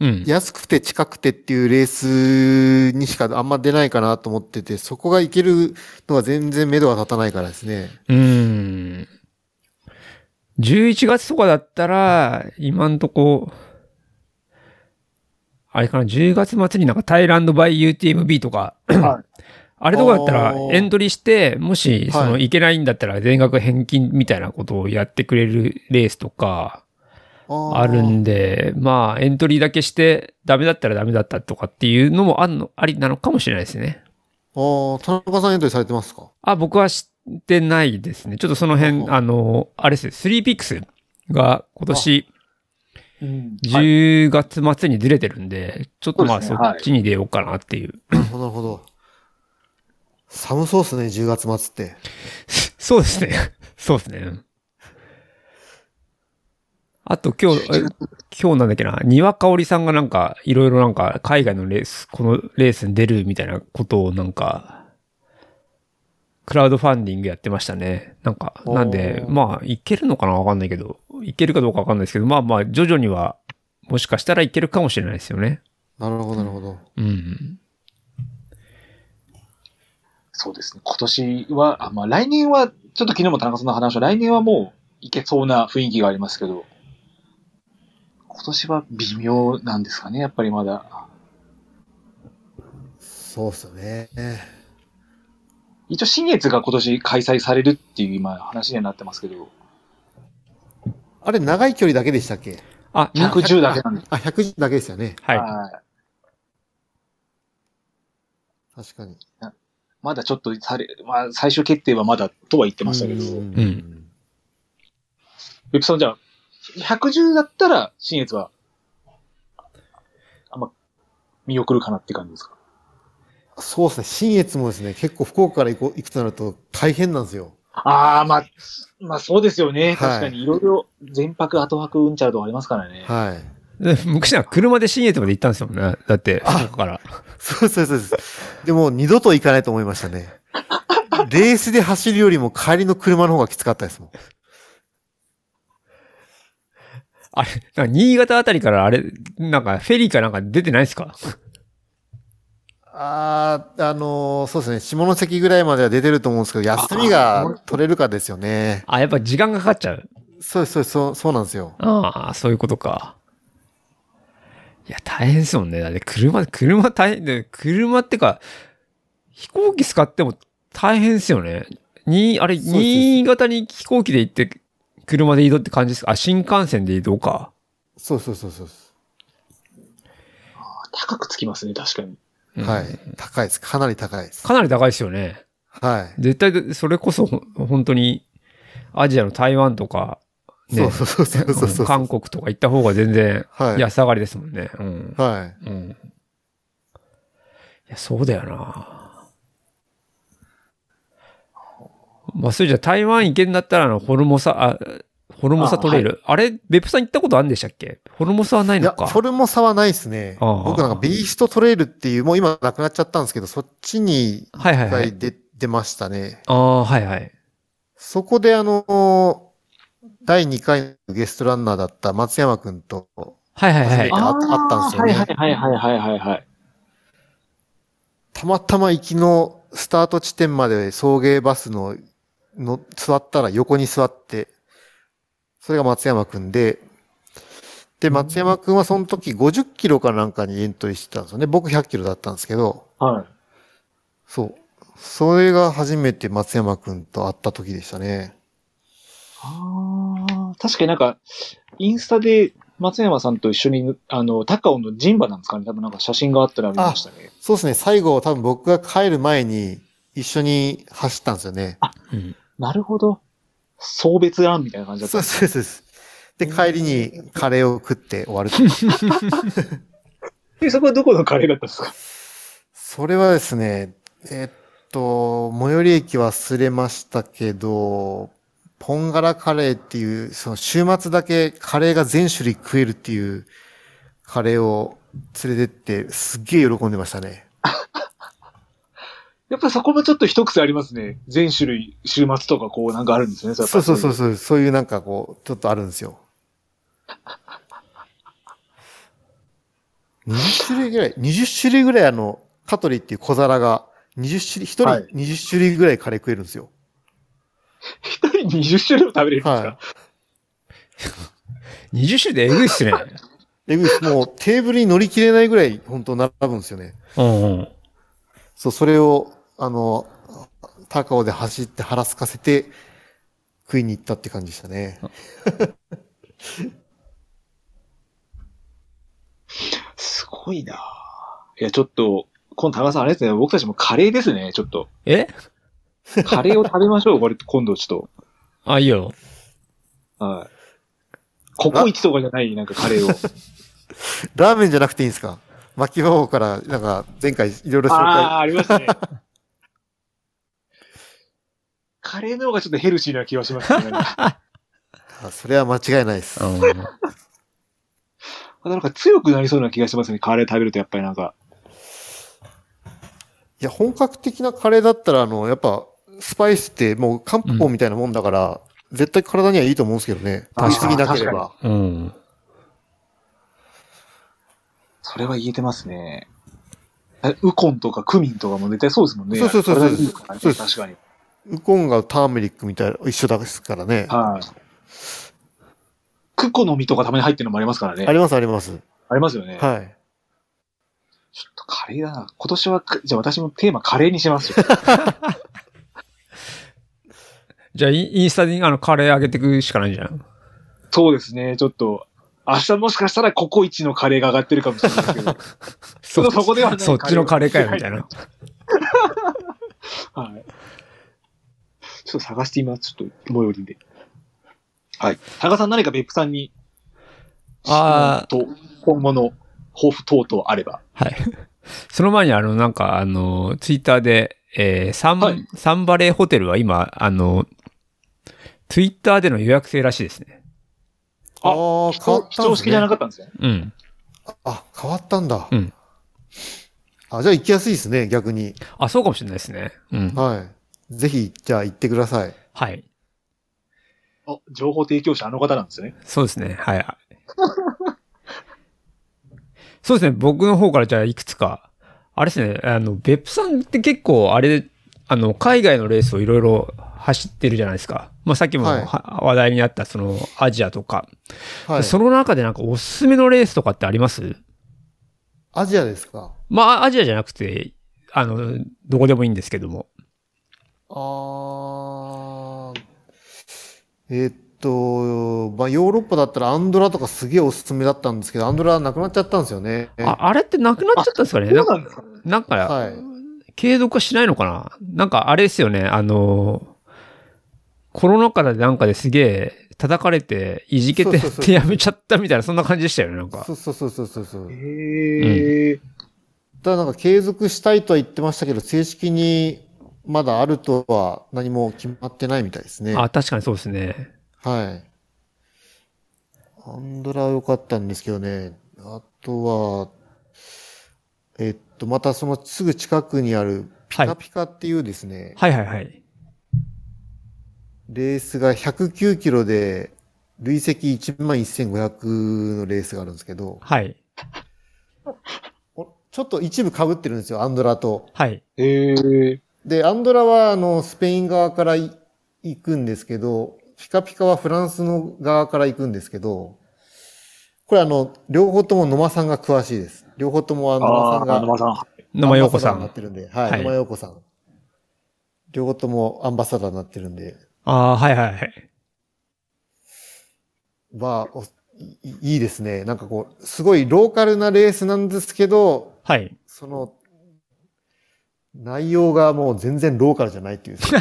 Speaker 3: うん。
Speaker 1: 安くて近くてっていうレースにしかあんま出ないかなと思ってて、そこがいけるのが全然目処が立たないからですね。
Speaker 3: うん。11月とかだったら、今んとこ、あれかな、10月末になんかタイランドバイ UTMB とか、 [LAUGHS]
Speaker 2: は
Speaker 3: あれとかだったら
Speaker 1: あー
Speaker 3: エントリーして、もし、そ
Speaker 1: は
Speaker 3: の、
Speaker 1: い
Speaker 3: いけないんだったら全額返金みたいなことをやってくれるレースとか、
Speaker 1: あー
Speaker 3: あるんで、まあ、エントリーだけして、ダメだったらダメだったとかっていうのもあんの、ありなのかもしれないですね。
Speaker 1: あー田中さんエントリーされてます [CLEARS THROAT] か
Speaker 3: あ、僕は知ってないですね。ちょっとその
Speaker 1: ほう
Speaker 3: 辺、
Speaker 1: ほう
Speaker 3: あの、あれですね、スリーピックスが今年
Speaker 2: い。うんはい
Speaker 3: 10月末にずれてるんで、ちょっとまあ
Speaker 2: そ
Speaker 3: そう
Speaker 2: ですね
Speaker 3: っちに出ようかなっていう。
Speaker 1: なるほど、なるほど。寒そうですね、10月末って。
Speaker 3: そうですね。そうですね。あと今日、え今日なんだっけな、庭香織さんがなんか、いろいろなんか、海外のレース、このレースに出るみたいなことをなんか、クラウドファンディングやってましたね。なんか、
Speaker 1: おー
Speaker 3: なんで、まあ、いけるのかなわかんないけど、いけるかどうかわかんないですけど、まあまあ、徐々には、もしかしたらいけるかもしれないですよね。
Speaker 1: なるほど、なるほど。
Speaker 3: うん。
Speaker 2: そうですね。今年は、あまあ、来年は、ちょっと昨日も田中さんの話は、来年はもういけそうな雰囲気がありますけど、今年は微妙なんですかね、やっぱりまだ。
Speaker 1: そうっすよね。
Speaker 2: 一応、新月が今年開催されるっていう今話にはなってますけど、
Speaker 1: あれ、長い距離だけでしたっけ
Speaker 3: あ、み
Speaker 2: 110だけなんで。
Speaker 1: あ、110だけですよね。
Speaker 3: はい。
Speaker 2: はい
Speaker 1: 確かに。
Speaker 2: まだちょっとされ、まあ、最終決定はまだとは言ってましたけど、
Speaker 1: うん
Speaker 3: う
Speaker 2: ベプさんじゃあ、110だったら、新越は、あんま、見送るかなって感じですか
Speaker 1: そうですね。新越もですね、結構福岡から行こう行くとなると大変なんですよ。
Speaker 2: ああ、まあ、まあそうですよね。
Speaker 1: い
Speaker 2: 確かに、いろいろ、前泊、後泊、うんちゃらとかありますからね。
Speaker 1: はい。
Speaker 3: で [LAUGHS] 昔は車で新エテまで行ったんですよね。だって、福岡から。
Speaker 1: そうそうそうです。でも、二度と行かないと思いましたね。レースで走るよりも帰りの車の方がきつかったですもん。
Speaker 3: あれ、なんか新潟あたりからあれ、なんかフェリーかなんか出てないで
Speaker 1: [LAUGHS]
Speaker 3: すか
Speaker 1: あー、あのーそうですね。下関ぐらいまでは出てると思うんですけど、休みが取れるかですよね。
Speaker 3: あ、やっぱ時間がかかっちゃう。
Speaker 1: そうですそうですそう、そうなんですよ。
Speaker 3: ああ、そういうことか。いや、大変ですもんね。だって車、車大変で、車ってか、飛行機使っても大変ですよね。に、あれ、
Speaker 1: そうです
Speaker 3: 新潟に飛行機で行って、車で移動って感じですかあ、新幹線で移動か。
Speaker 1: そうそうそうそう。
Speaker 2: 高くつきますね、確かに。
Speaker 3: うん
Speaker 1: はい。高いです。かなり高いです。
Speaker 3: かなり高いですよね。
Speaker 1: はい。
Speaker 3: 絶対、それこそ、ほん本当に、アジアの台湾とか、ね
Speaker 1: そうそうそうそうそうそう。
Speaker 3: 韓国とか行った方が全然
Speaker 1: はい。
Speaker 3: 安上がりですもんね。うん。
Speaker 1: はい。
Speaker 3: うん。いや、そうだよな。まあ、それじゃ台湾行けんだったら、あの、ホルモサ、あ、ホルモサトレイル。あ,、れ、別府さん行ったことあるんでしたっけホルモサはない
Speaker 1: い
Speaker 3: の
Speaker 1: や、
Speaker 3: か。
Speaker 1: それも差はないですね。
Speaker 3: ああ
Speaker 1: 僕なんかビーストトレイルっていう、もう今なくなっちゃったんですけど、そっちに一
Speaker 3: はいはいは
Speaker 1: 回
Speaker 3: い。
Speaker 1: 出、出ましたね。
Speaker 3: ああ、はいはい。
Speaker 1: そこであの、第2回のゲストランナーだった松山くんと、
Speaker 3: はいはいは
Speaker 1: 初め
Speaker 3: い
Speaker 1: て。ああったんですよね
Speaker 2: はいはいはいはいはいはい。
Speaker 1: たまたま行きのスタート地点まで送迎バスの、の、座ったら横に座って、それが松山くんで、で、松山くんはその時50キロかなんかにエントリーしてたんですよね。僕100キロだったんですけど、
Speaker 2: はい。
Speaker 1: そう。それが初めて松山くんと会った時でしたね。
Speaker 2: ああ、確かになんか、インスタで松山さんと一緒に、あの、高尾のジンバなんですかね多分なんか写真があったら見ましたね。
Speaker 1: そうですね。最後、多分僕が帰る前に一緒に走ったんですよね。
Speaker 3: うん
Speaker 2: なるほど。送別案みたいな感じだった
Speaker 1: そう。そうそうです。で、帰りにカレーを食って終わるっていう。
Speaker 2: えそこはどこのカレーだったんですか
Speaker 1: それはですね、えーっと、最寄り駅忘れましたけど、ポンガラカレーっていう、その週末だけカレーが全種類食えるっていうカレーを連れてって、すっげえ喜んでましたね。
Speaker 2: やっぱそこもちょっと一癖ありますね。全種類、週末とかこうなんかあるんですね。。
Speaker 1: そうそうそう
Speaker 2: [LAUGHS]
Speaker 1: うそう、そういうなんかこう、ちょっとあるんですよ。20種類ぐらい、20種類ぐらいあの、カトリっていう小皿が、20種類、
Speaker 2: は
Speaker 1: 1
Speaker 2: い
Speaker 1: 人20種類ぐらいカレー食えるんですよ。
Speaker 2: 一人20種類も食べれるんですか、
Speaker 1: はい
Speaker 3: 20種類でえぐいっすね。
Speaker 1: えぐいです。もうテーブルに乗り切れないぐらい、本当並ぶんですよね。
Speaker 3: うんうん。
Speaker 1: そう、それを、あの、高尾で走って腹空かせて、食いに行ったって感じでしたね。
Speaker 2: すごいなぁいや、ちょっと、今度高田さんあれですね。僕たちもカレーですね。ちょっと。
Speaker 3: え
Speaker 2: カレーを食べまし
Speaker 1: [LAUGHS]
Speaker 2: ょう。これ今度ちょっと。
Speaker 3: あ、いいよ。
Speaker 2: はい。ココイチとかじゃない、なんかカレーを。
Speaker 1: ラーメンじゃなくていいんですか巻き方から、なんか、前回いろいろ紹
Speaker 2: あ
Speaker 1: 介。
Speaker 2: あー、ありましたね。カレーの方がちょっとヘルシーな気がしますね。なんか
Speaker 1: あそれは間違いないです
Speaker 3: う。ん。
Speaker 2: なんか強くなりそうな気がしますね。カレー食べるとやっぱりなんか。
Speaker 1: いや、本格的なカレーだったら、あの、やっぱ、スパイスってもう漢方みたいなもんだから、絶対体にはいいと思うんですけどね。
Speaker 2: あー
Speaker 1: 食べ過ぎなければ。
Speaker 3: うん。
Speaker 2: それは言えてますね。えウコンとかクミンとかも絶対そうですもんね。
Speaker 1: そうそうそうそう
Speaker 2: 体にいいからね
Speaker 1: そうです
Speaker 2: 確かに。
Speaker 1: ウコンがターメリックみたいな、一緒ですからね。
Speaker 2: はい。クコの実とかたまに入ってるのもありますからね。
Speaker 1: ありますあります。
Speaker 2: ありますよね。
Speaker 1: はい。
Speaker 2: ちょっとカレーだな。今年は、じゃあ私もテーマカレーにしますよ。
Speaker 3: じゃあ、インインスタにあの、カレーあげてくしかないんじゃん。
Speaker 2: そうですね。ちょっと、明日もしかしたらココイチのカレーが上がってるかもしれないですけど。
Speaker 3: そ
Speaker 2: そこではない
Speaker 3: そっちのカレーかよ、みたいな。
Speaker 2: はい。ちょっと探して今、ちょっと最寄りで。はい。多賀さん何か別府さんに、
Speaker 3: あー
Speaker 2: と、今後の抱負等々あれば。
Speaker 3: はい。その前にあの、なんかあの、ツイッターで、えーサン、
Speaker 2: はい
Speaker 3: サンバレーホテルは今、あの、ツイッターでの予約制らしいですね。
Speaker 2: あ
Speaker 1: あー変わ
Speaker 2: 視
Speaker 1: ったん
Speaker 2: 聴
Speaker 1: です
Speaker 2: 式じゃな
Speaker 1: ね。
Speaker 2: かったんですね。
Speaker 3: うん。
Speaker 1: あ、変わったんだ。
Speaker 3: うん。
Speaker 1: あ、じゃあ行きやすいですね、逆に。
Speaker 3: あ、そうかもしれないですね。うん。
Speaker 1: はい。ぜひ、じゃあ行ってください。
Speaker 3: はい。
Speaker 2: あ、情報提供者あの方なんですね。
Speaker 3: そうですね。はい。そうですね。僕の方からじゃあいくつか。あれですね。あの、別府さんって結構あれ、あの、海外のレースをいろいろ走ってるじゃないですか。まあ、さっきも
Speaker 1: はい
Speaker 3: は話題になった、その、アジアとか。
Speaker 1: はい。
Speaker 3: その中でなんかおすすめのレースとかってあります
Speaker 1: アジアですか。
Speaker 3: まあ、アジアじゃなくて、あの、どこでもいいんですけども。
Speaker 1: あー。えっと、まあ、ヨーロッパだったらアンドラとかすげえおすすめだったんですけど、アンドラなくなっちゃったんですよね。
Speaker 3: あ、あれってなくなっちゃったんですかね
Speaker 2: そ
Speaker 3: な
Speaker 2: うん
Speaker 3: か、
Speaker 2: なんですか
Speaker 3: なんか、
Speaker 1: はい。
Speaker 3: 継続はしないのかななんかあれですよね、あの、コロナ禍でなんかですげえ叩かれて、いじけ
Speaker 1: そ
Speaker 3: て
Speaker 1: うそうそう
Speaker 3: ってやめちゃったみたいな、そんな感じでしたよね、なんか
Speaker 1: そ。うそうそうそうそうそう。
Speaker 2: へえー。
Speaker 1: ただなんか継続したいとは言ってましたけど、正式にまだあるとは何も決まってないみたいですね。は
Speaker 3: あ、確かにそうですね。
Speaker 1: い。アンドラは良かったんですけどね。あとは、えっと、またそのすぐ近くにあるピ
Speaker 3: はい
Speaker 1: カピカっていうですね、
Speaker 3: はいはいはい。
Speaker 1: レースが109キロで、累積1万1500のレースがあるんですけど、
Speaker 3: はい。
Speaker 1: おちょっと一部被ってるんですよ、アンドラと。
Speaker 3: はい。
Speaker 2: へえー。
Speaker 1: で、アンドラは、あの、スペイン側からい行くんですけど、ピカピカはフランスの側から行くんですけど、これあの、両方とも野間さんが詳しいです。両方ともあの野間さ
Speaker 2: あ
Speaker 1: ん
Speaker 2: あー、
Speaker 1: が
Speaker 2: 野間さん。
Speaker 3: 野間陽子さ
Speaker 1: アンバサダーになんっ。てるんで、はい、
Speaker 3: はい
Speaker 1: 野間陽子さん。両方ともアンバサダーになってるんで、
Speaker 3: ああ、はいはいはい。
Speaker 1: まあ、おいいいですね。なんかこう、すごいローカルなレースなんですけど、
Speaker 3: はい。
Speaker 1: その、内容がもう全然ローカルじゃないっていう。も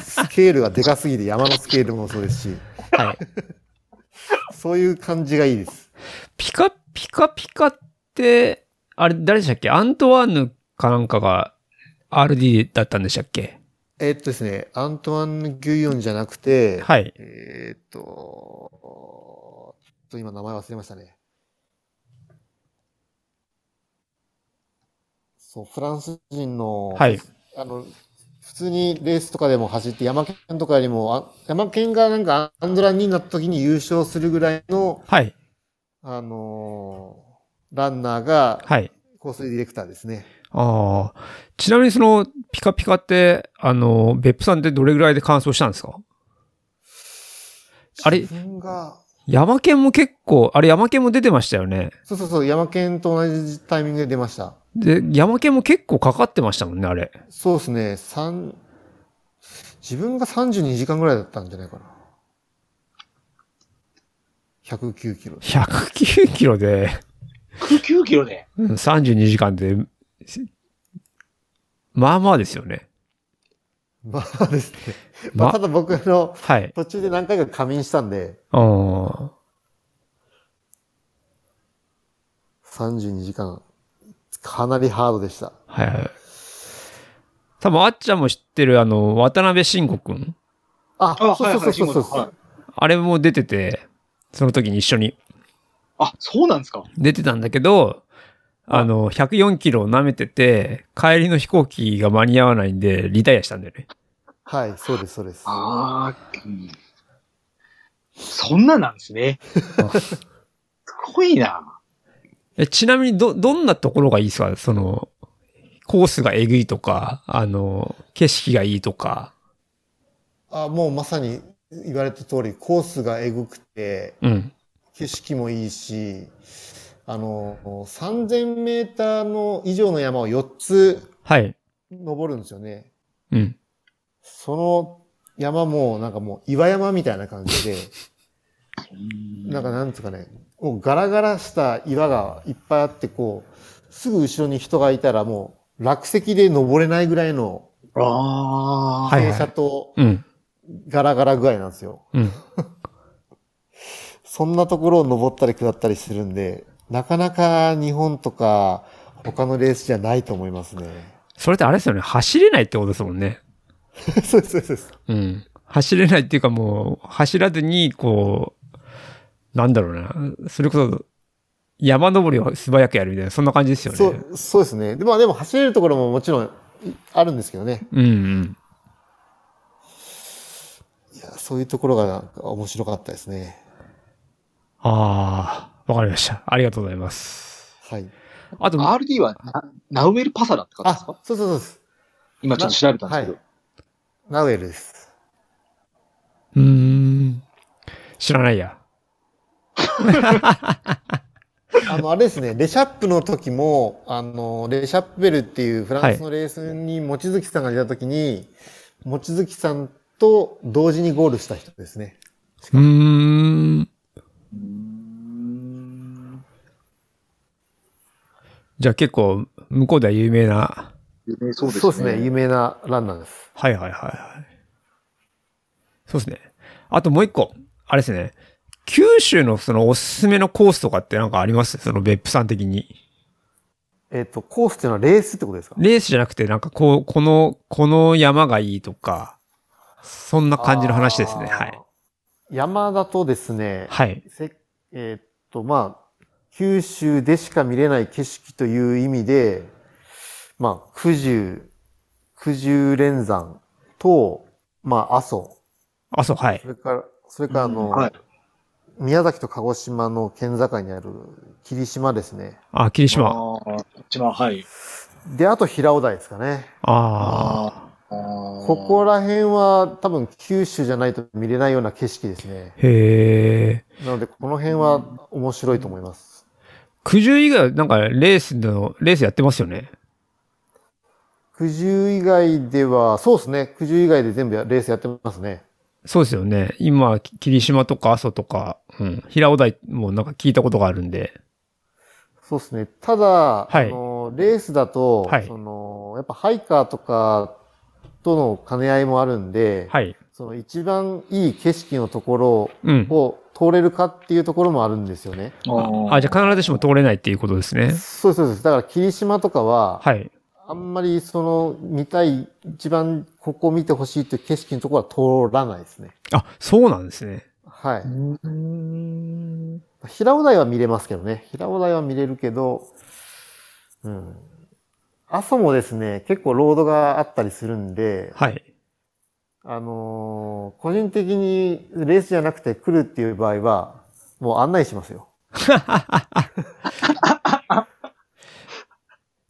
Speaker 1: うスケールがでかすぎて山のスケールもそうですし、
Speaker 3: はい。
Speaker 1: そういう感じがいいです。
Speaker 3: ピカピカピカって、あれ、誰でしたっけアントワーヌかなんかが RD だったんでしたっけ
Speaker 1: えーっとですね、アントワン・ギュイヨンじゃなくて、
Speaker 3: はい。
Speaker 1: えーっと、ちょっと今名前忘れましたね。そう、フランス人の、
Speaker 3: はい。
Speaker 1: あの、普通にレースとかでも走って、山県とかよりも、あ山県がなんかアンドラになった時に優勝するぐらいの、
Speaker 3: はい。
Speaker 1: あのーランナーが、
Speaker 3: はい。
Speaker 1: コースディレクターですね。
Speaker 3: ああ。ちなみにその、ピカピカって、あの、別府さんってどれぐらいで完走したんですかあれ
Speaker 1: 自分が、
Speaker 3: 山県も結構、あれ山県も出てましたよね。
Speaker 1: そうそうそう、山県と同じタイミングで出ました。
Speaker 3: で、山県も結構かかってましたもんね、あれ。
Speaker 1: そうですね、三、自分が32時間ぐらいだったんじゃないかな。109キロ。 [LAUGHS]
Speaker 3: 109キロで、
Speaker 2: 9キロで。
Speaker 3: うん32時間で、まあまあですよね。
Speaker 1: まあですね。まあ、
Speaker 3: ま
Speaker 1: た、だ僕の
Speaker 3: はい。
Speaker 1: 途中で何回か仮眠したんで、
Speaker 3: ああ。
Speaker 1: 32時間、かなりハードでした。
Speaker 3: はいはい。多分、あっちゃんも知ってる、あの、渡辺慎吾くん。
Speaker 1: あ、
Speaker 2: あ、
Speaker 1: そう
Speaker 2: はい
Speaker 1: そ
Speaker 2: は
Speaker 1: う
Speaker 2: い、
Speaker 1: そうそうそう、
Speaker 2: はい
Speaker 3: あれも出てて、その時に一緒に
Speaker 2: あ、そうなんですか。
Speaker 3: 出てたんだけど、あの、104キロを舐めてて、帰りの飛行機が間に合わないんで、リタイアしたんだよね。
Speaker 1: はい。そうです、そうです。
Speaker 2: ああ、うんそんななんで
Speaker 1: [LAUGHS]
Speaker 2: すね。すごいな。
Speaker 3: え、ちなみに、ど、どんなところがいいですかその、コースがえぐいとか、あの、景色がいいとか。
Speaker 1: あ、もうまさに言われた通り、コースがえぐくて、
Speaker 3: うん。
Speaker 1: 景色もいいし、あの、3000メーターの以上の山を4つ
Speaker 3: はい。
Speaker 1: 登るんですよね。
Speaker 3: うん。
Speaker 1: その山も、なんかもう岩山みたいな感じ
Speaker 2: [LAUGHS]
Speaker 1: で、なんかなんつうかね、もうガラガラした岩がいっぱいあって、こう、すぐ後ろに人がいたらもう落石で登れないぐらいの
Speaker 2: ああ
Speaker 3: はい
Speaker 2: ー、
Speaker 3: は
Speaker 1: 傾
Speaker 3: い
Speaker 1: 斜と
Speaker 3: うん。
Speaker 1: ガラガラ具合なんですよ。
Speaker 3: うん。
Speaker 1: そんなところを登ったり下ったりするんで、なかなか日本とか他のレースじゃないと思いますね。 [LAUGHS]
Speaker 3: それってあれですよね。走れないってことですもんね。
Speaker 1: そうです、そうですそうです。
Speaker 3: うん。走れないっていうかもう、走らずに、こう、なんだろうな。それこそ、山登りを素早くやるみたいな、そんな感じですよね。
Speaker 1: そう、そうですね。でまあでも走れるところももちろんあるんですけどね。
Speaker 3: うんうん。
Speaker 1: いやそういうところがなんか面白かったですね。
Speaker 3: ああ、わかりました。ありがとうございます。
Speaker 1: はい。
Speaker 3: あと、
Speaker 2: RD はなナウエル・パサダって方
Speaker 1: あ、
Speaker 2: です
Speaker 1: そう
Speaker 2: か
Speaker 1: そうそうです。
Speaker 2: 今ちょっと調べたんですけど。
Speaker 1: ナウエルです。
Speaker 3: うーん。知らないや。
Speaker 1: あの、あれですね、レシャップの時も、あの、レシャップベルっていうフランスのレースに、望月さんが出た時に、望月さんと同時にゴールした人ですね。
Speaker 3: うーん。
Speaker 2: うーん
Speaker 3: じゃあ結構、向こうでは有名な。
Speaker 2: 有名そうですね。
Speaker 1: そうですね、有名なランナーです。
Speaker 3: はいはいはいはい。そうですね。あともう一個。あれですね。九州のそのおすすめのコースとかってなんかありますその別府さん的に。
Speaker 1: えっ、と、コースっていうのはレースってことですか
Speaker 3: レースじゃなくて、なんかこう、この、この山がいいとか、そんな感じの話ですね。
Speaker 1: あー
Speaker 3: はい。。
Speaker 1: 山だとですね、
Speaker 3: はい。
Speaker 1: せえーっと、まあ、九州でしか見れない景色という意味で、まあ、九十、九十連山と、まあ、阿蘇、
Speaker 3: あ、そう、はい
Speaker 1: そ。れから、それからあの、
Speaker 2: はい。
Speaker 1: 宮崎と鹿児島の県境にある霧島ですね。
Speaker 3: あ、霧島。
Speaker 2: あー一番、はい。
Speaker 1: で、あと平尾台ですかね。
Speaker 3: あ
Speaker 2: あー
Speaker 3: あ。
Speaker 2: あー。
Speaker 1: ここら辺は多分九州じゃないと見れないような景色ですね。
Speaker 3: へえ。
Speaker 1: なので、この辺は面白いと思います。
Speaker 3: 九十以外、なんかレースの、レースやってますよね。
Speaker 1: 九十以外では、そうですね。九十以外で全部やレースやってますね。
Speaker 3: そうですよね。今、き霧島とか阿蘇とか、うん。平尾台もなんか聞いたことがあるんで。
Speaker 1: そうですね。ただ、
Speaker 3: はい
Speaker 1: あのレースだと、
Speaker 3: はい
Speaker 1: その、やっぱハイカーとかとの兼ね合いもあるんで、
Speaker 3: はい。
Speaker 1: その一番いい景色のとこ
Speaker 3: うん
Speaker 1: ろ。を通れるかっていうところもあるんですよね。
Speaker 3: あ、じゃあ必ずしも通れないっていうことですね。
Speaker 1: そうそうそうです。だから霧島とかは、
Speaker 3: はい。
Speaker 1: あんまりその見たい、一番ここ見てほしいという景色のところは通らないですね。
Speaker 3: あ、そうなんですね。
Speaker 1: はい。
Speaker 2: うん。
Speaker 1: 平尾台は見れますけどね。平尾台は見れるけど、うん。阿蘇もですね、結構ロードがあったりするんで、
Speaker 3: はい。
Speaker 1: あのー個人的にレースじゃなくて来るっていう場合は、もう案内しますよ。
Speaker 3: [LAUGHS]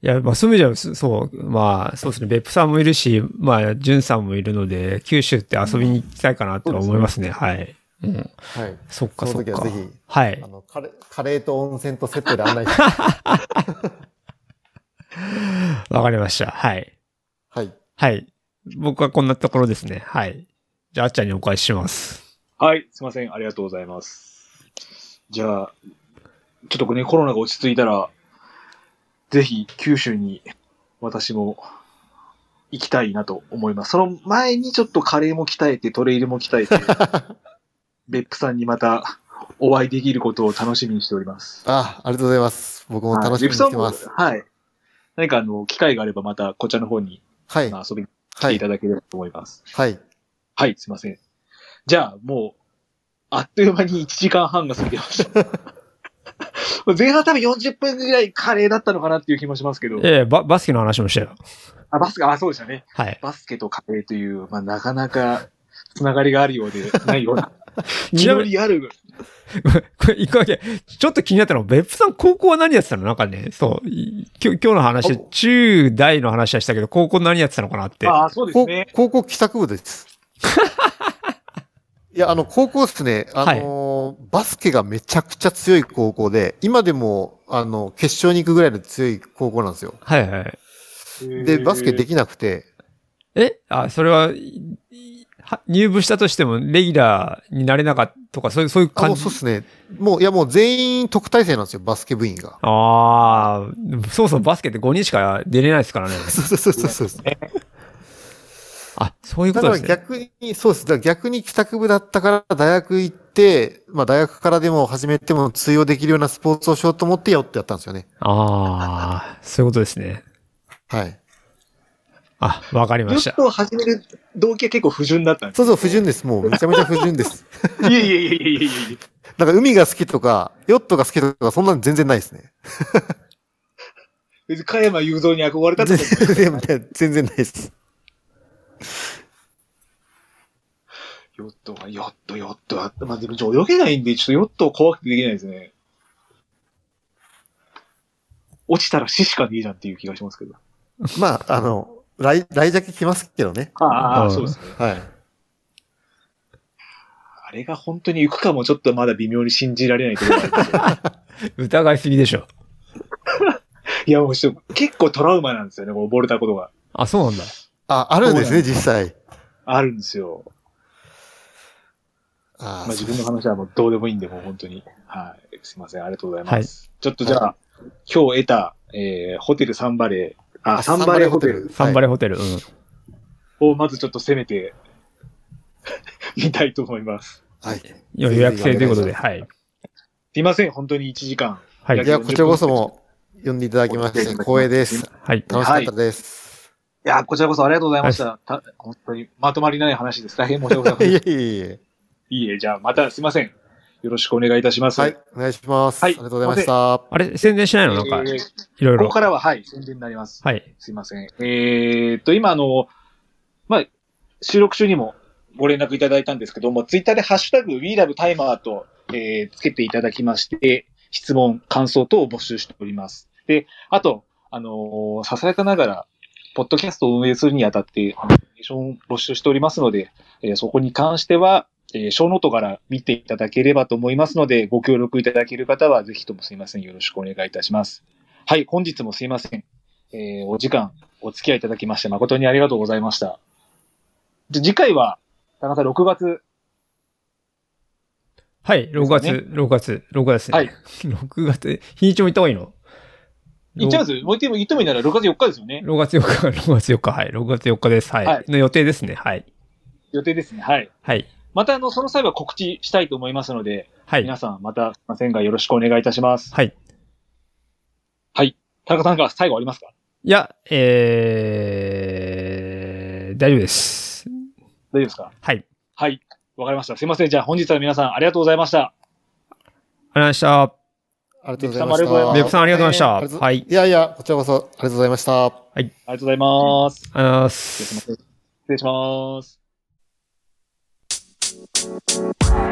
Speaker 3: いや、まあ、そういう意味では、そそう、まあ、そうですね。別府さんもいるし、まあ、淳さんもいるので、九州って遊びに行きたいかなとは思いますね。はい。うん。
Speaker 1: はい。
Speaker 3: そっか、
Speaker 1: そ
Speaker 3: そ
Speaker 1: の
Speaker 3: っ
Speaker 1: 時
Speaker 3: か。
Speaker 1: はぜひ
Speaker 3: はい
Speaker 1: あ。の、カレー、カレーと温泉とセットで案内し
Speaker 3: [LAUGHS]
Speaker 1: ます。
Speaker 3: わかりました。はい。
Speaker 1: はい。
Speaker 3: はい。僕はこんなところですね。はい。じゃあ、あっちゃんにお返しします。
Speaker 2: はい、すいません。ありがとうございます。じゃあ、ちょっとね、コロナが落ち着いたら、ぜひ九州に私も行きたいなと思います。その前にちょっとカレーも鍛えて、トレイルも鍛
Speaker 1: [LAUGHS]
Speaker 2: えて、別府さんにまたお会いできることを楽しみにしております。
Speaker 1: あ、ありがとうございます。僕も楽しみに
Speaker 2: は
Speaker 1: し
Speaker 2: い
Speaker 1: てます。
Speaker 2: 別府さんもはい。何かあの、機会があればまたこちらの方に
Speaker 1: はい。
Speaker 2: まあ遊びに来
Speaker 1: は
Speaker 2: てい
Speaker 1: い。
Speaker 2: ただければと思います。
Speaker 1: はい。
Speaker 2: はい、すいません。じゃあ、もう、あっという間に1時間半が過ぎてました。前半多分40分ぐらいカレーだったのかなっていう気もしますけど、
Speaker 3: ええバ、バスケの話もしたよ。
Speaker 2: あ、バスケ、あ、そうでしたね。
Speaker 3: はい。
Speaker 2: バスケとカレーという、まあ、なかなか、つながりがあるようで、ないような。 [LAUGHS]
Speaker 3: ちなみ
Speaker 2: 実
Speaker 3: に
Speaker 2: りある。
Speaker 3: これ、一個だけ、ちょっと気になったのは、別府さん高校は何やってたのなんかね、そう、い今日、今日の話、中大の話はしたけど、高校何やってたのかなって。
Speaker 2: あ、そうです
Speaker 1: こ
Speaker 2: ね。
Speaker 1: 高校帰宅部です。 [LAUGHS] いや、あの、高校ですね、あのーバスケがめちゃくちゃ強い高校で、今でも、あの、決勝に行くぐらいの強い高校なんですよ。
Speaker 3: はいはい。
Speaker 1: で、バスケで
Speaker 2: き
Speaker 1: きなくて、
Speaker 3: えあ、それは、いいは入部したとしても、レギュラーになれなかったとか、そういう、そういう
Speaker 1: あ、も
Speaker 3: 感
Speaker 1: う
Speaker 3: じ
Speaker 1: そう。ですね。もう、いや、もう全員特待生なんですよ、バスケ部員が。
Speaker 3: ああ、でもそもそもバスケって5人しか出れないですからね。
Speaker 1: [LAUGHS] そうそうそうそうそう。
Speaker 3: あ、そういうこ
Speaker 1: だか
Speaker 3: とで
Speaker 1: ら
Speaker 3: すね。
Speaker 1: 逆に、そうです。だから逆に帰宅部だったから大学行って、まあ大学からでも始めても通用できるようなスポーツをしようと思ってやってやったんですよね。
Speaker 3: ああ、そういうことですね。
Speaker 1: はい。
Speaker 3: あ、わかりまし。
Speaker 2: ずったと始める動機は結構不純だったんで
Speaker 1: そうそう、不純です。もうめちゃめちゃ不純です。 [LAUGHS]
Speaker 2: す。いやいやいやいやいやいや
Speaker 1: なんか海が好きとか、ヨットが好きとか、そんなの全然ないですね。
Speaker 2: 別に加山雄三に憧れたと
Speaker 1: 全
Speaker 2: か
Speaker 1: [LAUGHS] 然全然ないです。
Speaker 2: ヨットは、ヨット、ヨットは、まあ、でも泳げないんで、ちょっとヨット怖くてできないですね。落ちたら死しかねえじゃんっていう気がしますけど。
Speaker 1: まあ、あの、来、来ジャケ来ますけどね。
Speaker 2: あ
Speaker 3: うん
Speaker 2: あ、そうですね。
Speaker 1: はい。
Speaker 2: あれが本当に行くかもちょっとまだ微妙に信じられない [LAUGHS] ところがあるんですよ
Speaker 3: 疑いすぎでしょ。
Speaker 2: いや、もうちょっと結構トラウマなんですよね、こう溺れたことが。
Speaker 3: あ、そうなんだ。
Speaker 1: あ、あるんですね、実際。
Speaker 2: あるんですよ。
Speaker 1: あ
Speaker 2: まあ、自分の話はもうどうでもいいんで、もう本当に。はい。すいません、ありがとうございます。ちょっとじゃあ、今日得た、えー、ホテルサンバレー、あ、サンバレーホテル。
Speaker 3: サンバ
Speaker 1: レ
Speaker 3: レーホテル。うん。
Speaker 2: をまずちょっと攻めて [LAUGHS] みたいと思います。
Speaker 1: はい。はい
Speaker 3: 予約制ということで、はい。
Speaker 2: すいません、本当に1時間。
Speaker 3: はい
Speaker 1: い。や、こちらこそも、呼んでいただきまして、光栄です。
Speaker 3: はい。
Speaker 1: 楽しかったです。
Speaker 2: いや、こちらこそありがとうございました。た本当にまとまりない話です。大変申し訳ございま
Speaker 1: [LAUGHS] い、
Speaker 2: せん。い
Speaker 1: えいえいえ。
Speaker 2: いえ、じゃあまたすいません。よろしくお願いいたします。
Speaker 1: はい、お願いします。
Speaker 2: は
Speaker 1: あ
Speaker 2: い
Speaker 1: りがとうございました。
Speaker 3: あれ、宣伝しないのなんか、
Speaker 2: えー
Speaker 3: いろい
Speaker 2: こ
Speaker 3: ろ
Speaker 2: こ。からは、はい、宣伝になります。
Speaker 3: はい。
Speaker 2: すいません。えー、っと、今、あの、まあ、収録中にもご連絡いただいたんですけども、ツイッターでハッシュタグ WeLoveTimer と、えーつけていただきまして、質問、感想等を募集しております。で、あと、あのーささやかながら、ポッドキャストを運営するにあたって、あのコミュニケーションを募集しておりますので、えーそこに関しては、えー、小ノートから見ていただければと思いますので、ご協力いただける方は、ぜひともすいません。よろしくお願いいたします。はい、本日もすいません。えーお時間、お付き合いいただきまして、誠にありがとうございました。じゃ次回は、田中さん6月、
Speaker 3: はい、6月、6月、6月ですね。
Speaker 2: はい
Speaker 3: 6月、日にちも行った方がいいの
Speaker 2: 言っちゃいますもう言っても言ってもいいなら6月4日ですよね。
Speaker 3: 6月4日、6月4日、はい。6月4日です。はい。
Speaker 2: はい
Speaker 3: の予定ですね。はい。
Speaker 2: 予定ですね。はい。
Speaker 3: はい。
Speaker 2: また、あの、その際は告知したいと思いますので、
Speaker 3: はい。
Speaker 2: 皆さんまた、すいませんがよろしくお願いいたします。
Speaker 3: はい。
Speaker 2: 田中さんから最後ありますか
Speaker 3: いや、えー、大丈夫です。
Speaker 2: 大丈夫ですか
Speaker 3: はい。ありがとう
Speaker 2: はい。わかりました。すいません。じゃあ本日は皆さんありがとうございました。
Speaker 3: ございました。
Speaker 1: ありがとうございまし
Speaker 2: デクさんもあ
Speaker 1: た。
Speaker 2: りがとうございます
Speaker 3: デクさんありがとうございました
Speaker 1: ありがとう
Speaker 3: はい
Speaker 1: いやいや、こちらこそありがとうございました。
Speaker 2: ありがとうございます。
Speaker 3: ありがとう
Speaker 2: じゃ
Speaker 3: ございま。
Speaker 2: あすいますせん失礼します。